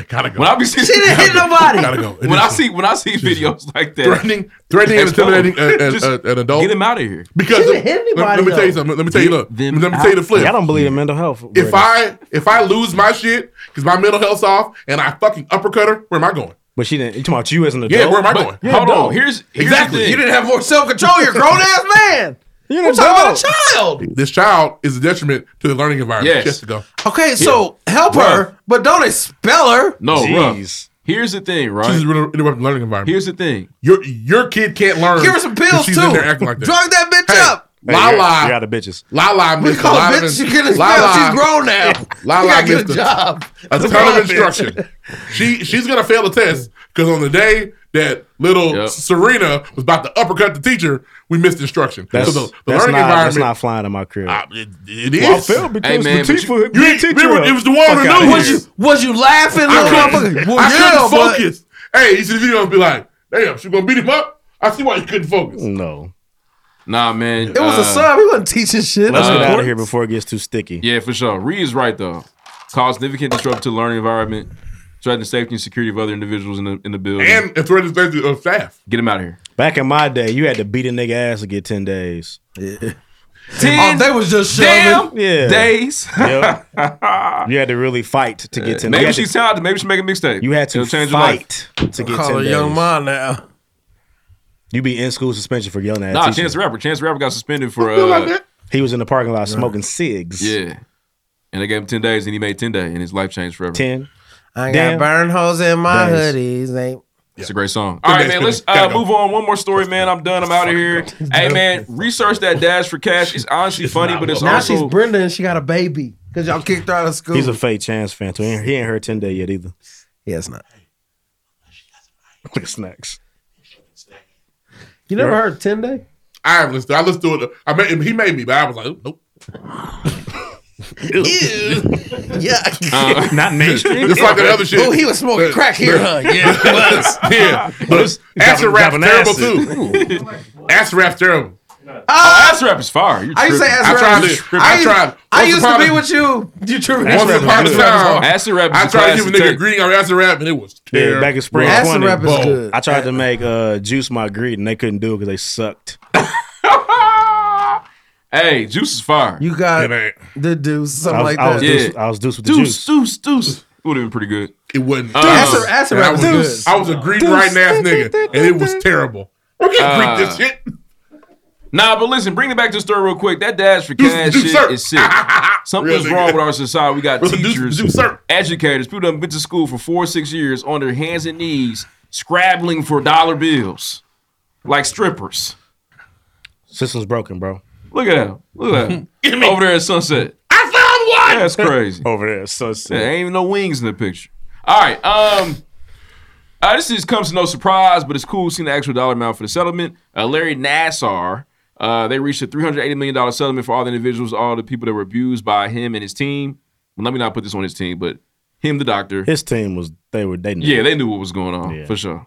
gotta go. When I be seeing, She didn't hit nobody. Gotta go. [LAUGHS] It When is I so. see when I see videos like that, Threatening- threatening and Expel. intimidating a- a- Just a- an adult. Get him out of here. Because She didn't hit let- let, anybody, me tell you though. something. Let me tell you. Look. Let Them me tell you the flip. I don't believe in mental health. If I if I lose my shit because my mental health's off and I fucking uppercut her, where am I going? but she didn't. You talking about you as an adult? Yeah, where am I going? Hold on. Here's, here's exactly. The thing. You didn't have more self control. You're a grown ass man. You're We're talking about a child. This child is a detriment to the learning environment. Yes. She has to go. Okay, so help her, but don't expel her. No, bruh. Here's the thing, right? She's really interrupting the learning environment. Here's the thing. Your your kid can't learn. Give her some 'cause pills she's too. In there acting like that. Drug that bitch up. Lala. You're out of bitches. Lala We missed a call lot her of bitch, ins- she can't spell. She's grown now. Lala You gotta get missed [LAUGHS] a job. A ton of instruction. she she's gonna fail the test because on the day that little Serena was about to uppercut the teacher, we missed instruction. That's, so the, the that's, learning not, environment. that's not flying in my crib. it is. Well, I failed because Hey, man, the but teacher- you- the you ain't- teacher- remember, it was the one Fuck who outta knew. here. Was you- was you laughing, little I motherfucker? couldn't, Well, I yeah, couldn't but- focus. Hey, you see the video and be like, damn, she gonna beat him up? I see why you couldn't focus. No. Nah, man. It Uh, was a sub. He wasn't teaching shit. Let's get Uh, out of here before it gets too sticky. Yeah, for sure. Reed is right though. Cause significant disruption to the learning environment, threaten the safety and security of other individuals in the in the building. And if threaten the safety of staff. Get him out of here. Back in my day, you had to beat a nigga ass to get ten days. Yeah. Ten Oh, they was just damn shoving. Yeah. [LAUGHS] days. Yep. you had to really fight to get ten. Maybe days. she's talented. Maybe she make a mixtape. You had to It'll change your life. fight to get Call ten her days. young mom now. You be in school suspension for yelling at. a Nah, teacher. Chance the Rapper. Chance the Rapper got suspended for feel like uh, that. He was in the parking lot smoking cigs. yeah, and they gave him ten days, and he made ten days, and his life changed forever. Ten. I got burn holes in my Days. hoodies. Ain't It's a great song. All right, man. Let's uh, move on. One more story, man. I'm done. I'm out of here. Hey, man. Research that dash for cash. It's honestly funny, but it's now she's also Brenda and she got a baby because y'all kicked her out of school. He's a fake Chance fan too. He ain't, he ain't heard ten day yet [LAUGHS] either. Yeah, it's not. Look at snacks. you never heard Ten Day? I haven't listened. I listened to it. I made him. He made me, but I was like, "Ooh, [LAUGHS] nope. [LAUGHS] yeah, Uh, [LAUGHS] not mainstream. It's like that other shit. Oh, he was smoking crack here, huh? Yeah, he was. [LAUGHS] yeah. But acid rap's terrible too. Acid rap's terrible. oh, ass rap is fire. You I used to say tripping. ass I tried rap. it. is- I tried. I Once used upon to be a- with you. You tripping? Once upon a time, Acid rap is I a tried to give classic a nigga term. a green on acid rap, and it was terrible. Yeah, back in spring Acid 20. rap is Bro. good. I tried to make uh, juice my greed, and they couldn't do it because they sucked. Hey, juice is fire. You got the deuce, something I was- like I was that. deuce- I was deuce with the Deuce, deuce, deuce. Would have been pretty good. It wouldn't. Uh, Acid- acid And I rap was, is good. I was a green riding ass nigga, and it was terrible. We can't Uh, drink this shit. Nah, but listen, bring it back to the story real quick. That dash for cash shit is [LAUGHS] sick. Something's Real nigga. wrong with our society. We got teachers, do, sir. educators, people that have been to school for four, six years on their hands and knees, scrabbling for dollar bills, like strippers. System's broken, bro. Look at him. Look at [LAUGHS] him. Over there at sunset. I found one. That's crazy. Over there at sunset. ain't even no wings in the picture. All right. Um. uh, this just comes to no surprise, but it's cool seeing the actual dollar amount for the settlement. Uh, Larry Nassar, uh, they reached a $380 million settlement for all the individuals, all the people that were abused by him and his team. Well, let me not put this on his team, but him, the doctor. His team was they were they knew. yeah, they knew what was going on, Yeah. for sure.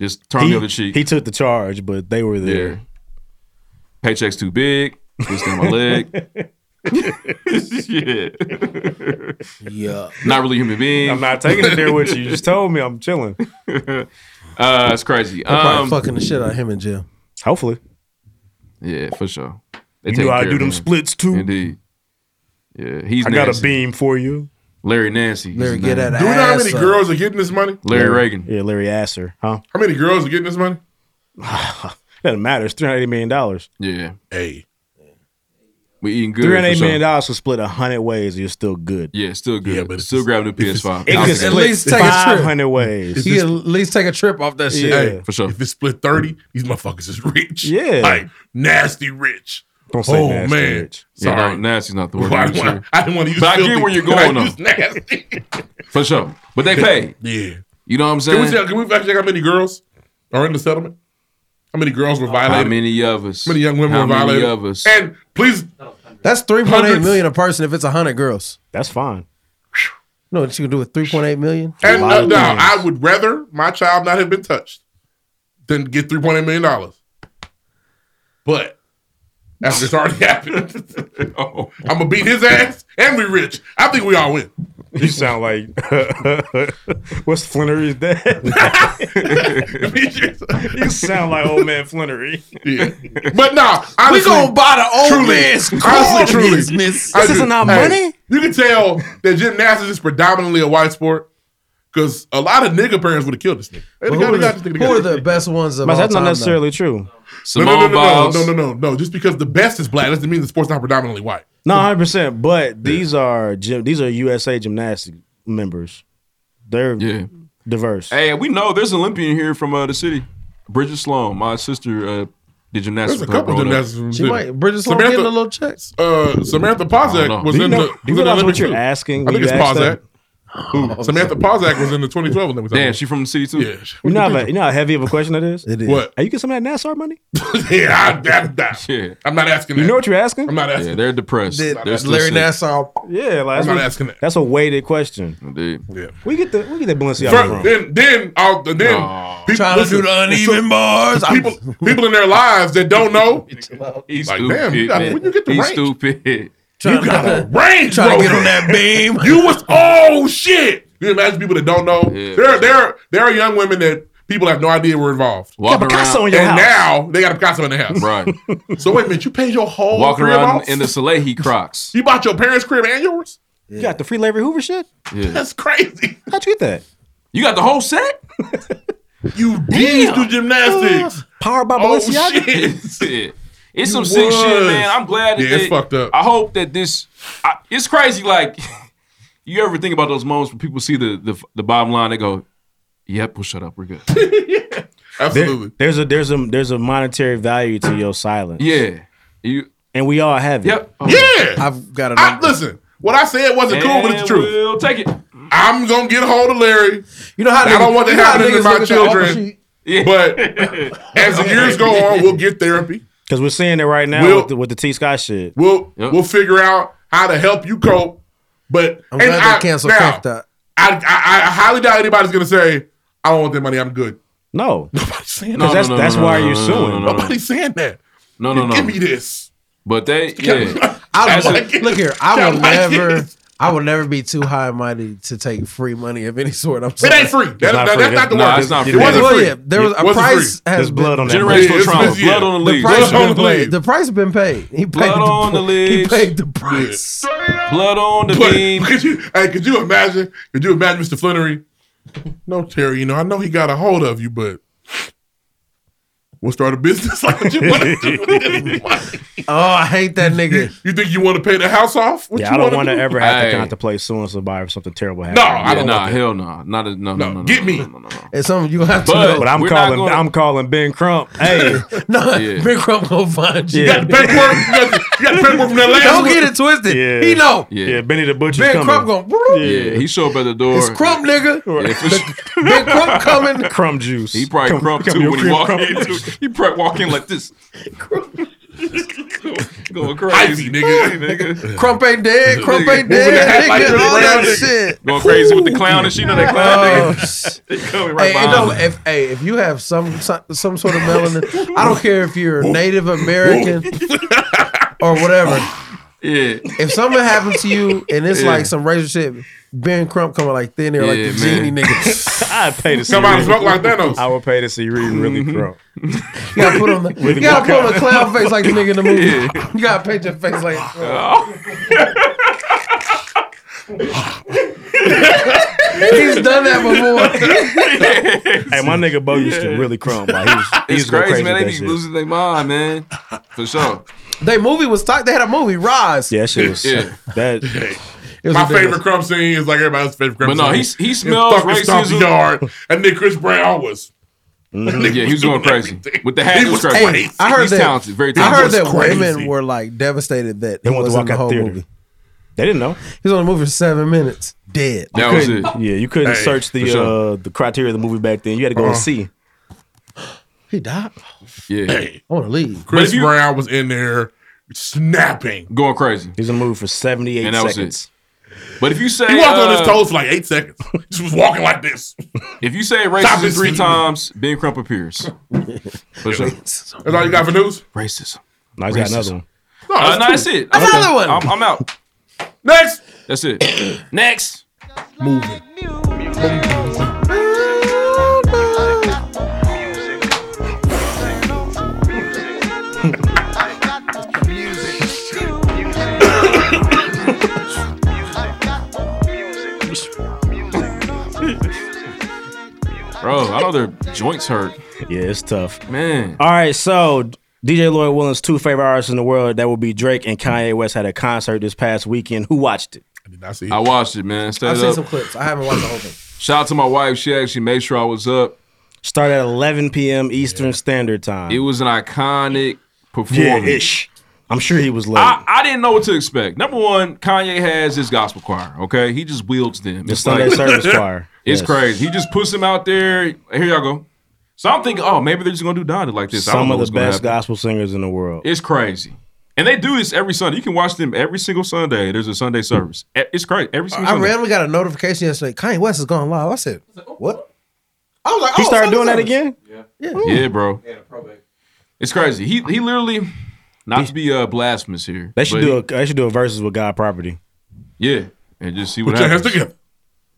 Just turn the other he, cheek. he took the charge, but they were there. Yeah. Paycheck's too big. Twist on my [LAUGHS] leg. [LAUGHS] yeah. Yeah. Not really human being. I'm not taking it there with you. You just told me I'm chilling. uh, it's crazy. I'm probably Um, fucking the shit out of him in jail. [LAUGHS] Hopefully. Yeah, for sure. You take knew I care do of them him. splits too. Indeed. Yeah, he's I got a nasty. beam for you. Larry Nancy. he's Larry, his get name. that Do we know how many Ass up. girls are getting this money? Larry Reagan. Yeah, Larry Asser, huh? How many girls are getting this money? Doesn't matter. It's three hundred eighty million dollars. Yeah. Hey. We eating good. Three hundred eighty for sure. million dollars was split hundred ways. You're still good. Yeah, still good. but still grabbing the PS5. It I'll could take split five hundred ways. You at least take a trip off that shit. Hey, for sure. If it's split 30, these motherfuckers is rich. Yeah. Like, nasty rich. Don't say oh, nasty man. rich. Yeah, Sorry. no, nasty's not the word. Well, I I'm didn't sure. wanna- I didn't want to use But I get filthy. where you're Can [LAUGHS] I going use though. nasty? For sure. But they pay. Yeah. You know what I'm Can we, saying? check, can we fact check how many girls are in the settlement? How many girls were violated? How many of us? How many young women How were many violated? of us? And please, That's three point eight Hundreds. million a person if it's hundred girls. That's fine. You know what you can do with three point eight million? and no, no, I would rather my child not have been touched than get three point eight million dollars. But after it's already [LAUGHS] happened, [LAUGHS] I'm gonna beat his ass and be rich. I think we all win. [LAUGHS] You sound like what's Flannery's dad? you sound like old man Flannery. Yeah. But nah, honestly, gonna buy the old truly, man's corn honestly, truly, business. I This do- isn't our hey, money? You can tell that gymnastics is predominantly a white sport because a lot of nigga parents would have killed this nigga. They got- But who, they are the, got this nigga who are the best ones of But all that's not time, though? necessarily No, true. no, no, Simone no, no, Biles. no, no, no, no. Just because the best is black doesn't mean the sport's not predominantly white. No, hundred percent. But these are gym, these are USA gymnastics members. They're diverse. Hey, we know there's an Olympian here from uh, the city, Bridget Sloan. My sister uh, did gymnastics. There's a couple gymnastics from the She city. might. Bridget Sloan Samantha- getting a little checks. Uh, Samantha Pozak was in the. was in the Olympics too. I think it's Pozak. Who? [LAUGHS] Samantha Pozak was in the 2012 Olympics. I Damn, think. she from the city too. Yeah, You know, how, you know how heavy of a question that is. It is. What? [LAUGHS] Are you getting some of that NASCAR money? yeah, I, that, that. Yeah. I'm not asking. You know what you're asking? I'm not asking. Yeah, they're depressed. Did uh, They're still Larry sick. Nassar- Yeah, like I'm that's not what- asking that. That's a weighted question. Indeed. Yeah. We get the we get the Balenciaga Fir- from. then, then, all the then people, Trying to do the it's uneven so- bars. I'm- People, people in their lives that don't [LAUGHS] know. He's like, stupid. damn, you got, man. when you get the He's range, stupid. [LAUGHS] you got a range, trying to bro. get on that beam. [LAUGHS] you was oh shit. You imagine people that don't know. there, there, there are young women that people have no idea were involved. Walking Got Picasso around- in your and house. now they got a Picasso in the house. [LAUGHS] Right. so wait a minute, you paid your whole Walking crib around off? in the Salehi Crocs. you bought your parents' crib and yours. You got the free Larry Hoover shit. Yeah. That's crazy. How'd you get that? You got the whole set? [LAUGHS] you bees do gymnastics. powered by oh, [LAUGHS] Balenciaga? shit. It's some You sick shit, was. man. I'm glad. Yeah, that it's fucked up. I hope that this. I, it's crazy. Like [LAUGHS] you ever think about those moments when people see the the, the bottom line, they go, "Yep, we'll shut up. [LAUGHS] We're good." [LAUGHS] Absolutely. there's a there's a there's a monetary value to your silence. Yeah. You and we all have it. [LAUGHS] Yep. Yeah. I've got I, listen, what I said wasn't cool, but it's the And truth. We'll take it. I'm gonna get a hold of Larry. You know how I don't niggas- want that you know how happening to niggas my look at the offer children. sheet? [LAUGHS] But as the years go on, we'll get therapy. Because we're seeing it right now We'll- with, the, with the T Scott shit. We'll we'll figure out how to help you cope. But I'm glad they canceled now, Cracked Up. I, I I highly doubt anybody's gonna say, I don't want that money, I'm good. No. Nobody's saying that. [LAUGHS] No, no, that's- no, that's no, no, why no, you're no, suing. No, no, no, no. Nobody's saying that. no, no, no. Give me this. But [LAUGHS] they, yeah. I As don't a- like, look here. I will Y'all like never. I will never be too high and mighty to take free money of any sort. I'm sorry. ain't free. That- It's not that- free. that's not the Nah, word. it's not It free. wasn't Well, free. yeah, there was It a wasn't price. free. Has There's blood been- on that Generational leaf. trauma. It's- Blood on the leaf. The price, Blood been on the paid. leaf. the price been paid. He paid Blood the, on the [LAUGHS] He leaves. paid the price. Blood on the [LAUGHS] beam. Could you, hey, could you imagine? Could you imagine Mr. Flannery? No, Terry. You know, I know he got a hold of you, but we'll start a business. [LAUGHS] like what you want to do with this [LAUGHS] money? Oh, I hate that nigga. You think you want to pay the house off? What yeah, you I don't wanna want to do? ever have to Hey. contemplate suing somebody if something terrible happens. No, I Yeah, don't nah, want that. hell no, not a, no, no, no, no. Get me. It's something you have to But, know. but I'm calling I'm calling Ben Crump. [LAUGHS] Hey, no, Yeah. Big Crump gonna find you. You got the paperwork. You got the, you got the paperwork from that last Don't one? get it twisted. yeah, He know. Yeah, Benny the Butcher. Big Crump gonna. Yeah, he showed up at the door. It's Crump, nigga. Yeah, for sure. [LAUGHS] Big Crump coming. Crumb juice. He probably Come- crump come too here, when he crumb, walked crumb. in. Too. He probably walked in like this. Going crazy, [LAUGHS] nigga. Crump ain't dead. Crump ain't With the hat dead. like Nigga, this, all that nigga. shit. Going crazy with the clown and shit. You know that Oh, clown shit. nigga. They coming [LAUGHS] right Oh. Hey, it behind don't- him. if, hey, if you have some some some sort of melanin, I don't care if you're [LAUGHS] Native American or whatever. Yeah. If something happened to you and it's Yeah. like some racial shit, Ben Crump coming like thin there, like Yeah, the man. genie nigga. I'd pay to see Somebody Reed. smoke like Thanos. I would pay to see Reed really Mm-hmm. Crump. You gotta put on the With you gotta the put on walkout. a clown face like the nigga in the movie. Yeah. You gotta paint your face like. oh. He's done that before. [LAUGHS] hey, my nigga Bo used to really crumb. [LAUGHS] Like, he was, he It's was going crazy, crazy, man. They with be that shit. losing their mind, man. For sure. they movie was tight. They had a movie, Rise. Yeah, that shit was Yeah. that. was My ridiculous. favorite crumb scene is like everybody else's favorite crumb But no, scene. he- he It's smells fucking Stomp racism. Yard. And then Chris Brown was. [LAUGHS] Mhm. Yeah, he was going crazy. With the hat, He it was was crazy. Hey, I heard He's that. talented, very I talented. heard that It was women crazy. were like devastated that he wanted to was in walk the out whole theater. movie. They didn't know. He was on the movie for seven minutes, dead. You couldn't- Yeah, you couldn't Hey, search the for sure. uh, the criteria of the movie back then. You had to go and Uh-huh. see. He died. Yeah. Hey. I want to leave. Chris Brown was in there snapping. Going crazy. He's in the movie for seventy eight And that was seconds. it. But if you say He walked on his uh, toes for like eight seconds. Just was walking like this. If you say Stop racism this three scene. times, Ben Crump appears. For sure. That's all you got for news? Racism. I got another one. No, Uh, that's no, two. that's it. Another I'm- one. I'm, I'm out. Next. That's it. [COUGHS] Next. Moving. Bro, I all their joints hurt. Yeah, it's tough. Man. All right, so DJ Lloyd Willin's two favorite artists in the world, that would be Drake and Kanye West, had a concert this past weekend. Who watched it? I did not I watched it, man. Stayed I've seen up. some clips. I haven't watched the whole thing. Shout out to my wife. She actually made sure I was up. Started at 11 p.m. Eastern Standard Time. It was an iconic performance. Ah! Yeah, ish. I'm sure he was late. I, I didn't know what to expect. Number one, Kanye has his gospel choir. Okay, he just wields them. The Sunday service choir. [LAUGHS] It's Yes. crazy. He just puts them out there. Here y'all go. So I'm thinking, oh, maybe they're just gonna do Donda like this. I don't Some know of what's the gonna best happen. gospel singers in the world. It's crazy. And they do this every Sunday. You can watch them every single Sunday. There's a Sunday service. E- It's crazy. Every single I Sunday. randomly got a notification yesterday. Kanye West is going live. I said, "What?" I was like, He oh, started Sunday doing that service. again? Yeah, Yeah, bro. It's crazy. He he literally not to be uh, blasphemous here. They should but do a they should do a verses with God property. Yeah, and just see Put what your hands happens. together.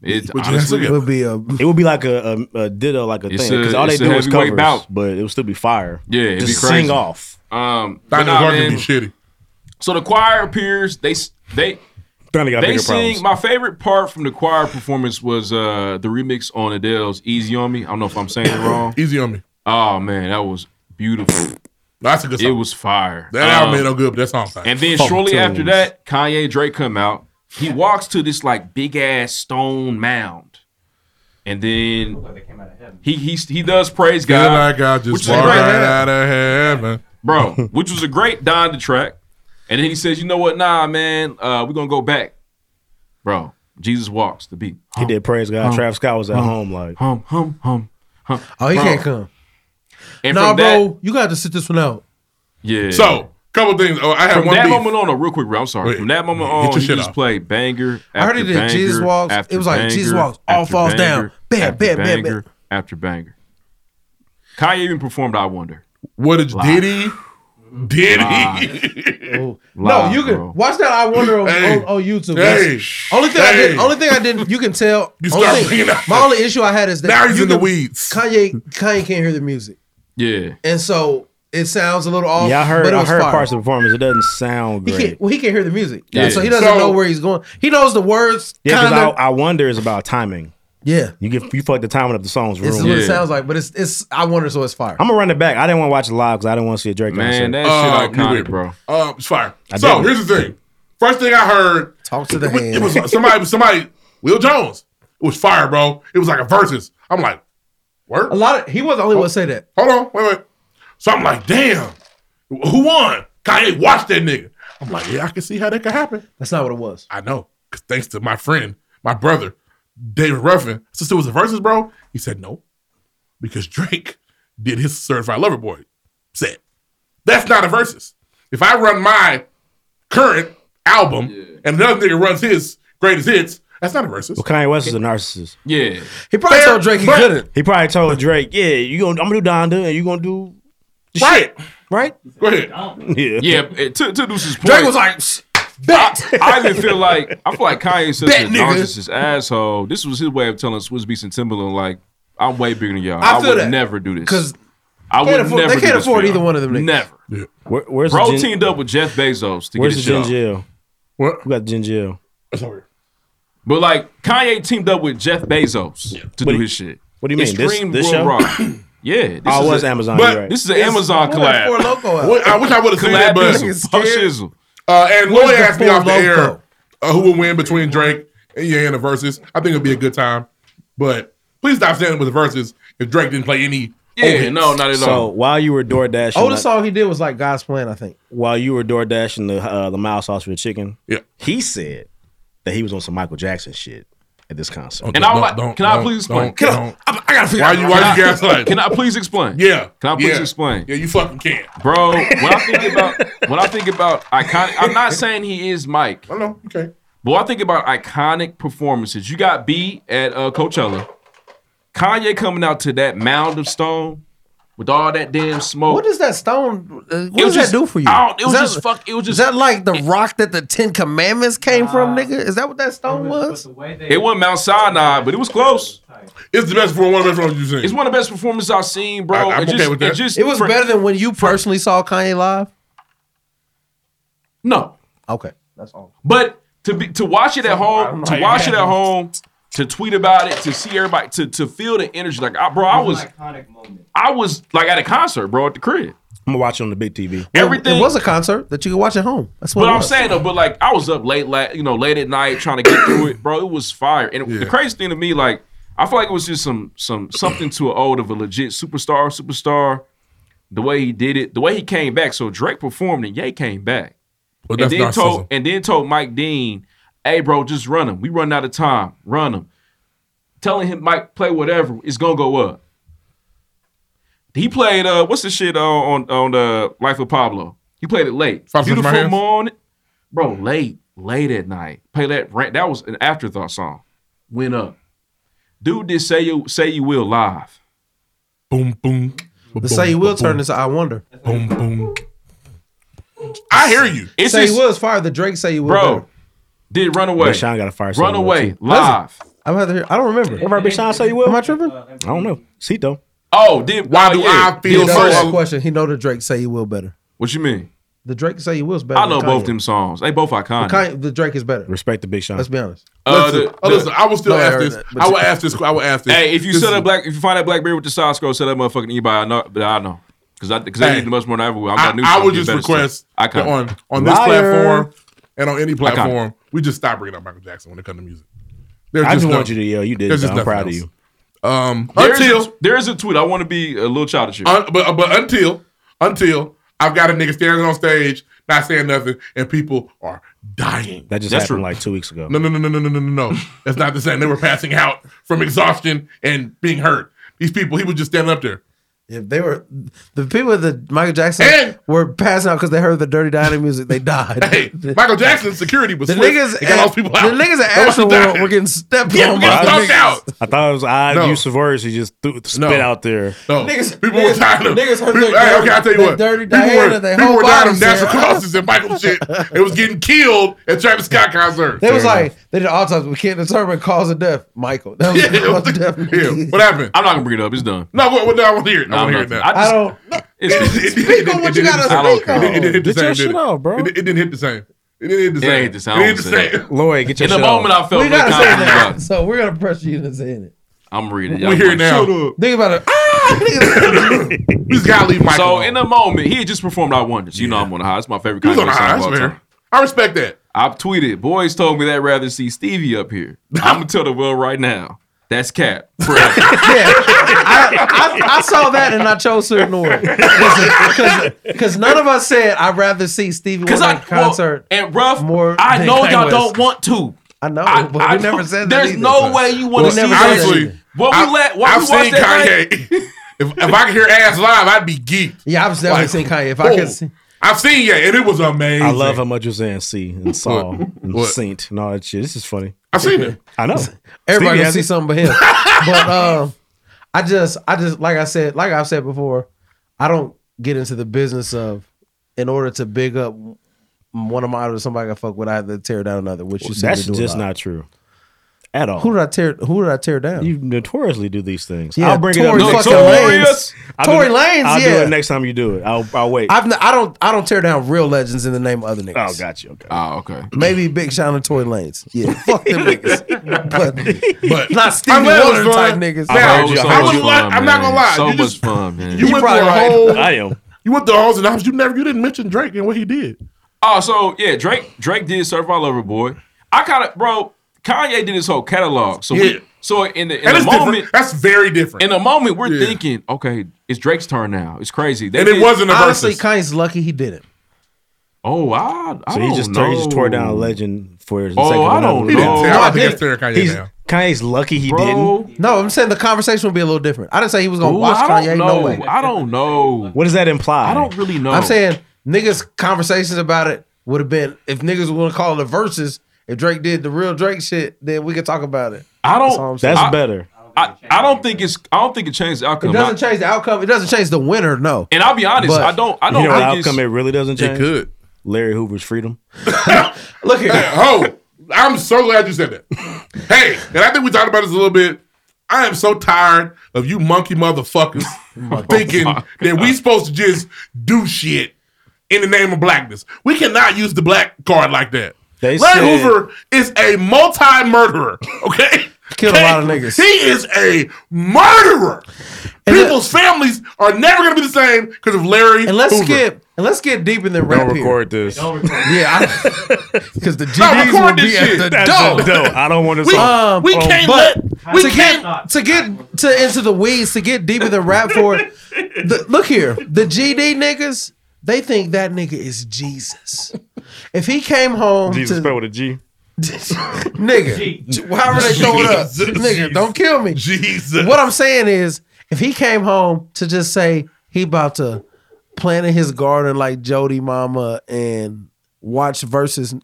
It honestly, it would be a oh, it would be like a, a, a ditto like a thing It's because a- all they it's a do is heavyweight covers, bout. but it would still be fire. yeah, it'd just be crazy. sing off. Um, Thought but it was nah, hard to man. be shitty. So the choir appears. They s- they Donda got they bigger sing. problems. My favorite part from the choir performance was uh the remix on Adele's "Easy on Me." I don't know if I'm saying it [COUGHS] wrong. Easy on me. Oh man, that was beautiful. That's a good song. It was fire. That Um, album ain't no good, but that song. fire. And then Funk shortly tunes. after that, Kanye Drake come out. He walks to this like big ass stone mound, and then he he he does praise Feel God. like I which just is a walked great- right out of heaven. bro, which was a great Donda track. And then he says, "You know what? Nah, man, uh, we're gonna go back, bro." Jesus walks the beat. He did praise God. hum, Travis Scott was at hum, home like hum hum hum. hum. Oh, he Bro. can't come. And nah, from bro, that, you got to sit this one out. yeah. So, couple things. Oh, I had from one that beef. moment on, no, real quick, bro. I'm sorry. Wait, from that moment get on, your he shit just off. played banger. I heard after it in Jesus banger Walks. after It was like Jesus banger Walks, all after falls banger down. Bam, after bam, bam, bam. banger after banger. Kanye even performed "I Wonder." What did Live. Diddy? Diddy? Oh, Live, no, you can bro. watch that. I wonder on, Hey. on, on YouTube. Hey. That's- only thing I Hey. did. Only thing I didn't. You can tell. [LAUGHS] You only start thing- bringing up- My only issue I had is that Now he's you in the can- weeds. Kanye Kanye can't hear the music, Yeah. and so it sounds a little off. Yeah, I heard But it I was heard fire. parts of the performance. It doesn't sound He great. can't. Well, he can't hear the music, Yeah. so he doesn't So- know where he's going. He knows the words. Yeah, because kinda. I, I wonder is about timing. Yeah, you get you fuck the timing of the songs. This is ruined. what it sounds like, but it's it's. I wonder, so it's fire. I'm gonna run it back. I didn't want to watch it live because I didn't want to see a Drake concert. Uh, you weird. Uh, it's fire. I so didn't. here's the thing. First thing I heard. Talk to the it, was- hand. It was somebody. Somebody. Will Jones. It was fire, bro. It was like a versus. I'm like, word. A lot of he was the only one to say that. Hold on, wait, wait. So I'm like, damn, who won? Kanye watched that nigga. I'm like, yeah, I can see how that could happen. That's not what it was. I know, because thanks to my friend, my brother, David Ruffin. Since it was a versus, bro, he said no, because Drake [LAUGHS] did his Certified Lover Boy set. That's not a versus. If I run my current album and another nigga runs his greatest hits, that's not a versus. Well, Kanye West is a narcissist. Yeah, he probably told Drake he couldn't. He probably told Drake, "Yeah, you gonna I'm gonna do Donda and you gonna do the right, shit, right? Go ahead. Yeah, [LAUGHS] yeah. it- To, to Deuce's point, Drake was like, [LAUGHS] "Bet." I, I even [LAUGHS] feel like I feel like Kanye is such Bet, a nigga. narcissist asshole. This was his way of telling Swizz Beatz and Timbaland, like, "I'm way bigger than y'all. I I, feel would that. never do this 'Cause I they would can't afford- never. they can't do this afford for y'all. either one of them niggas. Never. Where, where's Bro the gin, teamed up with Jeff Bezos to where's get the his shit gin off. jail? What? We got the gin jail. But like Kanye teamed up with Jeff Bezos to do his shit. what do you mean? This- Extreme this show? World [CLEARS THROAT] Rock. yeah, this Oh, it is was a- Amazon, But you're right. this is an It's- Amazon what if collab. Four Loko out? What- I wish I would have seen that, but Collabism. Fuck shizzle. Uh, Where's and Lloyd the asked me off the full air loco? uh, who would win between Drake and yeah, and the verses. I think it'll be a good time, but please stop saying it was the verses if Drake didn't play any. old hits. [LAUGHS] So while you were door dashing, Oldest song he did was like God's plan, I think. while you were door dashing the uh, the mild sauce for the chicken, yeah, he said that he was on some Michael Jackson shit at this concert. And I'm like, can I please explain? Can I- I, I gotta figure Why out. you- why Can you I- gaslighting? Can I please explain? Yeah. Can I please Yeah. explain? Yeah, you fucking can, bro. When I think about when I think about iconic, I'm not saying he is Mike. I know. Okay. But when I think about iconic performances, you got B at uh, Coachella, Kanye coming out to that mound of stone with all that damn smoke. What does that stone? Uh, what Oh. It does was that just- do for you? I don't- it was Is just fuck- It was Is just. that like the rock that the Ten Commandments came from, nigga? Is that what that stone was? It wasn't Mount Sinai, but it was close. It's the best for one of the best performances you've seen. It's one of the best performances I've seen, bro. I- I'm It just- okay with that. It, just, It was for- better than when you personally saw Kanye live. No. Okay, that's all. But to be to watch it at home, know to how watch you it at have home, to tweet about it, to see everybody, to to feel the energy. Like, I, bro, I was, I was like at a concert, bro, at the crib. I'm gonna watch it on the big TV. Everything It was a concert that you could watch at home. That's what but it I'm was. saying though, but like I was up late, la- you know, late at night trying to get through it, bro. It was fire, and it- the crazy thing to me, like I feel like it was just some some something to an old of a legit superstar, superstar. The way he did it, the way he came back. So Drake performed and Ye came back, Well, and that's then narcissism. told and then told Mike Dean, "Hey, bro, just run him. We run out of time. Run him." Telling him Mike play whatever, it's gonna go up. He played uh, what's the shit uh, on on the Life of Pablo? He played it late. Five Cents in My Beautiful Hands? morning, bro. Late, late at night. Play that. rant- That was an afterthought song. Went up. Dude did say you say you will live. Boom boom. The say you will turn into I wonder. Boom boom. I hear you. It's say you will is fire. The Drake say you will. Bro, better. Did run away. Sean got a fire. Run away live. I'm about to hear, I don't remember. What Big Sean say you will? Am I tripping? I don't know. Cito. Oh, did why do I He feel know that first? question. He know the Drake say you will better. What you mean? The Drake say you will is better. I than know Kanye. both them songs. They both iconic. But Kanye, the Drake is better. Respect the Big Sean. Let's be honest. Uh, Listen, the- oh, listen, the- I will still No, I ask heard this. that, but I will you- ask this. I will ask this. Hey, if you This set is- up black, if you find that blackberry with the side scroll, set up motherfucking anybody I know, but I know because I because I Hey, need it much more than I ever will. I'm I, new, I I'm would getting just better stuff. request I can that on on this Liar. platform and on any Iconic. platform, we just stop bringing up Michael Jackson when it comes to music. I just no- want you to yell. You did. there's it, just though. I'm nothing proud of else. you. Um, There is until a- there is a tweet. I want to be a little childish. here. un- but uh, but until until I've got a nigga standing on stage not saying nothing and people are dying. That just happened like two weeks ago. No, no, no, no, no, no, no, no, no. That's not the same. They were passing out from exhaustion and being hurt. These people, he was just standing up there. If they were the people at the Michael Jackson were passing out because they heard the Dirty Diana music, they died. [LAUGHS] Hey, Michael Jackson's security was the slick. niggas, They got all those people out. the niggas at Nobody Astroworld died. were getting stepped Yeah, on we got by stomped niggas. out. I thought it was odd No. use of words. He just threw, spit No. out there. No, Niggas- people niggas- were tired of niggas heard people- their hey, okay, dirty- I'll tell you their what. dirty people Diana, were, their people whole were dying of bodies there. natural causes and [LAUGHS] Michael shit. It was getting killed at Travis Scott concert. [LAUGHS] They was like, they did autopsy. We can't determine cause of death. Michael. That [LAUGHS] was Yeah, [LAUGHS] the it was cause of death. yeah, what happened? I'm not gonna bring it up. It's done. No, what, what, no, I want to hear it. Nah, I want to hear I'm [LAUGHS] not- it I now. just- [LAUGHS] It's- Speak on what you gotta I don't speak care. on. It didn't hit the Get your same. shit did it? off, bro. It, it didn't hit the same. It didn't hit the It same. ain't the same. It didn't hit the same. Lloyd, get your In the shit moment, off. I felt We like gotta say confident that. about it. So we're gonna pressure you into saying it. I'm reading. [LAUGHS] We hear it now. Think about it. [LAUGHS] Ah, We just gotta leave [LAUGHS] Michael. So alone. in the moment, he had just performed "I Wonders." You know, I'm on a high. It's my favorite He was Kanye on a high, song of all that's fair. time. I respect that. I tweeted, "Boys told me they'd rather see Stevie up here." I'm gonna tell the world right now. That's cap. [LAUGHS] Forever. I, I, I saw that and I chose to ignore it because none of us said I'd rather see Stevie Wonder I- at a concert. and rough, more I than know Kanye y'all West. don't want to. I know, I- but I we never don't- said that. There's either. no way you want We to see never that. said that Honestly, either. What we I- let? What I've we seen watched that night? Kanye. [LAUGHS] if, if I could hear ass live, I'd be geeked. Yeah, I've never Like, seen Kanye. If I whoa. could see, I've seen yeah, and it was amazing. I love how much you saying C and Saul and What? Saint and all that shit. This is funny. I've seen it. I know. everybody Stevie can has see it. something but him. but um, I just, I just, like I said, like I've said before, I don't get into the business of in order to big up one of my idols, somebody I fuck with, I have to tear down another. Which you seem That's to do a just lot. not true at all. Who did I tear? Who did I tear down? You notoriously do these things. Yeah, I'll bring Tory it up. fucking Notorious. Lanez. I'll do- Tory Lanez, I'll yeah. do it next time you do it. I'll, I'll wait. I've n- I don't I don't tear down real legends in the name of other niggas. oh, got you. Okay. Oh, okay. Maybe Big Sean and Toy Lanes. Yeah, [LAUGHS] fuck them niggas. But, But not Stevie I'm glad it was Wonder type fun. niggas. Oh, Now, it was so I much would fun, like, I'm not man. gonna lie. So you much just, fun, man. [LAUGHS] You, You went probably through a right. whole. I am. You went through holes and options. You never. You didn't mention Drake and what he did. Oh, so yeah, Drake Drake did "Surf All Over Boy." I kind of bro, Kanye did his whole catalog. So Yeah. we, so in the, in That the is different. moment, That's very different. in the moment, we're Yeah. thinking, okay, it's Drake's turn now. It's crazy, They And it did- wasn't a Honestly, versus. Kanye's lucky he didn't. Oh, I, I So don't he just, know. tore, he just tore down a legend for his Oh, I don't know. He didn't tear- I don't think that's tearing Kanye down. Kanye's lucky he Bro, didn't. No, I'm saying the conversation would be a little different. I didn't say he was gonna Ooh, watch I Oh, Kanye. don't No know. way. I don't know. What does that imply? I don't really know. I'm saying niggas conversations about it would have been if niggas were gonna call it a versus. If Drake did the real Drake shit, then we could talk about it. I That's all I'm don't. saying. That's I- better. I, I don't think it's. I don't think it changed the It outcome. doesn't I, change the outcome. It doesn't change the winner. No. and I'll be honest. But- I don't. I You don't know what think it's. outcome it really doesn't change? could. Larry Hoover's freedom. Look here. Hey, ho, Oh, I'm so glad you said that. Hey, and I think we talked about this a little bit. I am so tired of you monkey motherfuckers thinking that we supposed to just do shit in the name of blackness. We cannot use the black card like that. They Larry said- Hoover is a multi-murderer, okay? Killed a lot of niggas. He is a murderer. People's families are never going to be the same because of Larry. And let's Hoover. get and let's get deep in the rap. Don't record this. Don't record. [LAUGHS] Yeah, because the GDs record will this be shit. at the That's door. a dope. I don't [LAUGHS] want to- We- we can't let- we Um, oh, to can't- get to get to into the weeds to get deep in the rap for it. the- look here, the GD niggas. They think that nigga is Jesus. If he came home Jesus to spelled with [LAUGHS] a G. nigga. However they throw it up, Jesus. nigga, don't kill me. Jesus. What I'm saying is, if he came home to just say he about to plant in his garden like Jody Mama and watch versus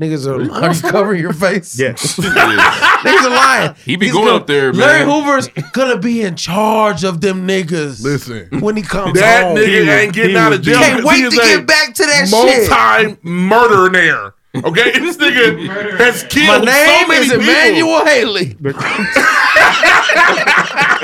niggas are [LAUGHS] lying, cover your face. Yes. niggas are lying. He be He's going gonna- up there, Larry man. Hoover's gonna be in charge of them niggas. Listen, when he comes That home, nigga He ain't was- getting he out of was jail deep. Can't because he wait to is a get back to that shit. multi-murdernaire. Okay, [LAUGHS] this nigga has My killed name so many is people. Emmanuel Haley. [LAUGHS]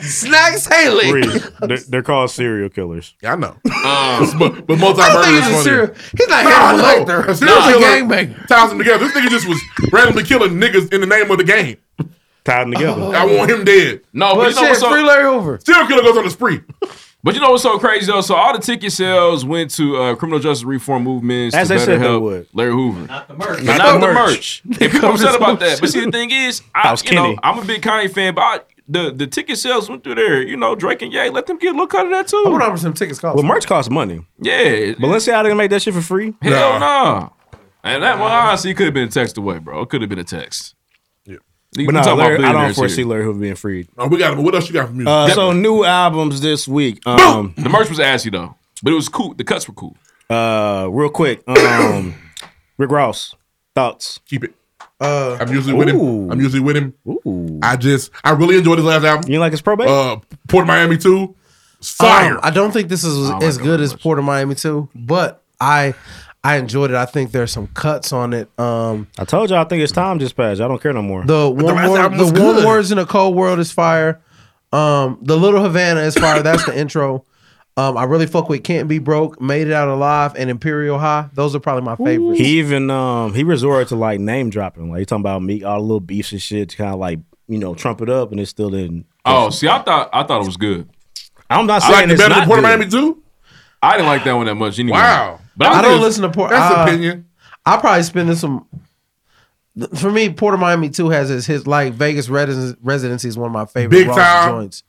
Snacks Haley. They're, they're called serial killers. Yeah, I [LAUGHS] know. Um, but, but multi-murderers funny. He's Nah, I know. A serial killer Ties them together. This nigga just was randomly killing niggas in the name of the game. Tied them together. Oh. I want him dead. No, but But you know shit, what's up- free Larry Hoover. Serial killer goes on the spree. But you know what's so crazy though? So all the ticket sales went to uh, criminal justice reform movements As to they better said they help would. Larry Hoover. Not the merch. Not Not, the the merch. merch. [LAUGHS] And people upset about that. But see, Emotion. the thing is, I, House you know, Kenny. I'm a big Kanye fan, but I, the the ticket sales went through there. You know, Drake and Ye, let them get a little cut of that too. I went over some tickets cost. Well, merch costs money. Yeah, Balenciaga didn't make that shit for free. Hell no. And that one honestly could have been a text away, bro. It could have been a text. Yeah. But no, Larry, I don't foresee Larry Hoover being freed. Oh, we got it. What else you got from music? Uh, so new albums this week. Um, the merch was assy though, but it was cool. The cuts were cool. uh, real quick, um, Rick Ross thoughts. Keep it. I'm usually with him. I'm usually with him. I just, I really enjoyed his last album. You like his probate? Uh, Port of Miami too. Fire. Um, I don't think this is like as good as Port of Miami too, but I I enjoyed it. I think there's some cuts on it. Um, I told y'all I think it's time just passed. I don't care no more. the warm last Wor- album the was warm good. words in a cold world is fire. Um, the little Havana is fire. That's the intro. Um, I really fuck with can't be broke, made it out alive, and Imperial High. Those are probably my favorites. He even um he resorted to like name dropping. Like he talking about me all the little beefs and shit to kind of like you know trump it up, and it still didn't. Oh, see, I thought I thought it was good. I'm not saying it's not good. too. I didn't like that one that much. Anyway. Wow. but I don't listen to Port. That's uh, opinion. I probably spend this some. For me, Port of Miami too has his, his like Vegas Res- residency is one of my favorite Big Ross time. joints.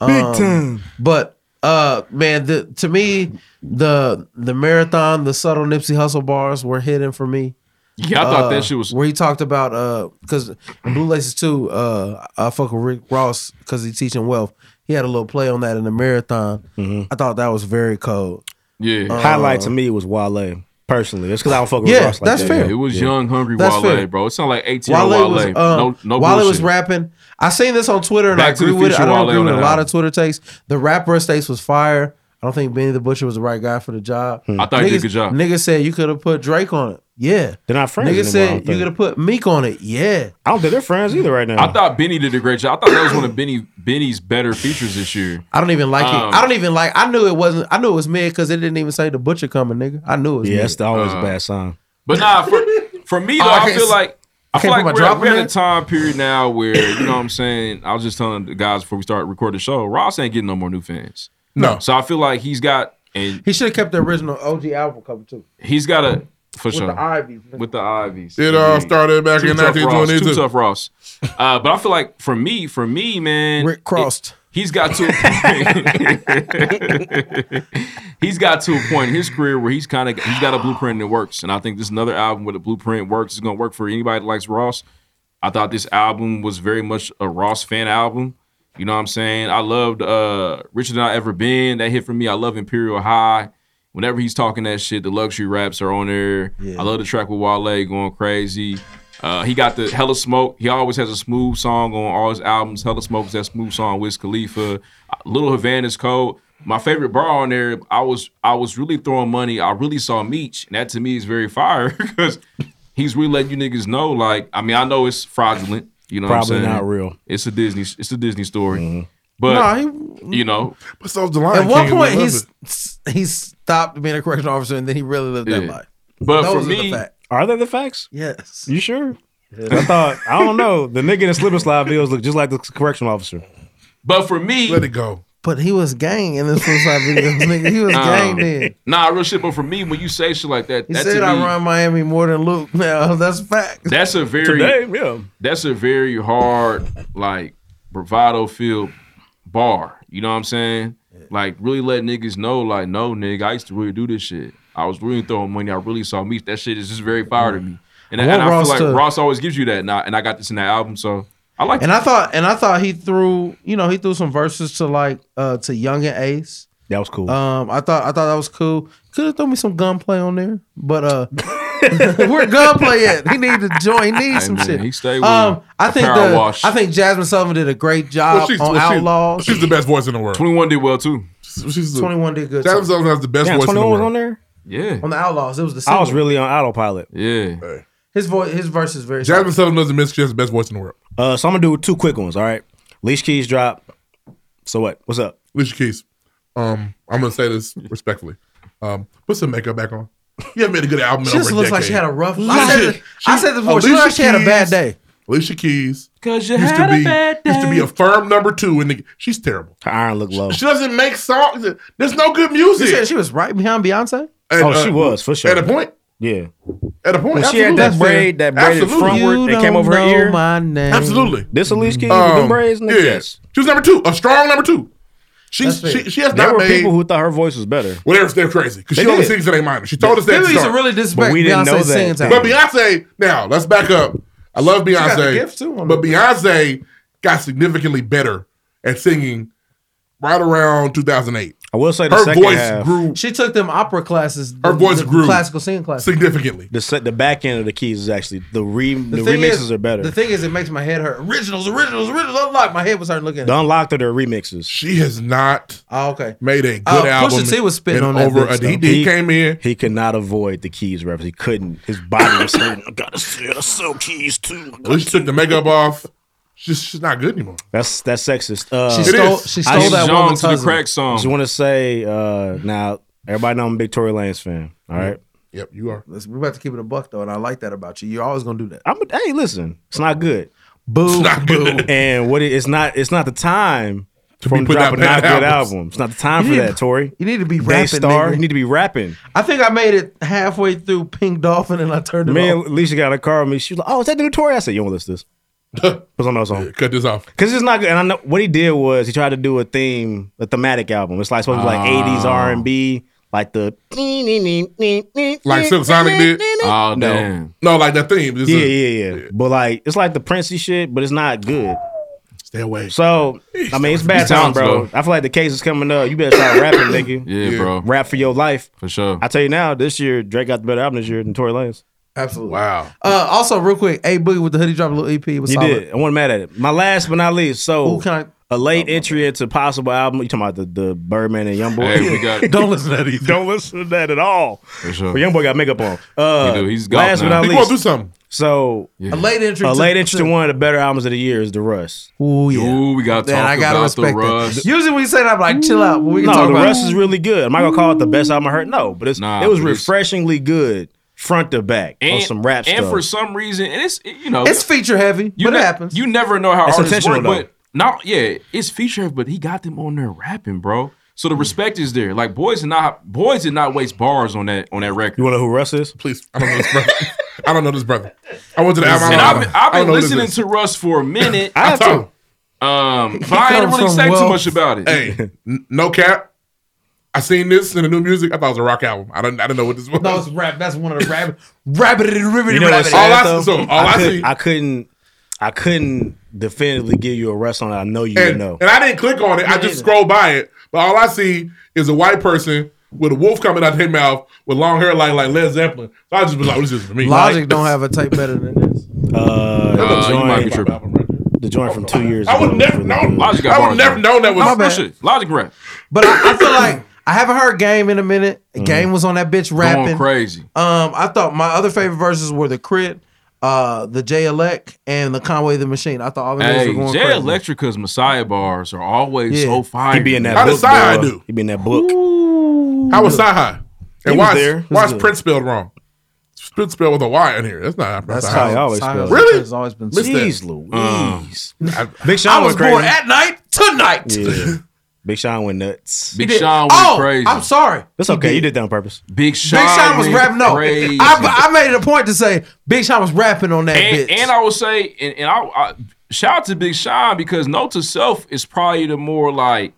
Um, Big time. But uh, man, the to me the the marathon, the subtle Nipsey Hustle bars were hidden for me. Yeah, I thought Uh, that shit was- where he talked about uh, because Blue Laces too. Uh, I fuck with Rick Ross because he's teaching wealth. He had a little play on that in the marathon. Mm-hmm. I thought that was very cold. Yeah. Highlight Uh, to me was Wale personally. It's because I don't fuck with Yeah, Ross like that's that. fair. It was Yeah. young, hungry That's Wale, fair. bro. It sounded like 18 year old Wale. was, um, no, no Wale bullshit. was rapping. I seen this on Twitter and I Back to the agree with it. I Future don't Wale agree on with a that lot album. of Twitter takes. The rapper takes was fire. I don't think Benny the Butcher was the right guy for the job. Hmm. I thought he did Niggas- a good job. Niggas said you could have put Drake on it. Yeah. They're not friends. Niggas anymore, I said don't you think. could have put Meek on it. Yeah. I don't think they're friends either right now. I thought Benny did a great job. I thought that was one of Benny Benny's better features this year. I don't even like Um, it. I don't even like. I knew it wasn't. I knew it was mid because it didn't even say the butcher coming, nigga. I knew it was. yeah, mid. that's always Uh, a bad sign. But nah, for, for me though, [LAUGHS] Oh, I I, can't feel s- like I I feel can't like put my we're, at- drop we're in at a there? time period now where you know what I'm saying. I was just telling the guys before we started recording the show, Ross ain't getting no more new fans. No. so I feel like he's got and He should have kept the original OG album cover too. he's got a for With sure the ivies. with the ivies. uh, uh, It all started back Too in Mm-hmm. Tough Ross, 1922. Too tough, Ross. Uh, but I feel like for me, for me, man, Rick Crossed. he's got to. A point, [LAUGHS] he's got to a point in his career where he's kind of he's got a blueprint that works, and I think this is another album where the blueprint works. It's going to work for anybody that likes Ross. I thought this album was very much a Ross fan album. You know what I'm saying? I loved uh Richer Than I Ever Been. That hit for me. I love Imperial High. Whenever he's talking that shit, the luxury raps are on there. I love the track with Wale going crazy. Uh, he got the Hella Smoke. He always has a smooth song on all his albums. Hella Smoke is that smooth song with Khalifa. Little Havana's Code. My favorite bar on there, I was I was really throwing money. I really saw Meech, and that to me is very [LAUGHS] fire because he's really letting you niggas know. Like, I mean, I know it's fraudulent. You know, what Probably I'm saying? not real. Mm-hmm. It's a Disney. It's a Disney story. But you know, But so the At Lion one King, we point, love he's it. he stopped being a correctional officer, and then he really lived that Yeah. life. But Those for are the me- facts. Are they the facts? Yes. You sure? I thought I don't know. The nigga in the slip and slide videos look just like the correctional officer. But for me, let it go. But he was gang in this suicide video. nigga. He was gang then. Nah, real shit. But for me, when you say shit like that, He that said to I me, run Miami more than Luke. [LAUGHS] Now that's fact. That's a very Today, yeah. That's a very hard, like bravado filled bar. You know what I'm saying? Like really let niggas know, like, no, nigga, I used to really do this shit. I was really throwing money. I really saw me. That shit is just very fire to me. And, I and want I Ross feel like to- Ross always gives you that. And I, and I got this in that album, so I like. And I thought, and I thought he threw, you know, he threw some verses to like uh to Young and Ace. That was cool. Um, I thought, I thought that was cool. Could have thrown me some gunplay on there, but uh, [LAUGHS] where gunplay at? He needed to join. He needs some man, shit. he stayed with um, I a think power the, wash. I think Jasmine Sullivan did a great job Well, she's- on well, she's- Outlaws. she's the best voice in the world. Twenty One did well too. She's Twenty One did good. Jasmine too. Sullivan has the best Damn, voice in the 21 was world. on there? Yeah, on the Outlaws, it was the. I was single. really on autopilot. Yeah. His voice, his verse is very. Jasmine Sullivan doesn't miss. She has the best voice in the world. Uh, so I'm gonna do two quick ones. All right, leash keys drop. So what? What's up? Alicia Keys. Um, I'm gonna say this respectfully. Um, put some makeup back on. [LAUGHS] You haven't made a good album. She in just over a looks like decade. she had a rough- I Alicia- said this- I said this before, she looked like she had a bad day. Alicia Keys. 'Cause you had a be, bad Used to be day. Oh. a firm number two, and she's terrible. Her iron look low. She doesn't make songs. There's no good music. You said she was right behind Beyonce. And, oh, uh, she was for sure At a point. Yeah. At a point. When she absolutely. had that braid, that braided Absolutely. frontward that came over her ear. Absolutely. This Elise Keys with them Um, braids. Nigga. yeah. She was number two, a strong number two. She's, That's fair. she, she has There not were made, people who thought her voice was better. Well, they're, they're crazy because They she only did. sings in a minor. She told us that. People at the used to start. really disrespect But we didn't know Beyonce's that. singing But Beyonce, now let's back up. I love She got the Beyonce, gift, too, on but the- Beyonce got significantly better at singing right around 2008. I will say the her second voice half- grew She took them opera classes. Her the- voice the grew Classical singing classes. significantly. The set, the back end of the keys is actually the re the, thing remixes is- are better. The thing is, it makes my head hurt. Originals, originals, originals. Unlocked. My head was hurting looking. at it. the unlocked are the remixes. She has not Oh, okay. made a good Uh, Oh, Pusha album. T was spitting in on that over bitch, a, he, though. he came in. He could not avoid the keys reference. He couldn't. His body was saying, "I gotta see it." So keys too. Alicia took the makeup off. She's, she's not good anymore. That's that's sexist. Uh, She It stole- is. she stole just- that John woman's to the husband. crack song. Just want to say uh, now, everybody know I'm a big Tory Lanez fan. All right, Yep, you are. Listen, we're about to keep it a buck though, and I like that about you. You're always gonna do that. I'm a, hey, listen, it's not good. Boo, boo. And what it, it's not, it's not the time to from be putting out [LAUGHS] dropping not bad good albums. album. It's not the time You for need- that, Tory. You need to be Day rapping. nigga. star, you need to be rapping. I think I made it halfway through Pink Dolphin, and I turned it Me off. and Alicia got in a car with me. She was like, "Oh, is that new Tory?" I said, "You don't listen [LAUGHS] to this." Put on that song. Cut this off. Cause it's not good. And I know what he did was he tried to do a theme, a thematic album. It's like supposed to be Ah. like eighties Oh. R and B, like the Like Silk Sonic [LAUGHS] did. Ah, Oh No. damn. No, like that theme. It's yeah, a- yeah, yeah, But like it's like the Princey shit, but it's not good. Stay away. So I mean, it's bad He's time, talented, bro. though. I feel like the case is coming up. You better start rapping, nigga. Yeah, bro. Rap for your life. For sure. I tell you now, this year Drake got the better album this year than Tory Lanez. Absolutely. Wow. Uh, also, real quick, A Boogie with the hoodie dropped a little EP. It was You solid. did. Oh. I wasn't mad at it. My last but not least. So a late entry into possible album. You talking about the, the Birdman and Youngboy? Hey, we [LAUGHS] got- Don't listen to that either. [LAUGHS] Don't listen to that at all. For sure. But Youngboy got makeup on. Uh, He do. He's gone last but now. not He least. gonna do something. So A late entry A to- late entry to to- one of the better albums of the year is The Rust. Ooh yeah. Ooh, we gotta Man, talk I gotta about the respect that. rust. Usually when you say that, I'm like, chill out. But we can no, talk The about Rust it. is really good. Am I gonna call it the best album I heard? No, but it's Nah, it was but it's- refreshingly good front to back on And- some rap and stuff. for some reason, and it's you know It's feature heavy, You but ne- it happens. You never know how It's artists intentional, work, though. but not yeah, it's feature heavy, but he got them on there rapping, bro. So the Hmm. respect is there. Like boys did not boys did not waste bars on that on that record. You want to know who Russ is? Please, I don't know this brother. [LAUGHS] I don't know this brother. I went to the And album. I've been, I've I don't been know who this listening is. to Russ for a [LAUGHS] minute. I have [LAUGHS] to. Um, but I ain't really say too much about it. Hey, n- no cap. I seen this in the new music. I thought it was a rock album. I don't. I don't know what this was. No, it's rap. That's one of [LAUGHS] the rap. Rabbited and riveted. You know what's rabbited. sad, I- though? so all I could- see- I couldn't, I couldn't definitively give you a rest on it. I know you would and, know. and I didn't click on it. I just scrolled by it. But all I see is a white person with a wolf coming out of their mouth with long hair like like Led Zeppelin. So I just was like, this is for me. Logic don't have a tape better than this. Uh, Uh, the you might be joint, the joint from two years. I would never know. Logic got I bars, would never man. known that was My bad. Shit, Logic rap. But I, I feel like I haven't heard Game in a minute. Mm. Game was on that bitch rapping. Going crazy. Um, I thought my other favorite verses were the Crit, uh, the J Elect, and the Conway the Machine. I thought all the niggas Hey, were going Jay crazy. Electrica's Messiah bars are always so fire. He be in that How book. does Sci-Hi bro. do? He be in that book. How was Sci High? He And was why is, there. why He is was Prince spelled wrong? Spit spell with a Y in here. That's not. That's not how it always spells. Really? It's always been- Missed Jeez that. Um, Louise. I, Big Sean I was went crazy. born at night tonight. Yeah. Big Sean went nuts. Big He did. Sean went Oh, crazy. I'm sorry. That's He okay. did. You did that on purpose. Big Big Sean was rapping. No, I, I made it a point to say Big Sean was rapping on that and, bitch. and I will say, and, and I, I shout out to Big Sean because Note to Self is probably the more like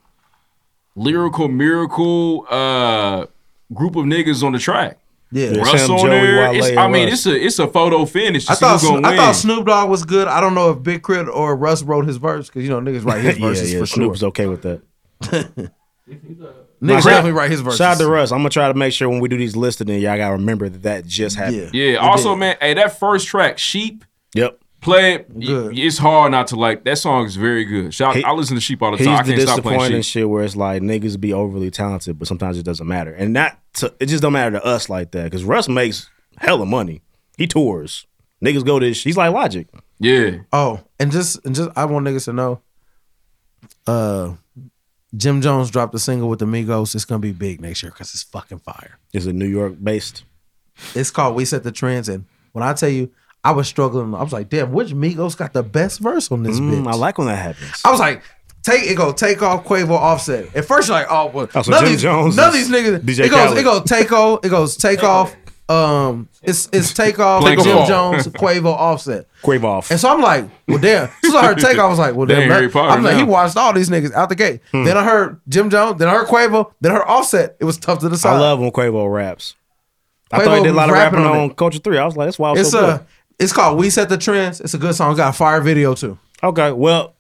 lyrical miracle uh group of niggas on the track. Yeah. Yeah, Russ Sam, on Joey, there. Wale, It's- I and mean, it's Russ. a it's a photo finish. To I see who's thought gonna I win. thought Snoop Dogg was good. I don't know if Big Crit or Russ wrote his verse because you know niggas write his [LAUGHS] yeah, verses yeah, for Snoop's sure. okay with that. Niggas Shout- definitely write his verses. Shout out to Russ. I'm gonna try to make sure when we do these listed, then y'all gotta remember that that just happened. Yeah. Also, man, hey, that first track, Sheep. Yep. Play it. Y- It's hard not to like. That song is very good. Shout, He- I listen to Sheep all the He's time. I the can't stop playing disappointing Sheep. shit where it's like niggas be overly talented, but sometimes it doesn't matter, and not to, it just don't matter to us like that because Russ makes hella money. He tours. Niggas go to. his- He's like Logic. Yeah. Oh, and just and just I want niggas to know. Uh, Jim Jones dropped a single with the Migos. It's gonna be big next year because it's fucking fire. Is it New York based? It's called We Set the Trends, and when I tell you, I was struggling. I was like, damn, which Migos got the best verse on this Mm, bitch? I like when that happens. I was like, take it go take off Quavo Offset. At first, you're like, oh, well, Oh, so none, of Jim these, Jones none of is these niggas. DJ it goes, Khaled. it goes take off. It goes take off. Um, it's it's take off. Blank Jim wall. Jones, Quavo Offset. Quavo off. And so I'm like, well, damn. So I heard Takeoff I was like, well, They damn. ain't Harry That, Potter I'm like, now. he watched all these niggas out the gate. Hmm. Then I heard Jim Jones. Then I heard Quavo. Then I heard Offset. It was tough to decide. I love when Quavo raps. I Quavo thought he did a lot of was rapping rapping on, on Culture Three. I was like, that's why I was It's so a, it's called We Set the Trends. It's a good song. It's got a fire video too. good. Okay, well,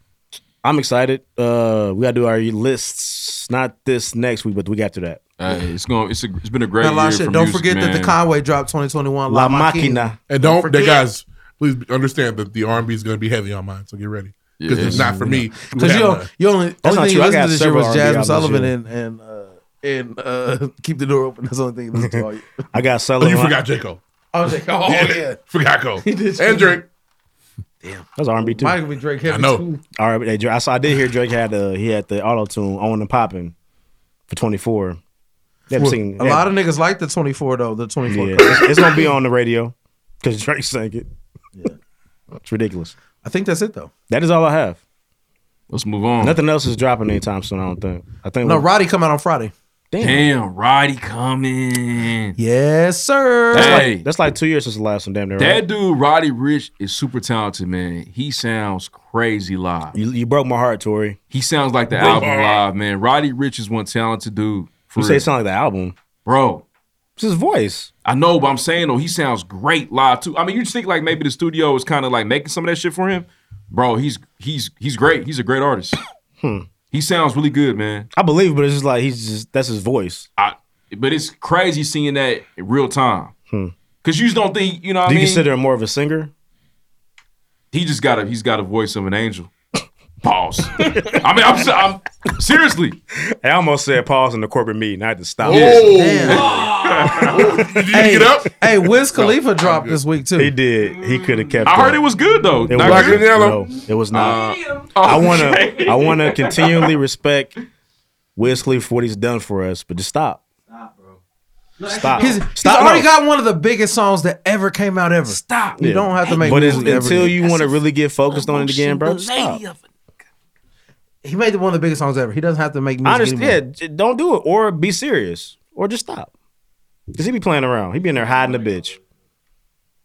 I'm excited. Uh, we gotta do our lists. Not this next week, but we got to that. Hey, uh, it's going. It's a, it's been a great Man, a lot year of shit. for Don't music, forget that man. the Conway dropped 2021. La Machina. And don't, forget- that guys, please understand that the R and B is going to be heavy on mine. So get ready because it's Yeah. not for me. Because you, don't- you only That's not only thing you true. I listened got to this year several was R&B Jasmine albums Sullivan this and and uh, and uh, [LAUGHS] keep the door open. That's the only thing you listened to all year. [LAUGHS] I got Oh, Sullivan. you forgot J Cole. Oh, J. Cole. Oh, yeah. [LAUGHS] forgot Cole He did. and Drake. That's R and B too. Might be Drake heavy, I know. too. All right, but hey, Dra- I saw. I did hear Drake had uh, he had the auto tune on and popping for 24. They haven't Well, seen a lot of niggas like the 24 though. The 24. Yeah, it's, it's gonna be on the radio because Drake sang it. It's ridiculous. I think that's it though. That is all I have. Let's move on. Nothing else is dropping anytime soon. I don't think. I think No, we- Roddy come out on Friday. Damn. Damn, Roddy coming. Yes, sir. That's, Hey. like, that's like two years since the last one. Damn near. That right? dude, Roddy Rich, is super talented, man. He sounds crazy live. You, you broke my heart, Tori. He sounds like the Broke album my heart. live, man. Roddy Rich is one talented dude. For You say real. it sound like the album. bro. It's his voice. I know, but I'm saying though, he sounds great live too. I mean, you just think like maybe the studio is kind of like making some of that shit for him, bro. He's he's he's great. He's a great artist. [COUGHS] Hmm. He sounds really good, man. I believe, it, but it's just like he's just that's his voice. I, but it's crazy seeing that in real time Hmm. because you just don't think you know. Do What you I mean, consider him more of a singer? he just got a he's got a voice of an angel. Pause. I mean, I'm, so- I'm seriously. I almost said pause in the corporate meeting. I had to stop. Oh, hey, Hey, [LAUGHS] Wiz Khalifa dropped this week too. He did. He could have kept. Oh. I heard it was good though. It Oh, Not was good? Uh, No, it was not. I want to. I want to continually respect Wiz Khalifa for what he's done for us, but just stop. Stop. He's, he's Stop, already no. got one of the biggest songs that ever came out ever. Stop. You Yeah. don't have to make. But it's, music ever until again. you want to really get focused on it again, bro. Emotion, stop. He made one of the biggest songs ever. He doesn't have to make music. I understand. anymore. Yeah, j- don't do it or be serious or just stop. Cause he be playing around. He be in there hiding the bitch.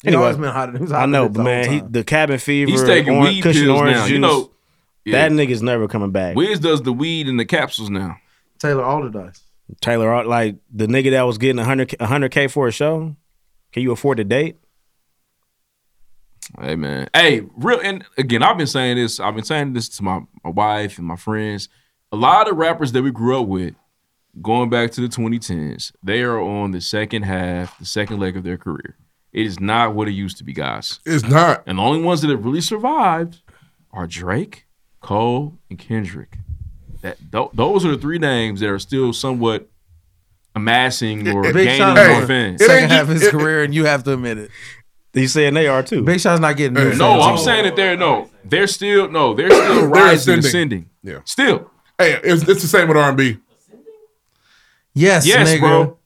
He always been hiding- he was I hiding know, the bitch but the man, whole he, the cabin fever, He's taking orange, weed cushion pills orange now. juice. You know, yeah. That nigga's never coming back. Wiz does the weed and the capsules now. Taylor Alderdice. Taylor, Art- like the nigga that was getting 100 100k for a show. Can you afford to date? Hey man. Hey, real and again, I've been saying this. I've been saying this to my, my wife and my friends. A lot of rappers that we grew up with, going back to the 2010s, they are on the second half, the second leg of their career. It is not what it used to be, guys. It's not. And the only ones that have really survived are Drake, Cole, and Kendrick. That th- those are the three names that are still somewhat amassing or Big gaining Sean more won fans. second half of his career, and you have to admit it. He's saying they are too. Big Sean's not getting new No, fans I'm either. saying that they're no, they're still no, they're still rising, and ascending. Yeah. Still. Hey, it's, it's the same with R and B. Yes, Yes, nigga. bro.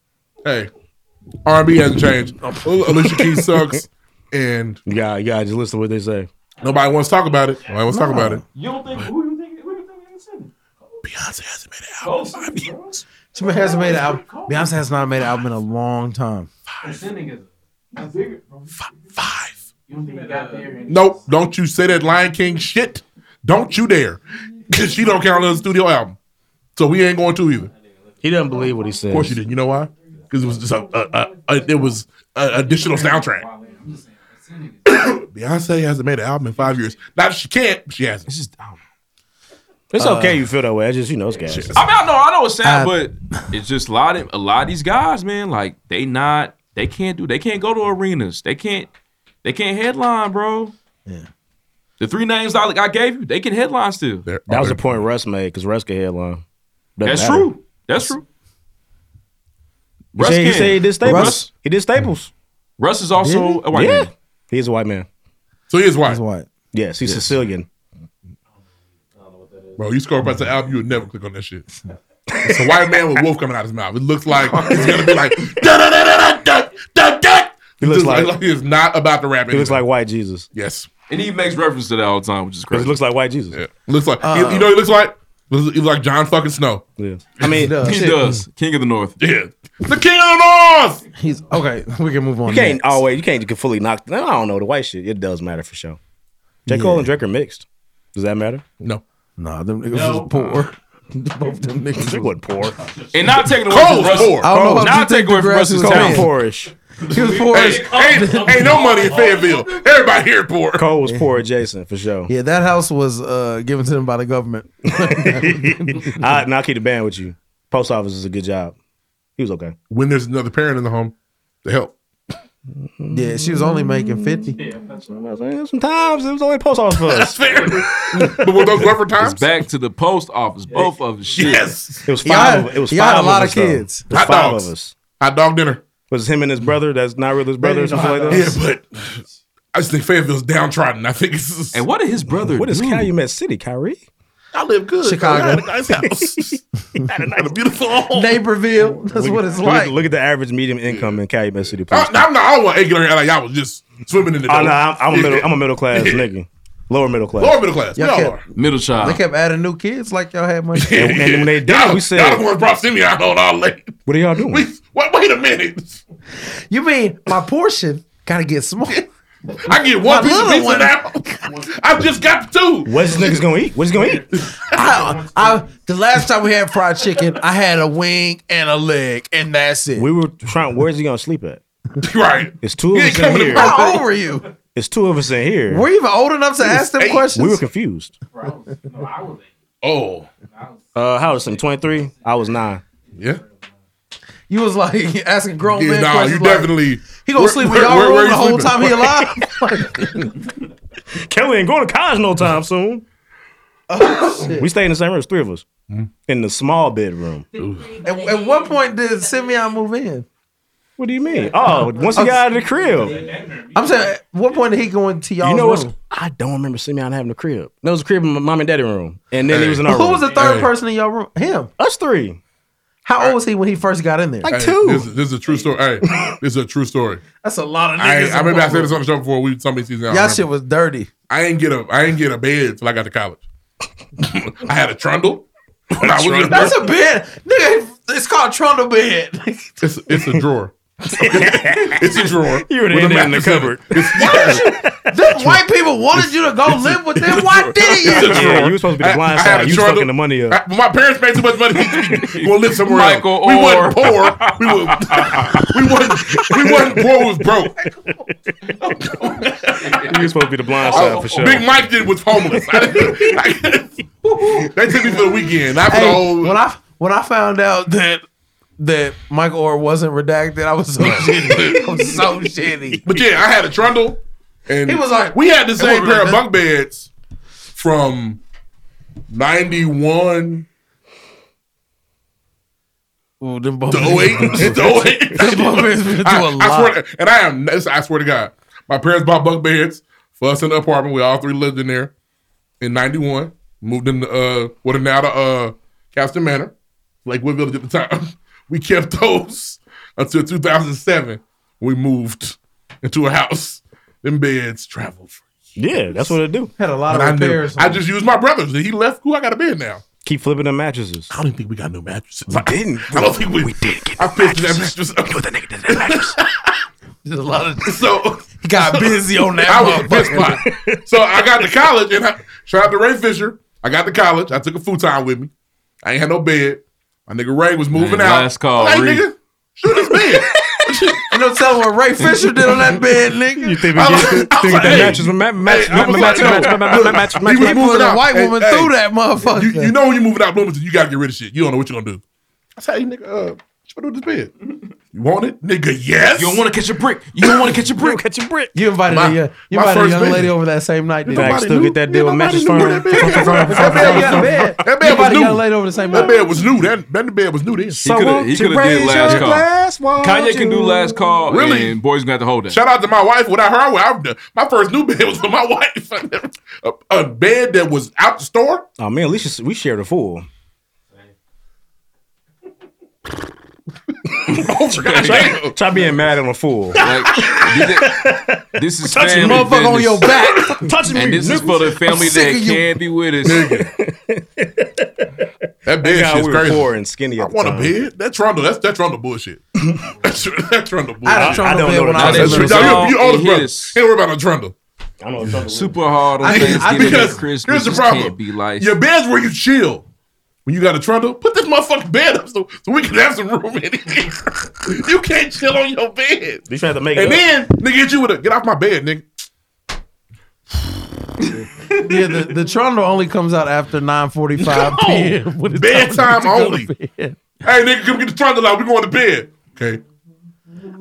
Hey, R and B hasn't changed. Alicia Keys sucks, and you got you got just listen to what they say. Nobody wants to talk about it. Nobody wants to talk about it. You don't think who you think who you think is in Beyonce hasn't made an Oh, album. Five years. She hasn't made an album. Beyonce has not made an album in a long time. Ascending is a bigger. Five. You don't think you got there? and- Nope. Don't you say that Lion King shit. Don't you dare. 'Cause she don't count as a studio album. So we ain't going to either. He doesn't believe what he said. Of course you didn't. You know why? Because it was just a, a, a, a it was an additional soundtrack. [COUGHS] Beyonce hasn't made an album in five years. Not that she can't, but she hasn't. It's, It's okay. You feel that way. I just you know it's guys. I mean, I know, I know it's sad, but it's just a lot of a lot of these guys, man. Like they not, they can't do, they can't go to arenas. They can't, they can't headline, bro. Yeah. The three names I, I gave you, they can headline still. That was the point Russ made because Russ could headline. Doesn't That's matter. true. That's true. He said- he can. said he did Staples. Russ, He did Staples. Russ is also a white yeah. man. He is a white man. So he is white. He's white. Yes, he's Sicilian. Bro, you scroll past the album, you would never click on that shit. It's a white man with wolf coming out his mouth. It looks like it's gonna be like da da da da da da da. He looks like, like he is not about to rap. He looks like white Jesus. Yes. And he makes reference to that all the time, which is crazy. He looks like white Jesus. Yeah. Looks like he- you know. He looks like he looks like John fucking Snow. Yeah. I [LAUGHS] mean, He does. King of the North. Yeah. The king of the north. He's okay. We can move on. You can't next. always. You can't get fully knocked. I don't know the white shit. It does matter for sure. J Cole and Drake are mixed. Does that matter? No. Nah, them niggas was poor. [LAUGHS] Both them niggas They wasn't [LAUGHS] poor. And not taking away from Russ. I don't know. Not taking away from Russ's Cole talent. poorish. [LAUGHS] He was poor. Hey, ain't, ain't no money in Fayetteville. Everybody here poor. Cole was poor adjacent for sure. Yeah, that house was uh, given to them by the government. I, and I'll keep the band with you. Post office is a good job. He was okay. When there's another parent in the home, they help. Yeah, she was only making fifty. Sometimes it was only post office for us. but were those rougher times? It's back to the post office. Both of us. Shit. Yes. It was Y'all five. had- of, it was y'all had a five lot of, of us, though. kids. It was Hot five dogs. of us. Hot dog dinner. Was him and his brother? That's not really his brother or something like [LAUGHS] that. Yeah, but I just think Fayetteville's downtrodden. I think it's just, And what did his brother What is do? Calumet City, Kyrie? I live good. Chicago. I had a nice [LAUGHS] house. I had a nice, beautiful home. Naperville. That's Look- what it's look at- like. Look at the average medium income in Calumet City. I, Uh, [LAUGHS] I'm not. I don't want regular. Like I was just swimming in the. Oh dough. no, I'm, I'm a Yeah. middle. I'm a middle class nigga. Lower middle class. Lower middle class. Y'all Y'all kept- are. Middle child. They kept adding new kids like y'all had money. And, and when they did, it, we Y'all the said, ones brought Simeon on all [LAUGHS] late. "What are y'all doing?" Wait, wait a minute. You mean my portion gotta get small? [LAUGHS] I get one My piece of little pizza one. now. I just got two. What's this niggas gonna eat? What's he gonna eat? I, I, the last time we had fried chicken, I had a wing and a leg, and that's it. We were trying. Where's he gonna sleep at? Right. It's two of He us ain't in coming to here. How old were you? It's two of us in here. Were you even old enough to ask them questions? We were confused. Oh, Uh, how old was him? Twenty three. I was nine. Yeah. you was like [LAUGHS] asking grown Yeah, men nah, you questions. like, definitely. he gonna Where- sleep with where- y'all where- where room the you whole sleeping? time he alive? Like, Kelly ain't going to college no time soon. we stayed in the same room. It was three of us in the small bedroom. at, at what point did Simeon move in? What do you mean? Oh, once he got out of the crib, I'm saying, at what point did he go into y'all's you know what's? room? I don't remember Simeon having a crib. That was a crib in my mom and daddy room, and then he was in our Who room. was the third Hey. person in your room? Him. Us three. How old was he when he first got in there? Like Hey, This, two. is- this is a true story. Hey, this is a true [LAUGHS] story. That's a lot of I, niggas. ain't- in I remember one I said this room. on the show before. We somebody season. I Y'all remember. shit was dirty. I ain't get a. I ain't get a bed till I got to college. I had a [LAUGHS] trundle. When I was in- That's a bed, nigga. It's called trundle bed. [LAUGHS] it's, it's a [LAUGHS] drawer. it's a drawer. You would've with a ended in the mattress it. cupboard. [LAUGHS] It's, yeah, Them white people wanted you to go live with them. [LAUGHS] Why didn't it's you? a drawer. Yeah, you were supposed to be the blind had a side. You trundle. fucking the money up. I- my parents made too much money. We gonna live somewhere Michael else. We Orr. wasn't poor. We was. We wasn't. [LAUGHS] We wasn't poor. We was broke. You were supposed to be the blind side Oh, for sure. Oh, Big Mike did was homeless. [LAUGHS] I didn't- I [LAUGHS] didn't- they took me for the weekend. Not for the Hey, whole. when I when I found out that that Michael Orr wasn't redacted, [LAUGHS] I was so shitty. I was so shitty. But yeah, I had a trundle, and He was like- we had the It same wasn't pair really of bunk beds from '91 Ooh, them bump to 08. [LAUGHS] to 08. Them bunk beds [LAUGHS] been through [LAUGHS] a I, I lot. swear, to- and I am. this- I swear to God, my parents bought bunk beds for us in the apartment. We all three lived in there in '91. Moved in uh, what [LAUGHS] are now the uh, Capstan Manor, like Woodville at the time. We kept those until 2007. We moved into a house. Them beds traveled for years. Yeah, that's what it do. Had a lot of repairs I, knew, on I just it. used my brother's. He left. Who I got a bed now? Keep flipping the mattresses. I don't think we got new mattresses. We [LAUGHS] didn't. I don't think we, did. Get I pissed that mattress. Up. You the nigga that mattress. There's a lot of so He got busy on that [LAUGHS] I was a piss motherfucker. pot. So I got to college and I, shout out to Ray Fisher. I got to college. I took a futon with me. I ain't had no bed. My nigga Ray was moving Man, out. last call, Hey Ree. nigga, shoot his bed. And don't tell what Ray Fisher did on that bed, nigga. You think I was- [LAUGHS] get- I was think like, that hey, matches with ma- match- hey, I ma- was match- like, match- yo, ma- ma- match- he match- was match- moving put a out. white Hey, woman hey, through that motherfucker. You, you know when you moving out Bloomington, you gotta get rid of shit. You don't know what you gonna do. I said, hey, nigga, uh, what you gonna do with this bed? [LAUGHS] You want it, nigga? Yes. You don't want to catch a brick. You don't want to catch a brick. catch a brick. You invited My- a, young- you my invited a first young baby. lady over that same night. Nobody Did still knew. get that deal with Mattress Firm. That bed was new. That bed was Everybody new. got laid over the same That bed was new. That that bed was new then. He coulda- he coulda did last call. Kanye can do last call. Really? and boys gonna have to hold that. Shout out to my wife. Without her, I would- I would- my first new bed was for my [LAUGHS] wife. a, a bed that was out the store. Oh man, at least we shared a full. try, try being mad on a fool. This is Touch family motherfucker business. on your back. Touch and me, this is nigga. for the family I'm sick that of you. can be with us. That That's bed how shit's we were crazy. poor and skinny I at the want a time. bed. That's Rondo. That's that's Rondo bullshit. [LAUGHS] that's that's Rondo bullshit. I had a I- I Trundle don't bed know when that. I was That's little. Trundle. Song You, you oldest and brother. hits. Can't worry about no Trundle. I know it's Super hard on I- I- Thanksgiving because and Christmas. here's the This problem. can't be life. Your bed's where you chill. When you got a trundle, put this motherfucking bed up so, so we can have some room in it. [LAUGHS] you can't chill on your bed. You tried to make and it up. then nigga hit you with a get off my bed, nigga. [LAUGHS] yeah, the, the Trundle only comes out [LAUGHS] after 9.45 Come on. p.m. when it's Bedtime time to go to only. bed. Hey nigga, come get the trundle out. We going to bed. Okay.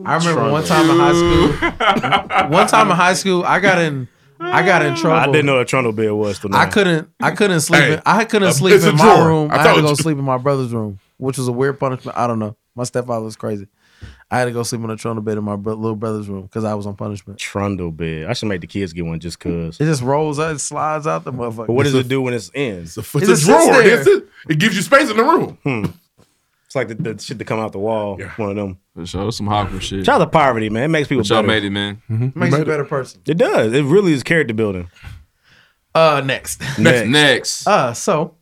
I remember one time in high school. One time in high school, I got in, I got in trouble. I didn't know what trundle bed was. Till now. I couldn't. I couldn't sleep. Hey, in, I couldn't uh, sleep it's a in my drawer. room. I I, had to told go you. sleep in my brother's room, which was a weird punishment. I don't know. My stepfather was crazy. I had to go sleep on a trundle bed in my bro- little brother's room because I was on punishment. Trundle bed. I should make the kids get one just cause. It just rolls out, it slides out the motherfucker. But what does it do when it's in? It's It's, a drawer. That's it. It gives you space in the room. It's like the, the shit that come out the wall. One of them. For sure, some Hawkman shit. Shout out to poverty, man. It makes people But y'all better. made it, man. Mhm. Makes you a better person. It does. It really is character building. Uh, next. Next. Next. Uh, so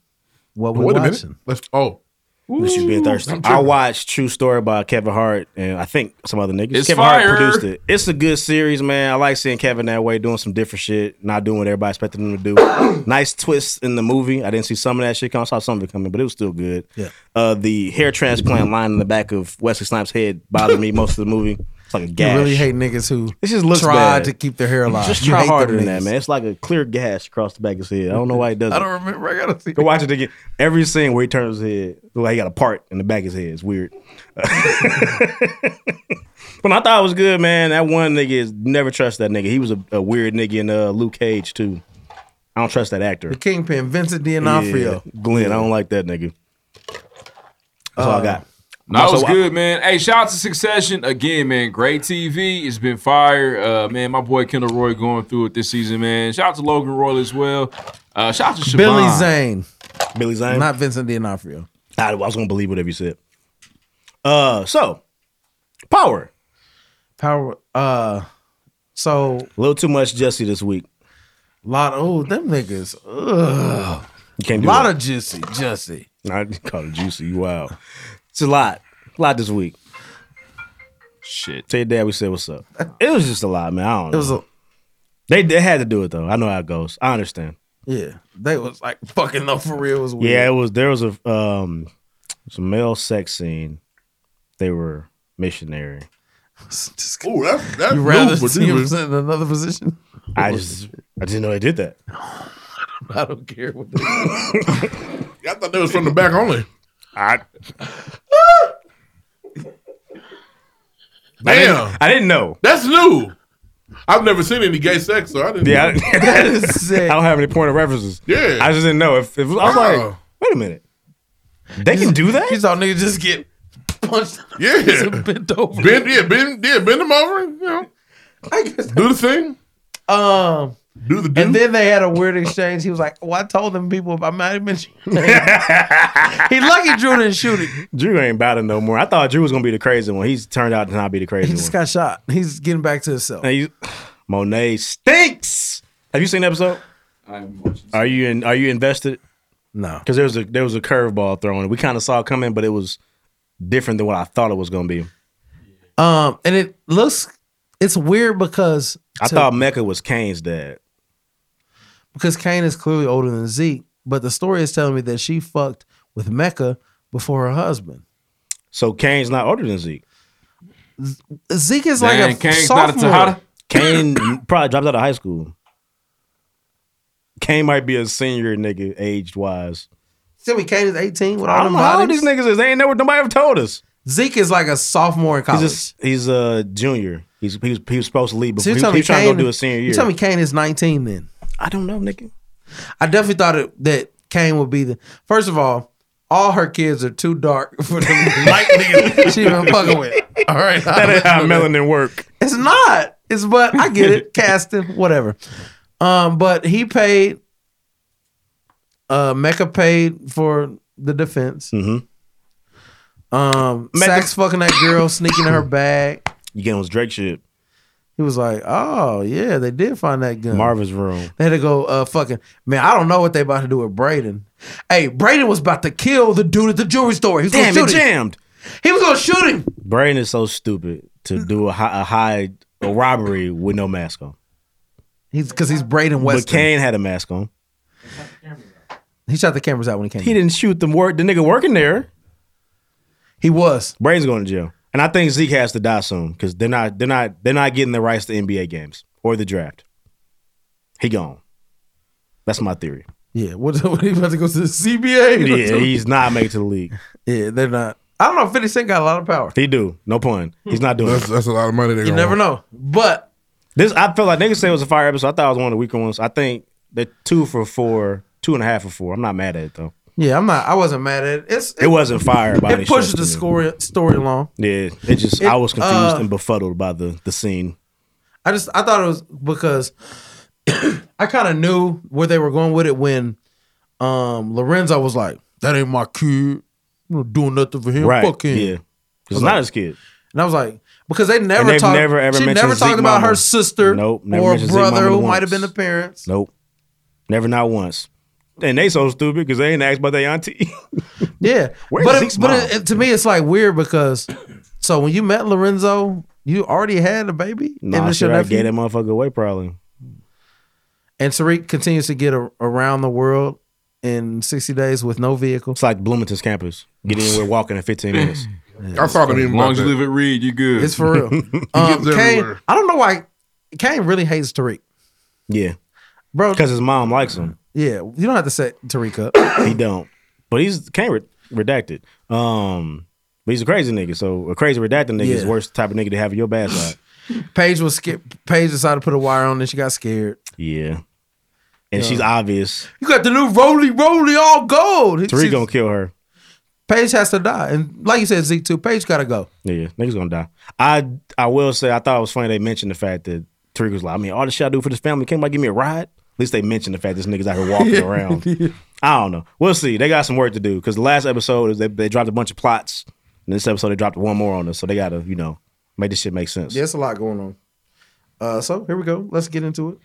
what we Wait a minute. watching? Let's oh. Unless you've been thirsty. I'm I tripping. watched True Story by Kevin Hart and I think some other niggas. It's Kevin fire. Hart produced it. It's a good series, man. I like seeing Kevin that way, doing some different shit, not doing what everybody expected him [COUGHS] to do. nice twists in the movie. I didn't see some of that shit come. I saw some of it coming, but it was still good. Yeah. Uh, the hair transplant line in the back of Wesley Snipes' head bothered me most of the movie. It's like a gash. You really hate niggas who This just looks tried bad. to keep their hair alive. Just You try hate them harder than that, niggas. man. It's like a clear gash across the back of his head. I don't know why he does it. I don't remember. I gotta see. Go watch it again. Every scene where he turns his head, look like he got a part in the back of his head. It's weird. [LAUGHS] but I thought it was good, man. That one nigga is never trust that nigga. He was a, a weird nigga in uh, Luke Cage too. I don't trust that actor. The kingpin, Vincent D'Onofrio. Yeah, Glenn, I don't like that nigga. That's Uh, all I got. No, that was Also, I- good, man. Hey, shout out to Succession again, man. Great TV. It's been fire, uh, man. My boy Kendall Roy going through it this season, man. Shout out to Logan Roy as well. Uh, shout out to Siobhan. Billy Zane, Billy Zane, not Vincent D'Onofrio. I, I was gonna believe whatever you said. Uh, so power, power. Uh, so a little too much Jesse this week. Lot oh them niggas. Ugh. You can't do lot that. of juicy, juicy. [LAUGHS] I call it juicy. Wow. It's a lot. A lot this week. Shit. Tell your dad we said what's up. It was just a lot, man. I don't know. It was a- they, they had to do it though. I know how it goes. I understand. Yeah, they was like fucking though for real. It was weird. Yeah, it was there was a um some male sex scene. They were missionary. Ooh, that's that's you rather new, but see you him was- in another position? I just I didn't know they did that. I don't care what. They I thought that was from the back only. Ah! I Damn. I didn't, know. That's new. I've never seen any gay sex, so I didn't Yeah, [LAUGHS] I, That is I sick. don't have any point of references. Yeah. I just didn't know if, if I was like, Wow. wait a minute. They can do that? You saw niggas just get punched. [LAUGHS] Yeah. bent over. Bend, yeah, bend, yeah, bend them over. You know, do the thing. Um, And then they had a weird exchange. He was like, "Well, I told them people I might have [LAUGHS] mentioned." your name." he lucky Drew didn't shoot it. Drew ain't about it no more. I thought Drew was gonna be the crazy one. He's turned out to not be the crazy He just got shot. He's getting back to himself. one. Hey, you- Monet stinks. Have you seen the episode? Are you in? Are you invested? No, because there was a there was a curveball thrown. We kind of saw it coming, but it was different than what I thought it was gonna be. Um, and it looks it's weird because I to- thought Mecca was Kane's dad. because Kane is clearly older than Zeke, but the story is telling me that she fucked with Mecca before her husband. So Kane's not older than Zeke. Zeke is like a sophomore. [COUGHS] Kane probably dropped out of high school. Kane might be a senior nigga, aged wise. Tell me, Kane is eighteen with all I them don't know how old bodies? these niggas is. They ain't never nobody ever told us. Zeke is like a sophomore in college. He's a, he's a junior. He's he was, he was supposed to leave, but So he, you're telling me he was trying to Kane- go do a senior you year. tell me Kane is 19 then. I don't know, nigga. I definitely thought it, that Kane would be the first of all. All her kids are too dark [LAUGHS] for the light [LAUGHS] niggas she been fucking with. All right, That ain't [LAUGHS] how melanin work. It's not. It's but I get [LAUGHS] it. Casting whatever. Um, but he paid. Uh, Mecca paid for the defense. Mm-hmm. Um, Sax fucking that girl, sneaking in her bag. You get on his Drake shit. He was like, "Oh yeah, they did find that gun." Marvin's room. They had to go uh fucking man, I don't know what they about to do with Braden. Hey, Braden was about to kill the dude at the jewelry store. He was Damn, gonna it shoot him. jammed. He was gonna shoot him. Brain is so stupid to do a high, a high a robbery with no mask on. He's because he's Braden But Weston. Kane had a mask on. He shot the cameras out when he came. He didn't shoot the work the nigga working there. He was. Brain's going to jail. And I think Zeke has to die soon because they're not they're not they're not getting the rights to NBA games or the draft. He gone. That's my theory. Yeah, what, [LAUGHS] what he about to go to the CBA? Yeah, he's not made to the league. yeah, they're not. I don't know. Fifty Cent got a lot of power. He do. No pun. He's not doing That's, it. that's a lot of money. They You never know. But This I felt like niggas say it was a fire episode. I thought it was one of the weaker ones. I think the two for four, two and a half for four. I'm not mad at it though. yeah, I'm not. I wasn't mad at it. It's, It wasn't fire. By any It pushes stretch, the man. story story along. Yeah, it just It- I was confused uh, and befuddled by the the scene. I just I thought it was because [CLEARS THROAT] I kind of knew where they were going with it when um Lorenzo was like, "That ain't my kid. I'm not doing nothing for him. Right. Fuck him." I Yeah. It's was not like- his kid. And I was like, because they And never they've talked. never ever she mentioned never talked Zeke about mama. her sister Nope, never or mentioned Zeke brother mama who once. might have been the parents. Nope. Never not once. And they so stupid because they ain't asked about their auntie. [LAUGHS] Yeah, Where's but Zeke's it, but mom? it, it- to me, it's like weird because so when you met Lorenzo, you already had a baby, nah, it's should your I nephew? gave that motherfucker away probably. and Tariq continues to get a, around the world in 60 days with no vehicle. It's like Bloomington's campus. Get anywhere walking in [CLEARS THROAT] 15 minutes. I saw the meme As long as you live at Reed, you good. It's for real. um, Kane, I don't know why Kane really hates Tariq, Yeah. bro. Because his mom likes him. Yeah, you don't have to set Tariq up. [COUGHS] he don't. But he's Kane re- redacted. Um but he's a crazy nigga. So a crazy redacted nigga is Yeah. the worst type of nigga to have in your bad side. Paige was skip. Paige decided to put a wire on, and she got scared. [SIGHS] yeah. Yeah. And she's obvious. You got the new roly roly all gold. Tariq She- gonna kill her. Paige has to die, and like you said, Zeke too. Paige gotta go. Yeah, niggas gonna die. I I will say I thought it was funny they mentioned the fact that Tariq was like, I mean, all the shit I do for this family, can't nobody give me a ride? At least they mentioned the fact this niggas out [LAUGHS] here walking around. I don't know. We'll see. They got some work to do because the last episode is they, they dropped a bunch of plots, and this episode they dropped one more on us. So they gotta you know make this shit make sense. Yeah, it's a lot going on. Uh, so here we go. Let's get into it.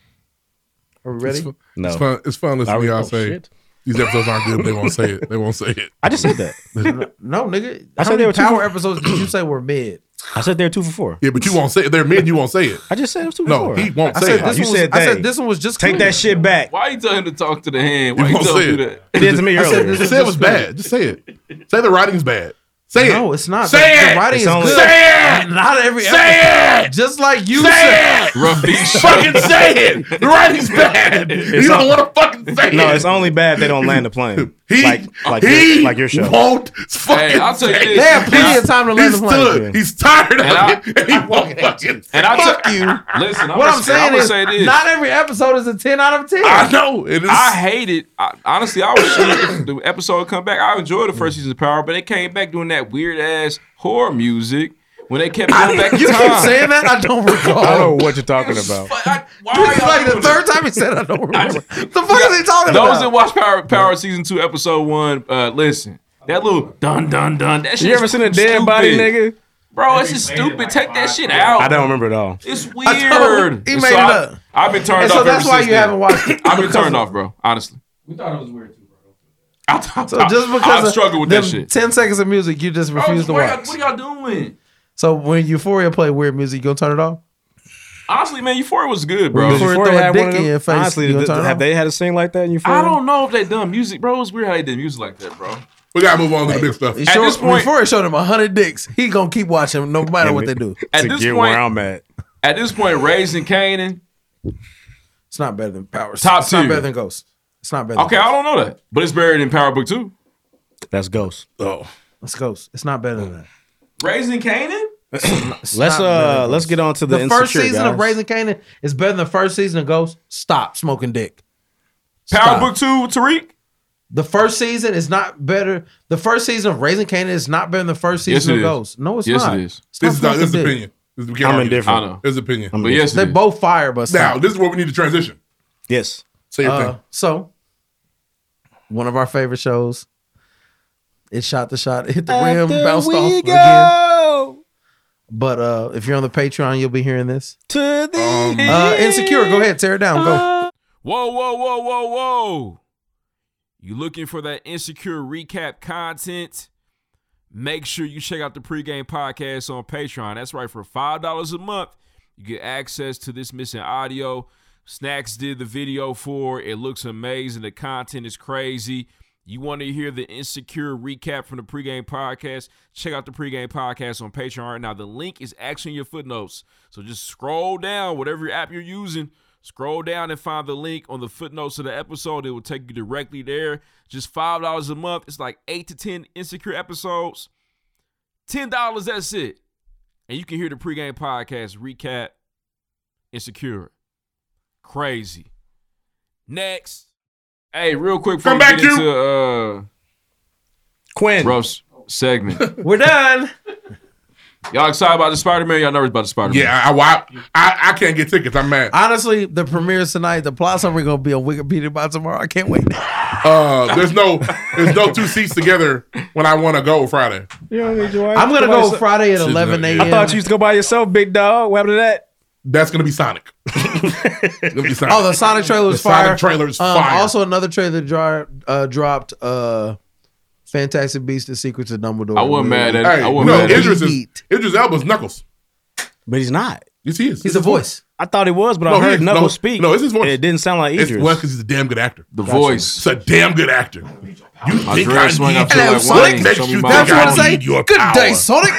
Are we ready? It's fun, No. it's fun, it's fun listening I to y'all already- oh, say shit. these episodes aren't good, but they won't say it. They won't say it. I just said that. no, nigga. I I How said they many were two power for- episodes did you say were mid? I said they're two for four. Yeah, but you won't say it. They're mid, you won't say it. I just said it was two for No, four. he won't I say said it. this Oh, You one was- said I said they. this one was just Take that shit back. Why you tell him to talk to the hand? Why you, won't tell say him to do it. that? He did to me I said- earlier. Just say it was bad. Just say it. Say the writing's bad. Say it. No, it's not. Say the, it. The writing It's is only- good. Say it. Not every. Say episode. Just like you said. [LAUGHS] fucking say it. The writing's bad. you don't on- want to fucking say No, it. it's only bad if they don't land the plane. [LAUGHS] He- like like, he your, like your show. won't fucking I'll tell you say this. it. They have plenty of time to land He's the plane. stood. He's tired of And I- it. [LAUGHS] And he won't fucking And I fuck tell- you. Listen, I'm what gonna I'm say- saying I'm gonna is, say this. not every episode is a ten out of ten. [LAUGHS] I know. It is. [LAUGHS] I hated. I, honestly, I was shit if the episode would come back. I enjoyed the first season of Power, but it came back doing that weird ass horror music. When they kept going back [LAUGHS] in You keep time. saying that? I don't recall. I [LAUGHS] don't know what you're talking about. This is like the third time he said I don't remember. the fuck is he talking Those about? that watch Power, Power Season 2, Episode 1, uh, listen. That little dun dun dun. That shit You ever seen a dead body, nigga? Bro, it's just stupid. Take that shit out. I don't remember at all. It's weird. he made And so it I- up. I've been turned And off. so that's ever why since you then. haven't watched it. [LAUGHS] I've been Because turned of- off, bro. Honestly. We thought it was weird too. [LAUGHS] I, thought So just because I, of struggle with them that shit. Ten seconds of music you just Bro, refuse to what y'all- watch. what y'all doing? So when Euphoria play weird music, you gonna turn it off? Honestly, man, Euphoria was good, bro. Euphoria Euphoria throw a had dick one of in them? your face, Honestly, you th- gonna turn it have off? they had a scene like that in Euphoria? I don't know if they done music, bro. It was weird how they did music like that, bro. We gotta move on to the big stuff. He At showed, this point- Euphoria showed him hundred dicks. He gonna keep watching no matter what they do. At this point, at. this point, Raising Canaan, it's not better than Power. Top it's not tier. better than Ghost. It's not better. than Okay, I don't know that, but it's buried in Power Book Two. That's Ghost. Oh, It's Ghost. It's not better than that. Raising Canaan. Let's not better uh than let's get on to the, the first Insecure, season of guys. Raising Canaan is better than the first season of Ghost. Stop smoking dick. Power Book Two, Tariq. The first season is not better. The first season of Raising Canaan is not better than the first Yes, season it is. of Ghost. No, it's Yes, not. it is. Stop This is not- this smoking is dick. opinion. This is- we can't I'm argue. indifferent. I Uh, know. This is opinion. I'm But yes, they indifferent. it is. both fire, but Now, stop. this is where we need to transition. Uh, Yes. Say your thing. So, one of our favorite shows. It shot the shot, it hit the rim, bounced off again. But uh, if you're on the Patreon, you'll be hearing this. To the Um, uh, insecure. Go ahead, tear it down. Uh, Go. Whoa, whoa, whoa, whoa, whoa. You looking for that insecure recap content? Make sure you check out the pregame podcast on Patreon. That's right, for $5 a month, you get access to this missing audio. Snacks did the video for it. It looks amazing. The content is crazy. You want to hear the insecure recap from the pregame podcast? Check out the pregame podcast on Patreon right now. The link is actually in your footnotes. So just scroll down, whatever app you're using, scroll down and find the link on the footnotes of the episode. It will take you directly there. Just $5 a month. It's like eight to 10 insecure episodes. $10, that's it. And you can hear the pregame podcast recap insecure. Crazy. Next. Hey, real quick, before Come we back, get you. into uh, Quinn Ruff's segment. [LAUGHS] We're done. Y'all excited about the Spider Man? Y'all nervous about the Spider Man? Yeah, I, I, I, I can't get tickets. I'm mad. Honestly, the premiere is tonight. The plot summary gonna be on Wikipedia by tomorrow. I can't wait. Uh, there's no, there's no two seats together when I want to go Friday. You don't need your wife. I'm gonna Somebody go said- Friday at 11 a.m. I thought you used to go by yourself, big dog. What happened to that? That's gonna be Sonic. Sonic. [LAUGHS] Oh, the Sonic trailer was The fire. Sonic trailer is Um, fire. Also, another trailer dro- uh, dropped. Uh, Fantastic Beasts: The Secrets of Dumbledore. I wasn't mad at it. Hey, I wasn't no, mad at it. Idris is- Idris Elba's Knuckles. But he's not. Yes, he is. He's a voice. I thought he was, but No, I he heard is. Knuckles No, speak. no, it's his voice. It didn't sound like It's Idris. [LAUGHS] well because he's a damn good actor. The voice. He's a damn good actor. You My think dread I swing need up to Hello, like Sonic Wayne. makes Show me you my think power. I need your Good power. day, Sonic. [LAUGHS]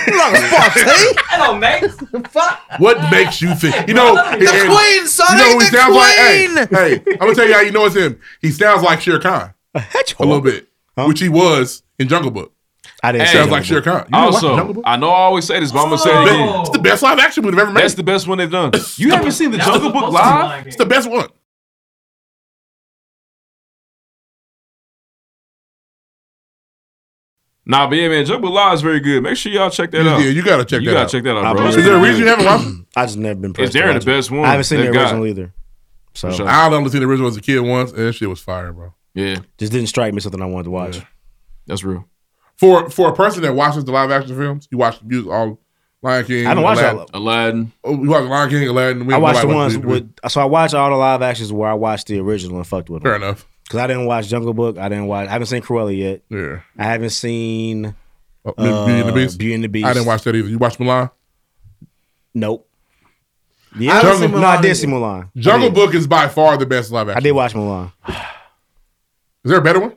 Hello, mate. Fuck. What makes you think? You know, The and- Queen, Sonic, who he the sounds like? Queen! Hey, hey, I'm gonna tell you how you know it's him. He sounds like Shere Khan a, little bit, which he was in Jungle Book. I Hey, sounds like Shere Khan. You didn't watch Jungle also, Book? I know I always say this, but I'm gonna say it again. It's the best live action movie they've ever made. That's the best one they've done. You haven't seen the That's Jungle the Book most live? It's the best one. Nah, but yeah, man, Jungle Book Live is very good. Make sure y'all check that Yeah, out. you gotta check you that gotta out. check that out, I bro. believe Is there a reason you haven't watched it? I just never been. It's pressed to they're the watch it. best one. I haven't seen they've the got. original either. So I only seen the original as a kid once, and that shit was fire, bro. Yeah, just didn't strike me something I wanted to watch. That's real. For for a person that watches the live action films, you watch the music all Lion King. I haven't watched all Aladdin. of Aladdin. Oh, you watch Lion King, Aladdin. we- I watched the nobody ones it. with. So I watched all the live actions where I watched the original and fucked with. Fair them. enough. Because I didn't watch Jungle Book. I didn't watch. I haven't seen Cruella yet. Yeah. I haven't seen. Beauty and the uh, Beast. Beauty and the Beast. I didn't watch that either. You watched Mulan? Nope. I Yeah, haven't seen no, I Mulan did either. see Mulan. I Jungle did. Book is by far the best live action. I did watch Mulan. Is there a better one?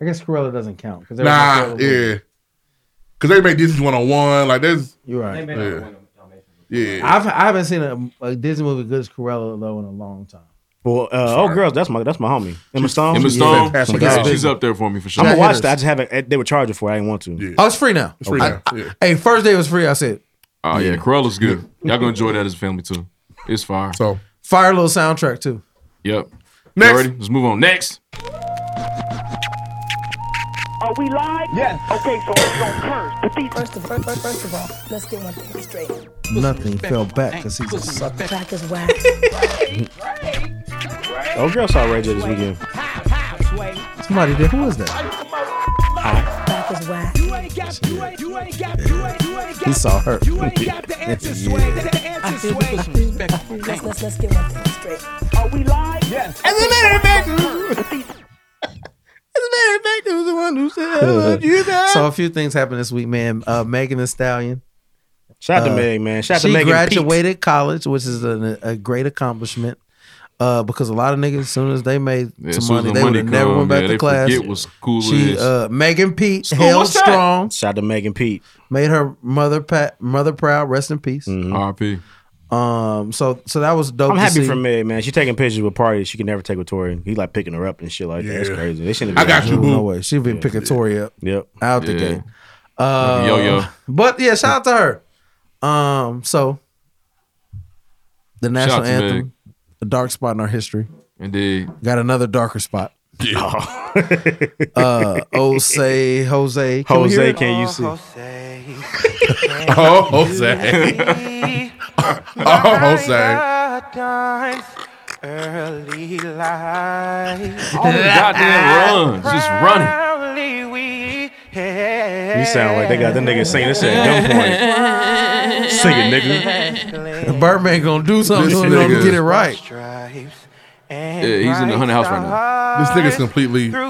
I guess Cruella doesn't count. 'cause there was no Nah, Cruella. yeah. Because they make Disney one on one. Like there's You're right. Yeah. yeah. I've, I haven't seen a, a Disney movie good as Cruella though in a long time. Well, uh, oh, girls, that's my that's my homie. Emma Stone. Emma She's Stone, fantastic. yeah, She's she's up there for me for sure. I'm gonna watch that. I just haven't. They were charging for. it. I didn't want to. Oh, it's free now. It's free now, I- Hey, first day was free. I said, Oh yeah, Cruella's good. Y'all gonna enjoy that as a family too. It's fire. So fire little soundtrack too. yep. Next. Ready? Let's move on. Next. Are we live? Yes. Okay, so we don't curse. But these First of, first, first, first of all, let's get one thing straight. Nothing fell back because he's a sucker. Black is whack. Oh, girl saw Ray J this weekend. Somebody did. Who is that? Black is whack. You ain't got, you ain't, you ain't got, you ain't, you ain't He saw [LAUGHS] her. I feel disrespectful. Let's, let's, let's get one thing straight. Are we live? Yes. As a matter of fact, as a matter of fact, it was the one who said, I [LAUGHS] love you, man. so a few things happened this week, man. Uh, Megan Thee Stallion. Shout out to Meg, man. Shout out to Uh, she Megan Pete. graduated college, which is an, a great accomplishment. Uh, because a lot of niggas, as soon as they made Yeah, as some soon as money, the they money would have never come, went back yeah, to they class. forget what school she, is. Uh, Megan Pete held strong. Shout out to Megan Pete. Made her mother pat, mother proud. Rest in peace. Mm. R.I.P. Um. So so that was dope. I'm to happy see. for Meg, man. She taking pictures with parties she can never take with Tori. He like picking her up and shit like that. That's Yeah. crazy. They shouldn't I have been got out you, here. boo. No way. She been picking Tori up. Yep. Out the Yeah. gate. Uh, Yo, yo. But yeah, shout out to her. Um. So the Shout out national to Meg. anthem, a dark spot in our history. Indeed. Got another darker spot. Yeah. Oh. [LAUGHS] uh, Jose, Jose, can we hear Jose, it? can you see? Oh, [LAUGHS] Jose. [LAUGHS] oh, Jose. Early life. All the goddamn runs, just running. Proudly we You sound like they got them niggas singing this at [LAUGHS] gunpoint. Sing it, nigga. The Birdman gonna do something This to him if he nigga- don't get it right. Yeah, he's in the hundred house right now. This nigga's completely. There's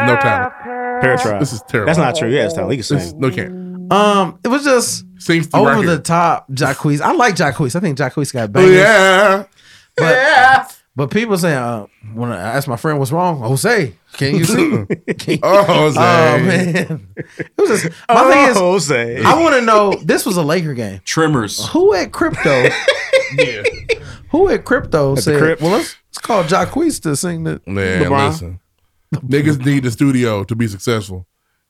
no talent. Paratribe. This is terrible. That's not true. Yeah, it's talent. He can sing. This- No, he can't. Um, it was just Seems Oh, over right the here. top. Jacquees, I like Jacquees. I think Jacquees got bangers. Oh, yeah. but, but people saying uh, when I asked my friend what's wrong, Jose, can [LAUGHS] you sing? Can you- Oh, [LAUGHS] Jose. Oh, man, it was just, my Oh, thing is, Jose. I want to know. This was a Laker game. Trimmers. Who [LAUGHS] at crypto? Who at crypto At the said? Crypt. Well, let's, let's call Jacquees to sing the Man, LeBron. [LAUGHS] listen. Niggas need the studio to be successful.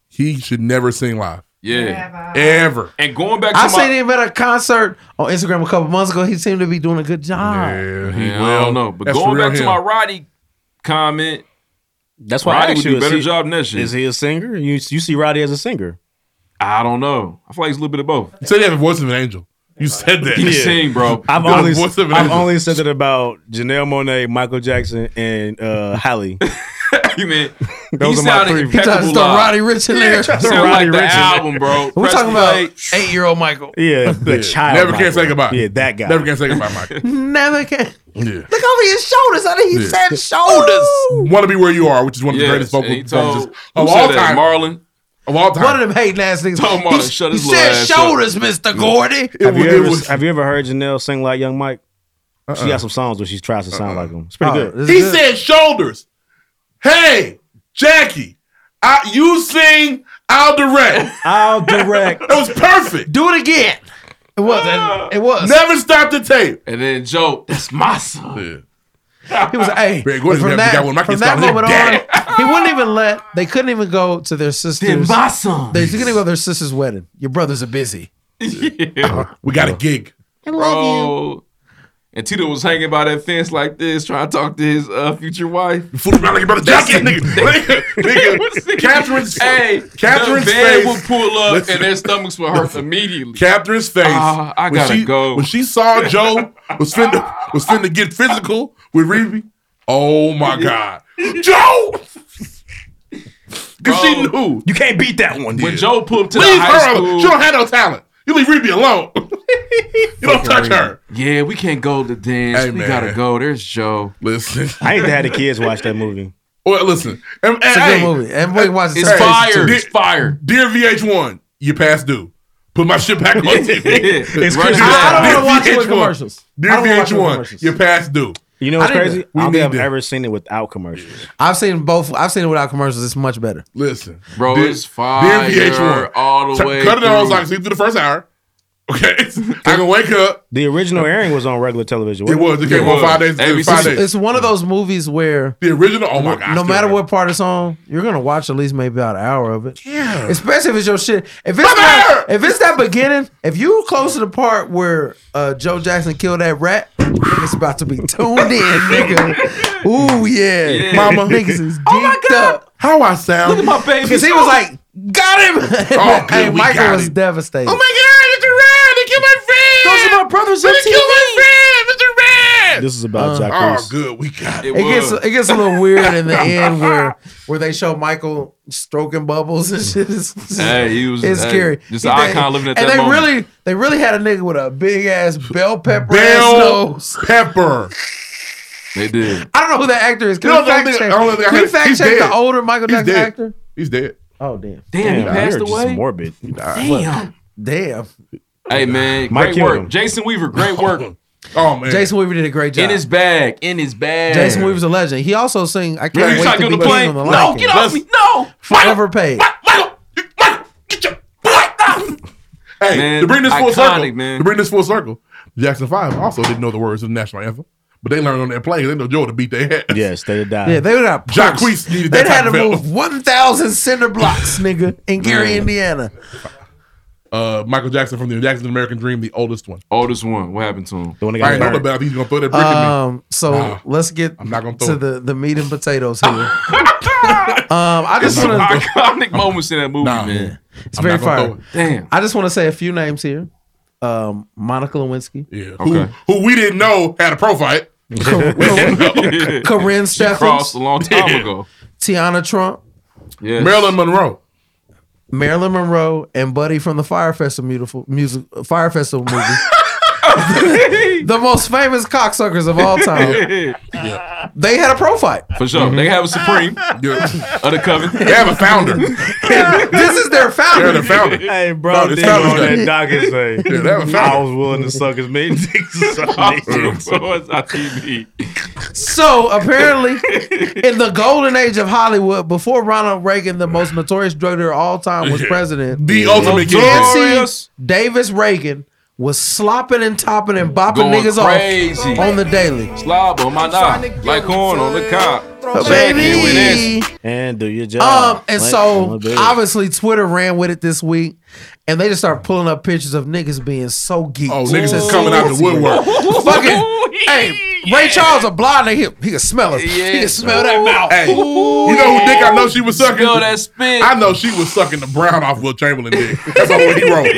He should never sing live. Yeah. Ever. And going back to I my seen him at a concert on Instagram a couple months ago. He seemed to be doing a good job. Yeah, Yeah, I don't know. But going back to my Roddy comment, That's why Roddy I would asked you. do a is better he- job than that shit. Is he a singer? You you see Roddy as a singer? I don't know. I feel like it's a little bit of [LAUGHS] both. You said he had the voice of an angel. You said that. He sing, bro. I've You got only the voice of an I've angel. only said it about [LAUGHS] Janelle Monet, Michael Jackson, and uh [LAUGHS] Halle. you mean He those are my sounded three. impeccable He tried to throw live. Roddy Ricch in Yeah, there. tried to throw Sound Roddy Ricch in there. We talking about eight-year-old Michael. Yeah, the Yeah. child. Never Michael. can't say goodbye. Yeah, that guy. Never can't say goodbye, Michael. [LAUGHS] Never can. Yeah. Look over his shoulders. I think he Yeah. said shoulders. Want to be where you are, which is one of the Yes, greatest vocal and he told- performances who of said all that? time. Marlon. Of all time. One of them hating ass niggas. Tell He- Marlon to shut he his said little ass shoulders, up. Mr. Gordy. Have you, ever, have you ever heard Janelle sing like Young Mike? Uh-uh. She got some songs where she tries to sound like him. It's pretty Oh, good. He said shoulders. Hey, Jackie, I, you sing, [LAUGHS] I'll direct. I'll direct. it was perfect. Do it again. It Ah. was. It was. Never stop the tape. And then Joe, that's my son. He was hey. Man, Gordy's from never that, got one of my from kids that called him [LAUGHS] moment on, he wouldn't even let. They couldn't even go to their sisters. my [LAUGHS] son. They couldn't even go to their sister's wedding. Your brothers are busy. We got a gig. I love you. And Tito was hanging by that fence like this, trying to talk to his uh, future wife. Fool around like a brother [LAUGHS] Jackie, nigga. nigga. Catherine's, Hey, Catherine's the van face. would pull up Listen. and their stomachs would hurt immediately. Catherine's face. Ah, I when gotta she, go. When she saw Joe was finna was finna get physical with Reeve, oh my god, Joe! Because she knew you can't beat that one. When Joe pulled up to leave the high her alone. school, She don't have no talent. You leave Reeve alone. [LAUGHS] you don't touch her. Yeah, we can't go to dance. Hey, we man. gotta go. There's Joe. Listen, [LAUGHS] I hate to have the kids watch that movie. Well, listen, and, It's a hey, good movie. Everybody watches. It's fire. It's fire. Dear VH1, you past due. Put my shit [LAUGHS] back on TV. It's Run Christmas. it I back. don't wanna watch it with Dear VH1, commercials. I Dear don't wanna watch it with VH1, commercials. you past due. You know what's I didn't- crazy? we I don't think need I've to- ever seen it without commercials. I've seen both. I've seen it without commercials. It's much better. Listen, Bro, Dear- it's fire Dear VH1, all the So way. Cut it off. through. so I can sleep through the first hour. [LAUGHS] Okay, I can wake up. The original airing was on regular television. Uh-huh. It was. It came on five days. Five it's, days. it's one of those movies where the original. Oh my god! no matter what part it's on, you're gonna watch at least maybe about an hour of it. Yeah. Especially if it's your shit. If it's that, if it's that beginning, if you close to the part where uh, Joe Jackson killed that rat, [LAUGHS] it's about to be tuned in, nigga. Ooh yeah, Mama. Oh niggas is geeked up. How I sound? Look at my baby. Because he was like, got him. Oh, good, [LAUGHS] hey, we Michael got was it. devastated. Oh my God, Mr. Red, they killed my friend. Those are my brothers. They killed my friend, Mr. Red. [LAUGHS] This is about Jacques Oh, Reese. good, we got It, gets it gets a little weird [LAUGHS] in the end where where they show Michael stroking bubbles and shit. It's, it's- Hey, he was- it's hey, scary. just He- an they- icon living at and that they moment. really they really had a nigga with a big ass bell pepper. ass Bell nose. Pepper. They did. I don't know who that actor is. Can You you know, the fact only check, thing- I don't know if I can heard- we fact he's check dead. the older Michael He's Jackson dead. actor? He's dead. Oh damn! Damn, he Nah, passed you're just away. morbid. Damn. Damn. Hey man, Mike great killed work, him. Jason Weaver. Great work. oh man, Jason Weaver did a great job. in his bag. In his bag. Jason Weaver's a legend. He also sing I Really? can't Shotgun wait to the be plane? king on No, the Lion get King. off me. No. Forever paid. Hey, Man, to bring this full iconic, circle, man. to bring this full circle, Jackson Five also didn't know the words of the national anthem, but they learned on their play. They know Joe to beat their head. Yes, they did die. Yeah, they would have Jacques needed They that had type to of help. move one thousand cinder blocks, nigga, in Gary, Man. Indiana. Uh, Michael Jackson from the Jackson American Dream, the oldest one. Oldest one. What happened to him? The one I ain't know about. He's gonna throw that brick at me. Um, so Nah, let's get I'm not gonna throw to it. the, the meat and [LAUGHS] potatoes here. um, I It's just some want to. iconic moments in that movie, man. It's very fire. Damn. I just want to say a few names here. Um, [LAUGHS] Monica Lewinsky. Yeah. Who, who we didn't know had a [LAUGHS] pro fight. [LAUGHS] Corinne Steffens. crossed a long time ago. Tiana Trump. Yes. Marilyn Monroe. Marilyn Monroe and Buddy from the Fire Festival beautiful music Fire Festival movie. the most famous cocksuckers of all time. They had a pro fight. For sure. They have a [LAUGHS] supreme of the covenant. They have a founder. this is their founder. They're the founder. Hey, No, bro, this this fella was on good. that docket say, [LAUGHS] Yeah, that was I fella. was willing to suck as [LAUGHS] many dicks as I needed. [LAUGHS] so is ITV. So apparently, in the golden age of Hollywood, before Ronald Reagan, the most notorious drug dealer of all time, was Yeah. president, The ultimate kid. Nancy Davis Reagan was slopping and topping and bopping Going niggas crazy. off on the daily. Slob on my knob. Like corn on the cop. But baby. And do your job. Um, and Like, so my bad. obviously Twitter ran with it this week, and they just started pulling up pictures of niggas being so geeked. Oh, niggas is coming out the woodwork. [LAUGHS] [LAUGHS] Oh, Fucking, hey, Ray Charles a blind. He, he can smell it. He can smell that mouth. Hey, you know who dick I know she was sucking? Smell that spit. I know she was sucking the brown off Will Chamberlain dick. That's all he rolled.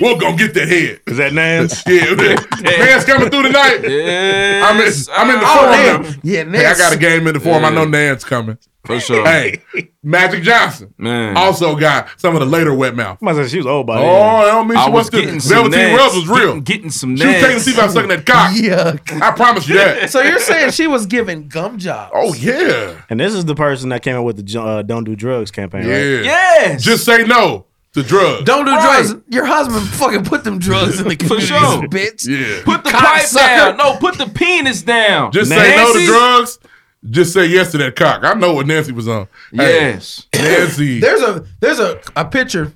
[LAUGHS] We're gonna get that head. Is that [LAUGHS] Nance? Yeah, man's coming through tonight. I'm in, I'm in the Oh, forum now. Yeah, Hey, I got a game in the forum. I Yeah. know Nan's coming. For sure. Hey, Magic Johnson Man. also got some of the later wet mouth. Might as well- She was old by Oh, then. I don't mean I she was was the getting some Velveteen nads. Rose was real. Getting- getting some She was taking a nads. seat by sucking that cock. Yuck. I promise [LAUGHS] you that. So [LAUGHS] you're saying she was giving gum jobs? Oh yeah, And this is the person that came out with the ju- uh, "Don't Do Drugs" campaign, yeah. right? Yes. Just say no to drugs. Don't do Right. drugs. Your husband fucking put them drugs [LAUGHS] in the community, sure. bitch. Yeah. Put the pipe Cocksucker. down. No, put the penis down. Just say no to Nancy's- drugs. Just say yes to that cock. I know what Nancy was on. Hey, Yes. [LAUGHS] Nancy. There's a there's a, a picture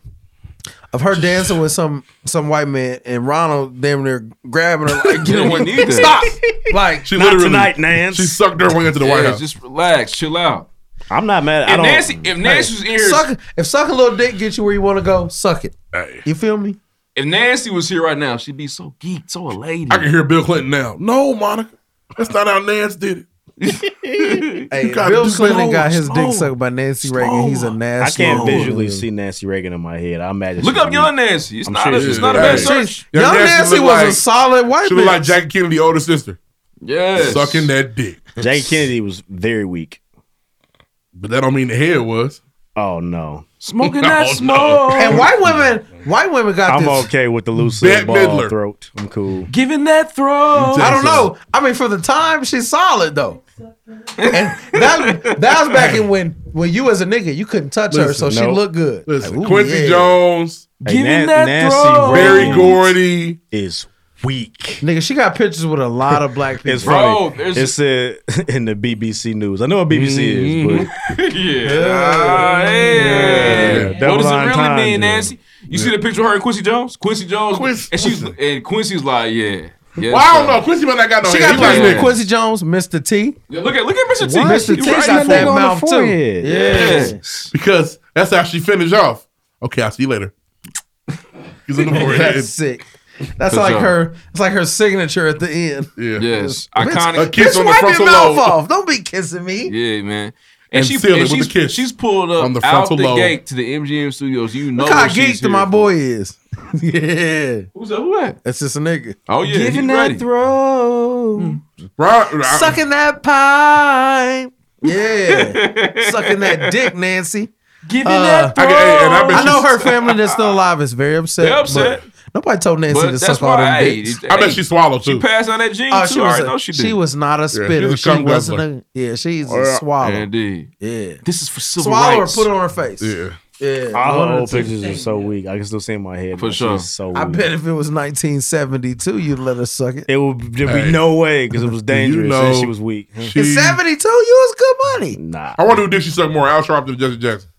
of her dancing with some some white man and Ronald damn near grabbing her like get Yeah, he need away. that. Stop. Like she Not tonight, Nance. She sucked her way into the White Yeah, House. just relax. Chill out. I'm not mad. I If don't. Nancy, if Nancy was here, [LAUGHS] suck if suck a little dick gets you where you want to go, suck it. Hey. You feel me? if Nancy was here right now, she'd be so geeked, so elated. I can hear Bill Clinton now. No, Monica. That's not how Nance did it. Hey, You gotta Bill do Clinton slower, got his dick slower. sucked by Nancy Reagan. He's a I nasty. can't little visually dude. see Nancy Reagan in my head. I imagine. Look she- up young Nancy. It's I'm not. sure a, she it's did. not a Yeah. bad search. Young Nancy looked was a like- solid white She looked bitch. like Jackie Kennedy, older sister, Yes. sucking that dick. Jackie Kennedy was very weak. But that don't mean the head was. Oh no, Smoking No, that no. smoke. and white women, white women got I'm this. okay with the Bette Lucille Ball Midler. throat. I'm cool. Giving that throw. I don't know. I mean, for the time, she's solid though. And that that was back in when when you as a nigga you couldn't touch her, so Listen, she nope. looked good. Listen, Like, ooh, Quincy yeah. Jones, Hey, Giving Nan- that throw. Barry Gordy. is weak. Nigga, she got pictures with a lot of black people. [LAUGHS] It's Bro, funny. there's- It said in the BBC News. I know what BBC is, yeah. Hey. Double What does it really entendre. mean, Nancy? You see the picture of her and Quincy Jones? Quincy Jones. Quincy- And she's and Quincy's like, yeah. Yes, Well, I don't sir. know. Quincy might not got no She head. got He like pictures with nigga. Quincy Jones, Mr. T. Yeah, look at look at Mr. T. Mr. You T right. got that on the mouth too. forehead. Yeah. Yes. Because that's how she finished off. Okay, I'll see you later. [LAUGHS] He's in the forehead. [LAUGHS] That's sick. That's For like sure. her. It's like her signature at the end. Yeah. Yes. Bitch, Iconic. A kiss bitch, on the wipe your frontal mouth lobe. off. Don't be kissing me. Yeah, man. and she, seal it and with she's, a kiss she's pulled up on the out frontal the lobe. gate to the MGM studios. You know Look how what she's geeked here my for. boy is. [LAUGHS] yeah. Who's that? Who that? That's just a nigga. Hmm. Oh yeah, he Giving ready. that throat. Right. Sucking that pipe. Yeah. Sucking that dick, Nancy. Giving that I can- hey, and I bet Uh, I you- know her family that's still alive is very upset. They're upset. but Nobody told Nancy But to that's suck all why, them hey, dicks. I bet she swallowed too. passed on that gene Oh, too. she I was, already a, know she she, did. was not she a was spitter. a she cum wasn't guzzler. a yeah. She's Yeah. a swallow. Indeed. Yeah. This is for civil swallow rights. or put it on her face. Yeah. All One her of old the two. pictures are so weak. I can still see in my head. For man. She's sure. So Oh. I weak. bet if it was 1972, you'd let her suck it. It would there'd be no way because [LAUGHS] it was dangerous. know and she was weak. In 72, you was good money. Nah. I wonder who did she suck more, Al Sharpton or Jesse Jackson?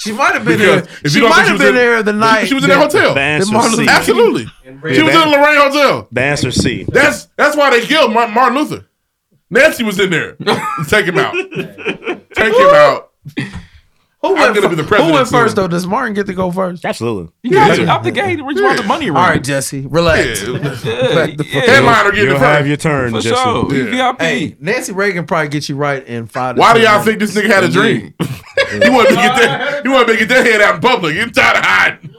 She might have been Because there. if She you don't think might have she was been in- there the she night. was in that hotel. The answer Martin C. Luther- Absolutely. She was in the Lorraine Hotel. The answer C. That's that's why they killed Mar- Martin Luther. Nancy was in [LAUGHS] there. Take him out. Take him out. I'm Who went, gonna be the fir- who president went first soon. though? Does Martin get to go first? Absolutely. out the gate. Where's all the money? All Right. right, Jesse, relax. Yeah. Back the fuck Yeah. up. Headliner get You'll the first. have your turn, For Jesse. sure. You VIP. Hey, Nancy Reagan probably get you right in five. to Why do ten [LAUGHS] y'all think minutes. this nigga had a dream? [LAUGHS] he wanted to get that. He wanted to get that head out in public. He's tired of hiding.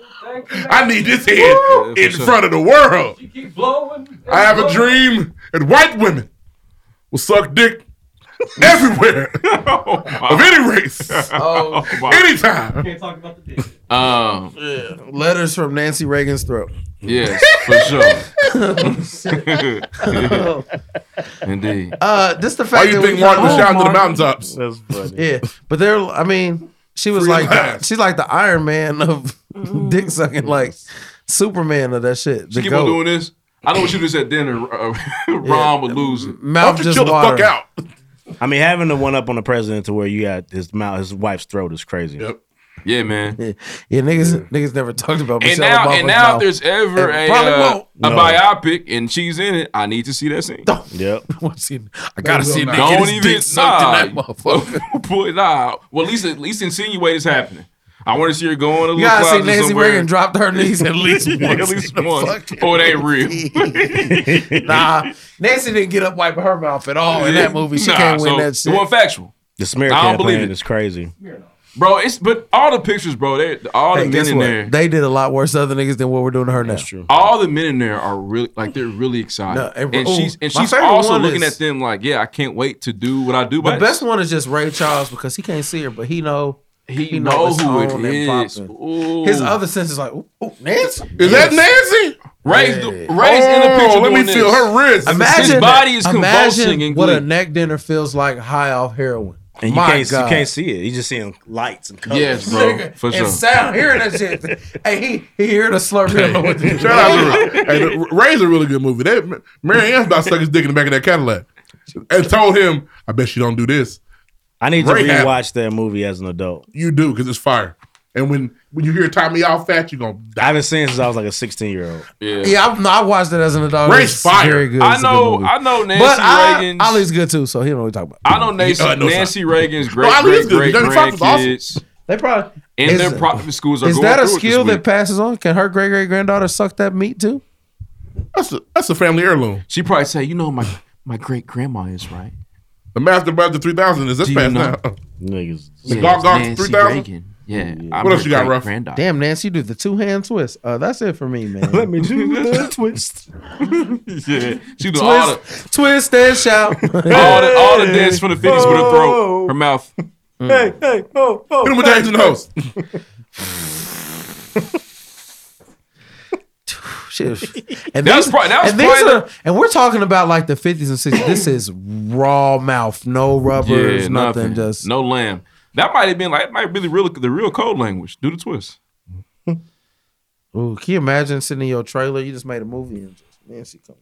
I need this head in sure. front of the world. Keep blowing. I have a dream that white women will suck dick everywhere of any race, Oh, my. anytime. Can't talk about [LAUGHS] the dick. Um, [LAUGHS] Letters from Nancy Reagan's throat. Yes, for sure. [LAUGHS] [LAUGHS] Indeed. Uh, this the Why fact you that think we- Martin was Oh, shouting to the Martin. mountaintops? That's funny. Yeah, but they're. I mean, she was Free like at the, she's like the Iron Man of Mm. [LAUGHS] dick sucking, like Superman of that shit. She The keep goat. on doing this. I know what you just said dinner. Uh, [LAUGHS] Ron would lose it. Mouth just water. I mean, having the one up on the president to where you got his mouth, his wife's throat is crazy. Yep. Yeah, man. Yeah, yeah niggas, niggas never talked about And Michelle now, Obama's and now, mouth. if there's ever And a probably uh, won't. a No. biopic and she's in it, I need to see that scene. Yep. [LAUGHS] I gotta see Don't Nick get his even- dick sucked in that nah. [LAUGHS] motherfucker. Boy, nah. Well, at least at least insinuate it's happening. I want to see her going a little You gotta see closet Nancy somewhere. [LAUGHS] Reagan drop to her knees at least once. Yeah, at [LAUGHS] least in the once. fucking Oh, it ain't real. [LAUGHS] nah, [LAUGHS] Nancy didn't get up wiping her mouth at all Oh, in that movie. [LAUGHS] She Nah, can't win so that shit. It wasn't factual, The smear I don't believe campaign it. is crazy. bro. It's but all the pictures, bro. They, all the Hey, men guess in what? there, They did a lot worse to other niggas than what we're doing to her now. That's true. all the men in there are really like they're really excited, No, and, and- ooh, she's and my she's favorite also one looking is- at them like, yeah, I can't wait to do what I do. The But best one is just Ray Charles because he can't see her, but he know he, know know it's who on it and is. popping. Ooh. His other sense is like, ooh, ooh, Nancy. Is that Nancy? Oh, Ray's, Yeah. Oh, Ray's in the picture. let me doing feel this. her wrist. [LAUGHS] Imagine His body is imagine convulsing and what a glee. neck dinner feels like high off heroin. And you My can't God. you can't see it. You just seeing lights and colors. Yes, [LAUGHS] bro. For and sure. sound hearing that shit. hey, he he hear the [LAUGHS] slurp. He don't know what to do. Shout out to Ray. Hey, the- Ray's a really good movie. They, Mary Ann's about to suck his dick in the back of that Cadillac, and told him, "I bet you don't do this." I need Ray to had- rewatch that movie as an adult. You do because it's fire. And when when you hear Tommy all fat, you gonna I haven't seen it since I was like a sixteen year old. Yeah. Yeah, I, no, I watched it as an adult. Ray's It's fire. Very good. I It's a good know- movie. I know Nancy but I, Reagan's- Ollie's good too, so he know what we talking about. I know Nancy, Uh, no, it's Nancy Reagan's great No, I great believe great it. Jamie Foxx was awesome. grandkids, They probably and Is- their private schools are Is going that a through it this skill week. that passes on? Can her great great granddaughter suck that meat too? That's a, that's a family heirloom. She probably say, "You know, my my great grandma is right." The Master Budget 3000 is this Do you fast know? now. Niggas. The Yeah, Gog Gog Nancy 3000. Reagan. Yeah, I'm What else her you got, great Ruff? granddaughter. Damn, Nancy, you do the two hand twist. Uh, that's it for me, man. [LAUGHS] Let me do the [LAUGHS] twist. Yeah, she do twist, all the twist and [LAUGHS] shout. [LAUGHS] all the, all the dance from the fifties with her throat, her mouth. Hey, hey, oh, oh. Hit him with James and the host. Shit. That's these- probably- that was and these probably are- and we're talking about like the fifties and sixties. this is raw mouth, no rubbers, Yeah, nothing. nothing, Just no lamb. That might have been like it might be the real the real code language. Do the twist. Ooh, can you imagine sitting in your trailer? You just made a movie and just Nancy come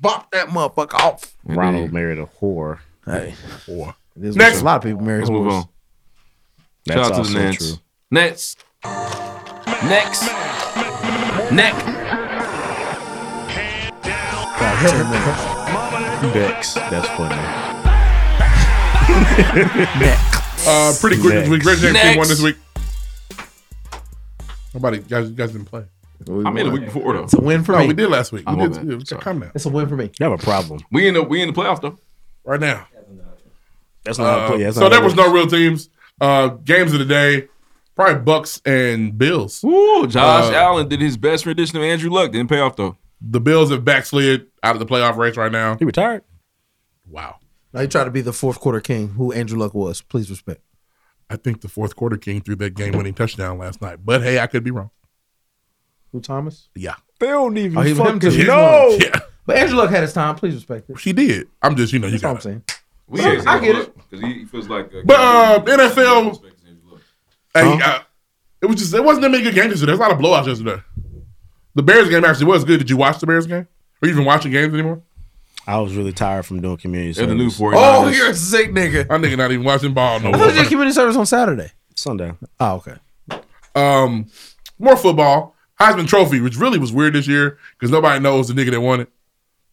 bop that motherfucker off. Ronald married a whore. Hey. Whore. This Next. Next, a lot of people marry Let's move whores. on. Shout out to the Nance. true. Nance. Next. Neck. Bex. That's funny. Uh, pretty quick. Next. Next. Great James Next. team won this week. Nobody, you guys, you guys didn't play. I made it the week before though. It's a win for no, me. we did last week. Oh, We my did. bad. yeah, Come now. It's a win for me. You have a problem. We in the we in the playoffs though. Right now. That's not how I Uh, play. That's so not how there I was play. no real teams. Uh, games of the day, probably Bucks and Bills. Ooh, Josh Uh, Allen did his best rendition of Andrew Luck. Didn't pay off though. The Bills have backslid out of the playoff race right now. He retired. Now you try to be the fourth quarter king, who Andrew Luck was. Please respect. I think the fourth quarter king threw that game winning touchdown last night. But hey, I could be wrong. Who Thomas? Yeah. They don't even fucking no. know. [LAUGHS] Yeah. But Andrew Luck had his time. Please respect it. She did. I'm just, you know, you got saying. We Well, asked I him get about Luck, 'cause he, he feels like. uh, But uh, NFL, hey, uh, it was just it wasn't that many good games yesterday. There's a lot of blowouts yesterday. The Bears game actually was good. Did you watch the Bears game? Are you even watching games anymore? I was really tired from doing community They're service. the new 49ers. Oh, you're a sick nigga. My nigga not even watching ball no I [LAUGHS] thought you more. did community service on Saturday. Sundown. Oh, okay. Um, more football. Heisman Trophy, which really was weird this year because nobody knows the nigga that won it.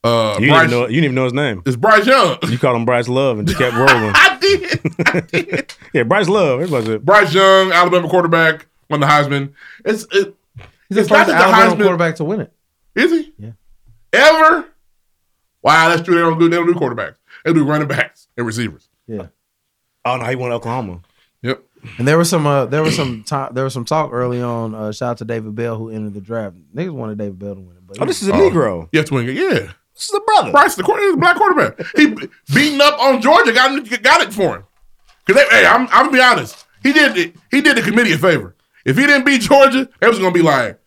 Uh, You didn't, Bryce, even know, you didn't even know his name. It's Bryce [LAUGHS] Young. You called him Bryce Love and just [LAUGHS] kept rolling. I did. yeah, Bryce Love. Everybody's it. Bryce Young, Alabama quarterback, won the Heisman. It's it, He's the it's not first that Alabama the Heisman quarterback to win it. Is he? Yeah. Ever? Wow, that's true. They don't do they don't do quarterbacks. They do running backs and receivers. Yeah. Oh no, he won Oklahoma. Yep. And there was some uh, there was some time there was some talk early on. Uh, shout out to David Bell who entered the draft. Niggas wanted David Bell to win it. But Oh, this is a Negro. Yeah, twin. Yeah. This is a brother. Bryce, the quarter, black quarterback. He b- beating up on Georgia. Got him- got it for him. Cause they, hey, I'm I'm gonna be honest. He did it. He did the committee a favor. If he didn't beat Georgia, they was gonna be like,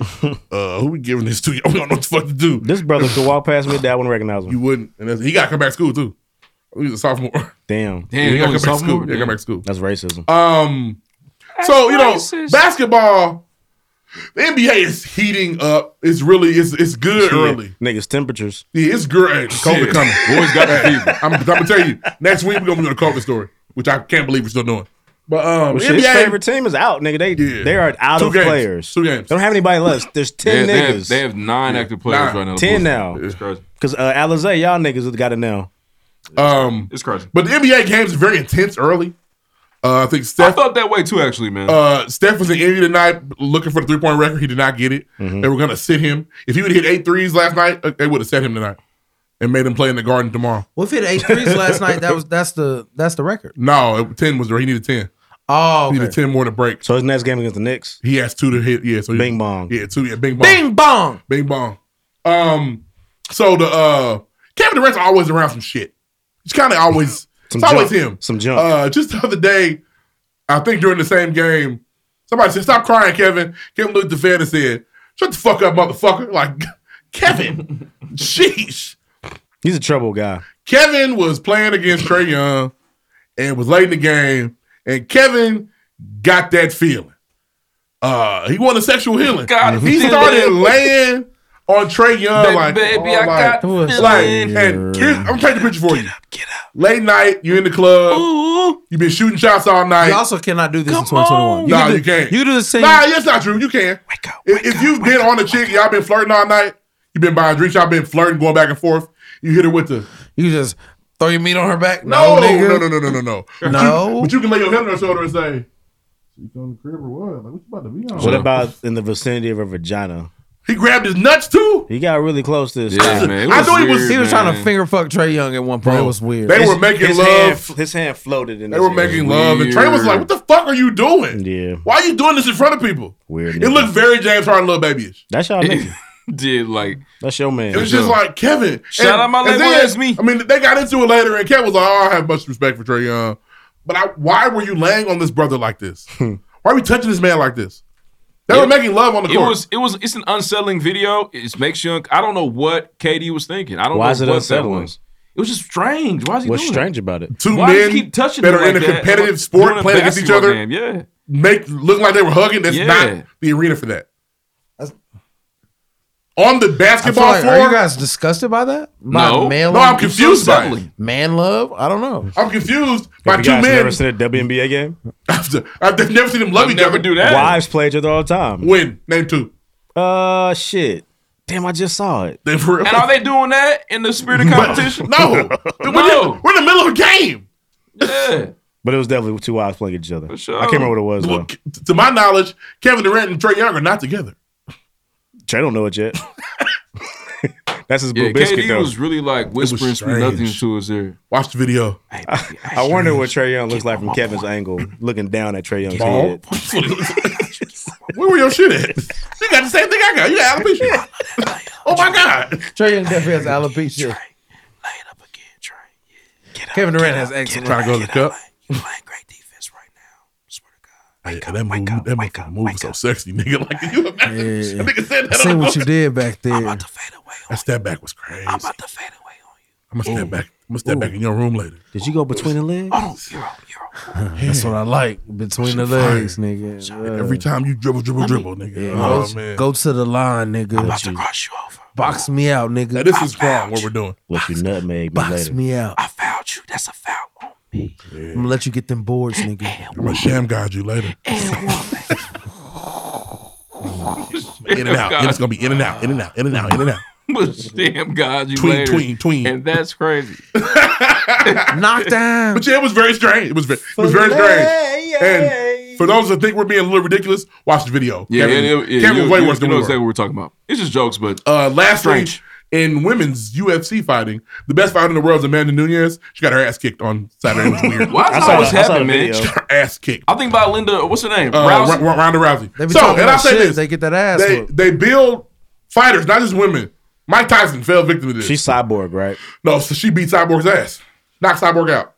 uh, who we giving this to? We don't know what the fuck to do. This brother could walk past me, dad wouldn't recognize him. You wouldn't. And that's, he got to come back to school too. He's a sophomore. Damn. Yeah, he got to come back to school. Yeah, come back to school. That's racism. Um, so you know, basketball, the NBA is heating up. It's really it's it's good early. Niggas temperatures. Yeah, it's good. Hey, COVID Shit. coming. Boys got the fever. [LAUGHS] I'm, I'm gonna tell you next week we're gonna be doing a COVID story, which I can't believe we're still doing. But um, Well, shit, his NBA favorite team is out, nigga. They they are out Two of games. players. Two games. They don't have anybody left. There's ten They- they have- niggas. they have nine active players right now. Bullshit. Ten now. It's crazy. Because uh, Alizé, y'all niggas have got it now. Um, it's crazy. But the NBA games are very intense early. Uh, I think Steph. I felt that way too, actually, man. Uh, Steph was in Indy tonight looking for the three point record. He did not get it. Mm-hmm. They were going to sit him. If he would have hit eight threes last night, uh, they would have set him tonight and made him play in the garden tomorrow. Well, if he had eight threes last night, that was that's the that's [LAUGHS] the record. No, it- 10 was there. He needed 10. Oh, He needed 10 more to break. So his next game against the Knicks? He has two to hit. Yeah, so he- Bing bong. Yeah, two. Yeah, bing bong. Bing bong. Bing bong. Um, so the uh, Kevin Durant's always around some shit. It's kind of always. Some it's always junk. him. Some junk. Uh, just the other day, I think during the same game, somebody said, "Stop crying, Kevin." Kevin looked at the fan and said, "Shut the fuck up, motherfucker!" Like [LAUGHS] [LAUGHS] Kevin, sheesh. He's a trouble guy. Kevin was playing against Trey Young and was late in the game, and Kevin got that feeling. Uh, he wanted sexual healing. Got he feeling. started laying on Trey Young Baby, like, baby, I like, got feeling. like, and here's, I'm taking a picture for you. Late night, you're in the club. You've been shooting shots all night. You also cannot do this in Come on. 2021. Nah, can do- you can't. You can do the same. Nah, that's not true. You can. if if you've been on a chick, y'all been flirting all night, you've been buying drinks, y'all been flirting, going back and forth, you hit her with the. You just throw your meat on her back? No, No, nigga. no, no, no, no, no, no. But you- No. But you can lay your hand on her shoulder and say, you on the crib or what? Like, what you about to be on? What about in the vicinity of her vagina? He grabbed his nuts too. He got really close to his. I- I thought he was he was trying to finger fuck Trey Young at one point. Bro, it was weird. they were making his love. Hand, his hand floated in. They his were ear. making love, and Trey was like, what the fuck are you doing? Yeah, Why are you doing this in front of people? weird. It looked very James Harden, little babyish. That's y'all nigga. Did like that's your man. It was just like Kevin. Shout out my label, that's me. I mean, they got into it later, and Kevin was like, "Oh, I have much respect for Trey Young, but I, why were you laying on this brother like this? why are we touching this man like this? They were making love on the Hmm. It court. was it was it's an unsettling video. It's makes you I don't know what KD was thinking. I don't Why know is it what unsettling? that was. It was just strange. Why is he What's doing strange that? about it? Two Why men does he keep touching that them are in a like that? competitive Like, sport doing a playing against each basketball other. game, Yeah, make look like they were hugging. That's Yeah. not the arena for that. on the basketball I feel floor. like- Are you guys disgusted by that? By No. man No, love? I'm confused by it. Man love? I don't know. I'm confused by you two guys men. never seen a WNBA game? [LAUGHS] I've never seen them love each other. Wives play each other all the time. When name two. [LAUGHS] Uh, shit. Damn, I just saw it. They for And are they doing that in the spirit of competition? [LAUGHS] no, no. We're in the middle of a game. Yeah. But it was definitely two wives playing each other. sure. I can't remember what it was though. To my knowledge, Kevin Durant and Trey Young are not together. [LAUGHS] Trey don't know it yet. That's his blue yeah, biscuit KD though. was really like whispering some nothing to his ear. Watch the video. I, I wonder what Trey Young looks like from Kevin's angle, looking down at Trey Young's Ball? Oh. head. [LAUGHS] Where were your shit at? You got the same thing I got. You got alopecia. [LAUGHS] oh my god. Trey Young [LAUGHS] definitely has alopecia. Kevin Durant has excellent. Trying to go to the cup. Playing great defense right now. Swear to God. that move, that motherfucker move was so sexy, nigga. Like can you imagine? That nigga said that. See on what the- you did back there. That step back was crazy. I'm about to fade away on you. I'm gonna step back. I'm gonna step Ooh. back in your room later. Did you go between the legs? Oh, That's what I like. Between the Shit fire. legs, nigga. Every time you dribble, dribble, dribble, nigga. Yeah, oh go, man. go to the line, nigga. I'm about to cross you over. Box me out, nigga. Now, this is wrong. What we're doing? Let you nutmeg me Box later. me out. I fouled you. That's a foul on me. I'm gonna let you get them boards, nigga. I'm gonna sham guide you [LAUGHS] later. in and out. And it's gonna be in and out. In and out. In and out. In and out. [LAUGHS] But damn God, you Tween, later. tween, tween. and that's crazy. Knockdown. But yeah, it was very strange. It was very, it was very strange. And for those that think we're being a little ridiculous, watch the video. Yeah, Kevin, yeah, yeah, Kevin you- was way you- worse you than know we exactly were. what we're talking about. It's just jokes, but Uh, last Strange. strange. in women's UFC fighting, the best fighter in the world is Amanda Nunez. She got her ass kicked on Saturday. It was [LAUGHS] weird. Well, I don't I know saw- what's I saw happened, the man. video. She got her ass kicked. I think about Linda. What's her name? Uh, Rousey? R- Ronda Rousey. They be so, talking and I about say shit. this: They get that ass. they, whooped. they build fighters, not just women. Mike Tyson fell victim to this. She's cyborg, right? No, so she beat Cyborg's ass. Knocked Cyborg out.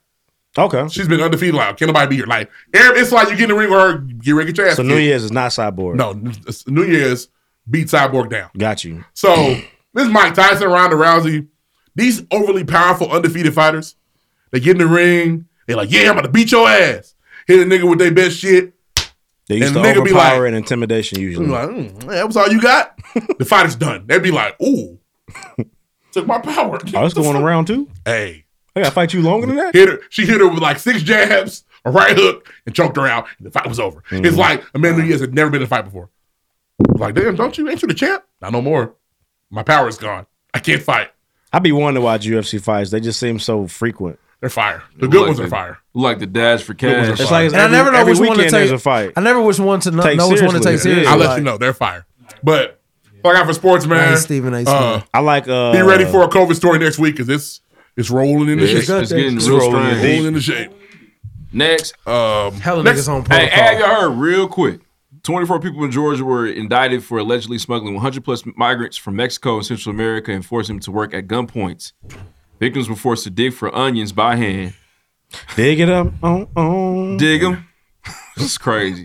Okay. She's been undefeated. Like, can nobody beat her? Like, every- it's like you get in the ring with her, get ready to get your ass So kicked. New Year's is not cyborg. No, New Year's beat Cyborg down. Got you. So [CLEARS THROAT] this is Mike Tyson, Ronda Rousey. These overly powerful, undefeated fighters. They get in the ring. They like, yeah, I'm about to beat your ass. Hit a nigga with their best shit. They And used to the nigga overpower be like- and intimidation usually. I'm like, mm, that was all you got. [LAUGHS] the fight is done. They'd be like, ooh, [LAUGHS] took my power. I was Oh, going around too. Hey, I gotta fight you longer than [LAUGHS] that. hit her. She hit her with like six jabs, a right hook, and choked her out. And the fight was over. It's like Amanda Nunes had never been in a fight before. Like, damn, don't you? Ain't you the champ? Not no more. My power is gone. I can't fight. I'd be wanting to watch UFC fights. They just seem so frequent. They're fire. The good Like ones the- are fire. Like the dash for Good ones are cash. fire. It's And like- I Every- never know every which one to weekend take. there's a fight. I never which one to know, Take know which one to take seriously. seriously. Yeah. I'll let you Like, know. They're fire. But like I got for sports, man. Nice, Stephen A. Smith. uh, I like. Uh, be ready for a COVID story next week because it's it's rolling in the Yeah, shape. it's- it's getting real rolling, strange. rolling in the shape. Next. Um, Hella next- niggas on Hey, protocol. have y'all heard real quick? 24 people in Georgia were indicted for allegedly smuggling 100 plus migrants from Mexico and Central America and forcing them to work at gunpoint. Victims were forced to dig for onions by hand. Dig it up. On, on. Dig them. [LAUGHS] this is crazy.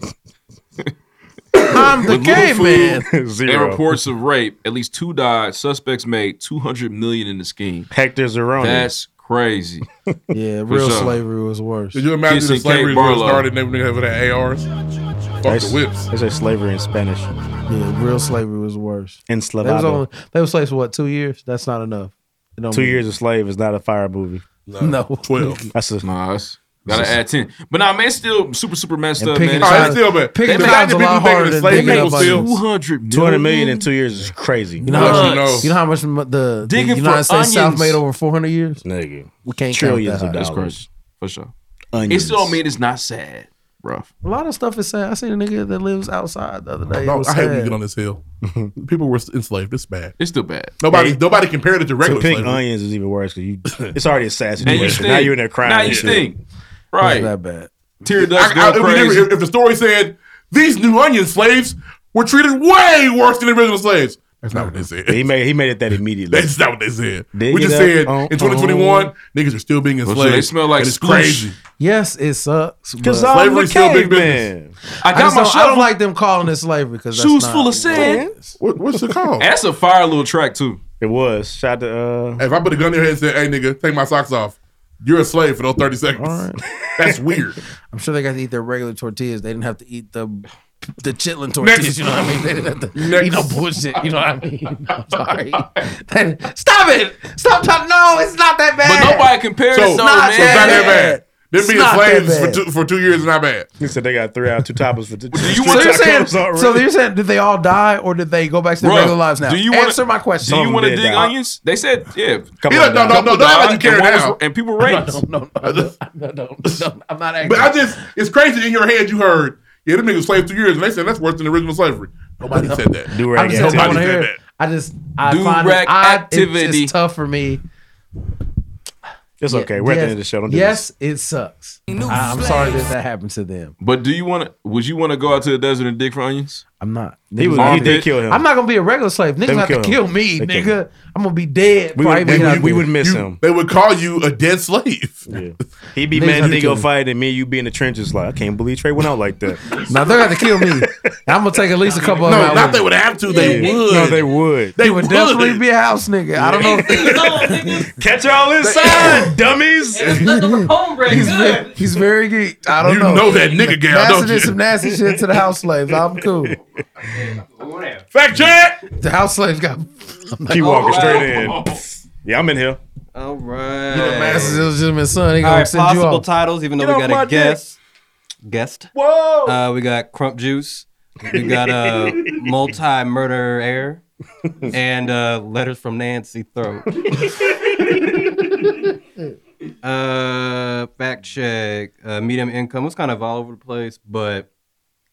I'm the With little game food man. And [LAUGHS] Zero. reports of rape. At least two died. Suspects made 200 million in the scheme. Hector Zeroni. That's crazy. Yeah, For real sure. slavery was worse. Could you imagine Kissing if slavery Kate really Barlow. started and they would have that ARs? They Fuck the s- whips. They say slavery in Spanish. Yeah, real slavery was worse. In They was only Slovakia. they was slaves for what two years? That's not enough. It don't Two mean- years a slave is not a fire movie. No, [LAUGHS] twelve. That's a. Nah, that's, gotta add 10. But nah, man, it's still super, super messed And up, picking man. No, it's Nah, still bad. picking Imagine times a people lot thinking harder the than slave picking people up still- onions. 200 Two hundred million. million in two years is crazy. You know, how Nuts. much, you know how much m- the, the Digging for United States South onions. made over four hundred years. Nigga, We can't trillions count of that. high. dollars. That's crazy. For sure. It Onions. still don't mean it's not sad, rough. A lot of stuff is sad. I seen a nigga that lives outside the other day. No, it was I hate when you sad. get on this hill. [LAUGHS] People were enslaved. It's bad. It's still bad. Nobody, nobody compared it to to regular pick slavery. onions is even worse because you. It's already a And sad you situation. stink. now you're in there crying. Now and you shit. stink. It was Right. that bad. Tear I- ducts I- go it would never- crazy. if, if the story said these new onion slaves were treated way worse than the original slaves, that's not what they said. He made he made it that immediately. [LAUGHS] That's not what they said. Dig we it just up, said um, in 2021, niggas are still being Well, enslaved. so they smell like and it's sploosh. crazy. Yes, it sucks. but- [LAUGHS] Cause I'm the Slavery's still big caveman. I I, got just my don't, I don't shovel. like them calling it slavery because Shoes full of sand. What, what's it [LAUGHS] called? That's a fire little track too. It was shot to. Uh, if I put a gun in your head and said, "Hey, nigga, take my socks off," you're a slave for those 30 seconds. [LAUGHS] That's [LAUGHS] weird. I'm sure they got to eat their regular tortillas. They didn't have to eat the the chitlin tortillas. Next. You know what I mean? They didn't have to eat Next. no bullshit. You know what I mean? [LAUGHS] I'm sorry. They- Stop it! Stop talking. No, it's not that But bad. nobody compares So, though, so not man. it's not that bad. bad. Them It's being not that slaves for bad. two, for two years is not [LAUGHS] bad. he said they got three out, two toppers for two. Do you So want you're to saying? So you're saying? Did they all die, or did they go back to their Bruh, regular lives now? do you wanna- answer my question? Do you Some want to did dig die. onions? They said, yeah. Come You on, don't- no, dog. no, no, no, not like you care and, one was- now. and people [LAUGHS] raped. no, no, no, no, no, no, I'm not asking. But I just, it's crazy in your head you heard, yeah, them niggas slaves two years, and they said that's worse than original slavery. Nobody said that. Do I'm rag just saying, Nobody I want to said hear. that. I just I Do find rag it odd. It's- It's, activity. tough for me. It's Yeah, okay. We're at the yes- end of the show. Don't do yes, it sucks. I, am sorry that slaves. that happened to them. But do you want to? Would you want to go out to the desert and dig for onions? Oh I'm not. He was. He did kill him. I'm not gonna be a regular slave. They Niggas would have to kill him. kill me, They nigga. kill I'm gonna be dead. We for would- even we out would- we there. would miss him. They would call you a dead slave. He be Niggas mad have they to go kill him. fight and me and you be in the trenches like I can't believe Trey went out like that. [LAUGHS] Now they're gonna kill me. I'm gonna take at least a couple of No, them out not with they me. would have to, they Yeah. would. No, they would. They They would would. definitely be a house nigga. I don't know. Catch y'all [LAUGHS] inside, dummies. [LAUGHS] he's, very, [LAUGHS] he's very geek. I don't You know. know that nigga gal, Nasty don't did you? some nasty shit to the house slaves. I'm cool. Fact check. The house slaves got. Keep walking straight in. Yeah, I'm in here. All right. You know, Masters illegitimate son. He All gonna right, send you possible off. titles, even though Get we off got my a guest. Guest. Whoa. Uh, we got Crump Juice. We got uh, Multi Murder Air. And uh, Letters from Nancy Throat. uh, fact check. Uh, medium income was kind of all over the place, but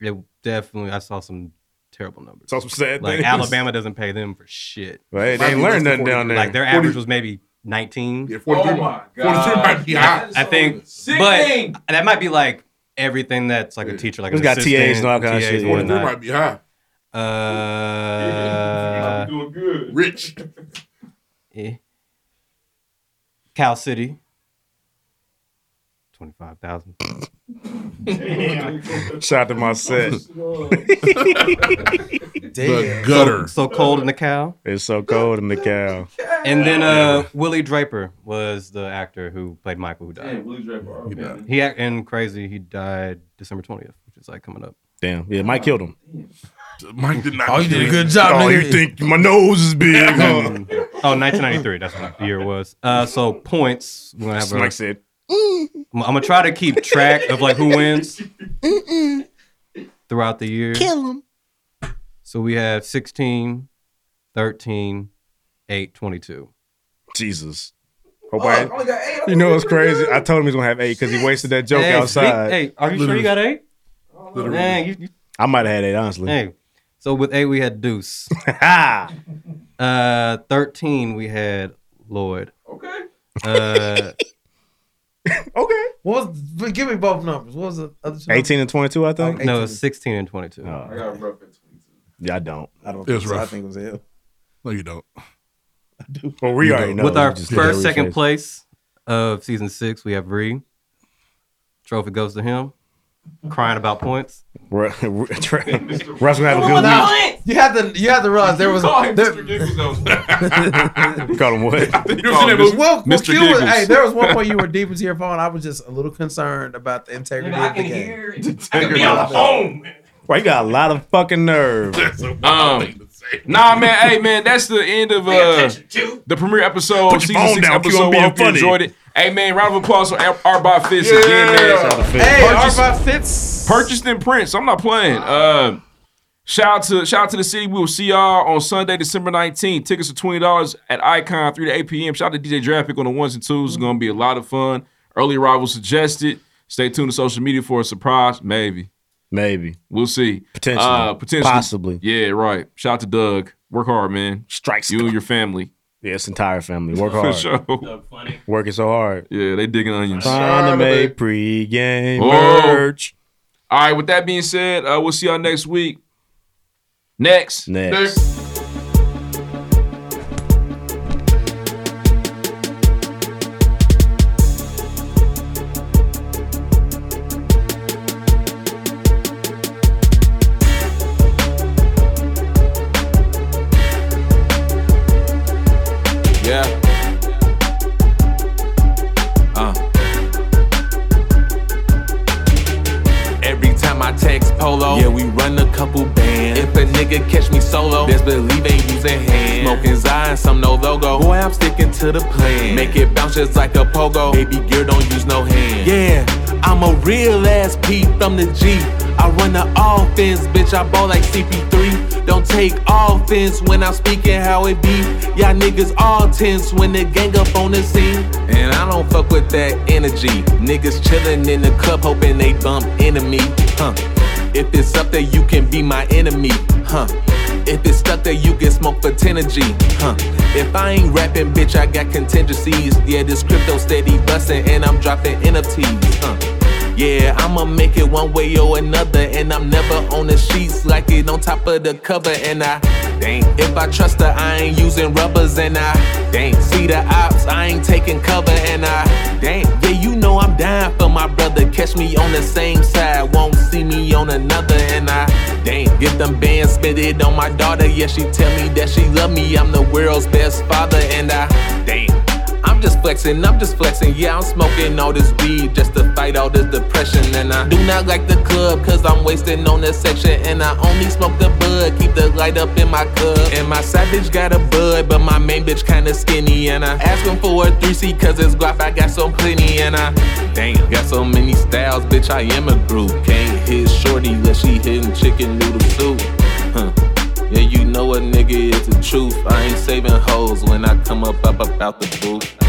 it definitely, I saw some terrible numbers. Saw some sad Like, things. [LAUGHS] Alabama doesn't pay them for shit. Right, they ain't learned nothing down there. Like, their 40 average was maybe 19. Yeah, 43 Oh my might- 43 God. might be high. I think, Sick but thing. that might be like everything that's like a teacher, like It's an got TAs assistant, and all kinda TAs shit, and yeah. whatnot. Might be high. Uh, doing good. Rich. eh. Cal City. 25,000. Shout out to my set. The So, gutter. so cold in the cow. It's so cold in the cow. And then uh, Willie Draper was the actor who played Michael, who died. Yeah, Willie Draper, R.I.P. Yeah. He act and crazy. He died December twentieth, which is like [LAUGHS] coming up. Damn. Yeah, Mike killed him. Mike did not. Oh, you did a good job, Oh, nigga. you think my nose is big, huh? oh, 1993. That's what the year was. Uh, so points. We're gonna have Mike said. I'm gonna try to keep track of like who wins throughout the year. him. So we have 16, 13, 8, 22. Jesus. Hope I- you know it's crazy. I told him he's gonna have eight because he wasted that joke Hey, outside. hey, are you sure you got eight? Dang, you, you- I might have had eight honestly. Hey, so with eight we had [LAUGHS] Deuce. uh, thirteen we had Lloyd. Okay. [LAUGHS] Uh, Okay. What was, but give me both numbers. What was the other two? 18 and 22, I think. no, sixteen and twenty-two. Oh. I got a rough Yeah, I don't. [LAUGHS] I don't It think was so. I rough. think it was hell. No, you don't. Well, we already know. With our Just first, get that second rephrase. place of season six, we have Ree. Trophy goes to him. Crying about points. Russ gonna have Well, now, a You had to you had to realize there was Call him there, Mr. [LAUGHS] good week. [LAUGHS] Call him what? Oh, Well, well, Mr. you was- Giggles. hey, there was one point you were deep into your phone. I was just a little concerned about the integrity of the game. I can be on the phone. Bro, you got a lot of fucking nerve. Um, nah, man. Hey, man. That's the end of uh, the premiere episode, Put your season phone six down, Q, episode. I'm We being hope you funny. enjoyed it. Hey, man. Round of applause for Ar- Arba Fitz again, man. Hey, Purchase- R5 Fitz. Purchased in prints. I'm not playing. Uh, shout out to shout out to the city. We will see y'all on Sunday, December 19th. Tickets are twenty dollars at Icon, three to eight p.m. Shout out to DJ Drapic on the ones and twos. It's gonna be a lot of fun. Early arrival suggested. Stay tuned to social media for a surprise, maybe. Maybe we'll see. Uh, Potentially. potentially, Possibly. Yeah, right. Shout out to Doug. Work hard, man. Strikes you and your family. Yeah, it's entire family. Work For [LAUGHS] hard. sure. Working so hard. Yeah, they digging onions. Trying to make pregame Whoa. merch. All right. With that being said, uh, we'll see y'all next week. Next. Next. Yeah. Uh. Every time I text Polo, yeah, we run a couple bands. If a nigga catch me solo, best believe ain't using hands. Smoking Zion, some no logo. Boy, I'm sticking to the plan. Make it bounce just like a pogo. Baby girl, don't use no hand. Yeah, I'm a real ass peep from the G. I run the offense, bitch. I ball like CP3. Don't take offense when I'm speaking how it be. Y'all niggas all tense when the gang up on the scene. And I don't fuck with that energy. Niggas chillin' in the club hoping they bump enemy. Huh. If it's up there, you can be my enemy, huh? If it's stuck there, you can smoke for 10 a G, huh? If I ain't rapping, bitch, I got contingencies. Yeah, this crypto steady bustin', and I'm dropping NFTs, huh? Yeah, I'ma make it one way or another, and I'm never on the sheets like it on top of the cover. And I, dang, if I trust her, I ain't using rubbers. And I, dang, see the ops, I ain't taking cover. And I, dang, yeah, you know I'm dying for my brother. Catch me on the same side, won't see me on another. And I, dang, get them bands, spit it on my daughter. Yeah, she tell me that she love me, I'm the world's best father. And I, dang. I'm just flexing, I'm just flexing. Yeah, I'm smoking all this weed just to fight all this depression. And I do not like the club, cause I'm wasting on this section. And I only smoke the bud, keep the light up in my cup. And my side bitch got a bud, but my main bitch kinda skinny. And I ask him for a 3C, cause it's guap, I got so plenty. And I, damn, got so many styles, bitch, I am a group. Can't hit shorty, unless she hitting chicken noodle soup. Huh. Yeah, you know a nigga is the truth. I ain't saving hoes when I come up, up, up out the booth.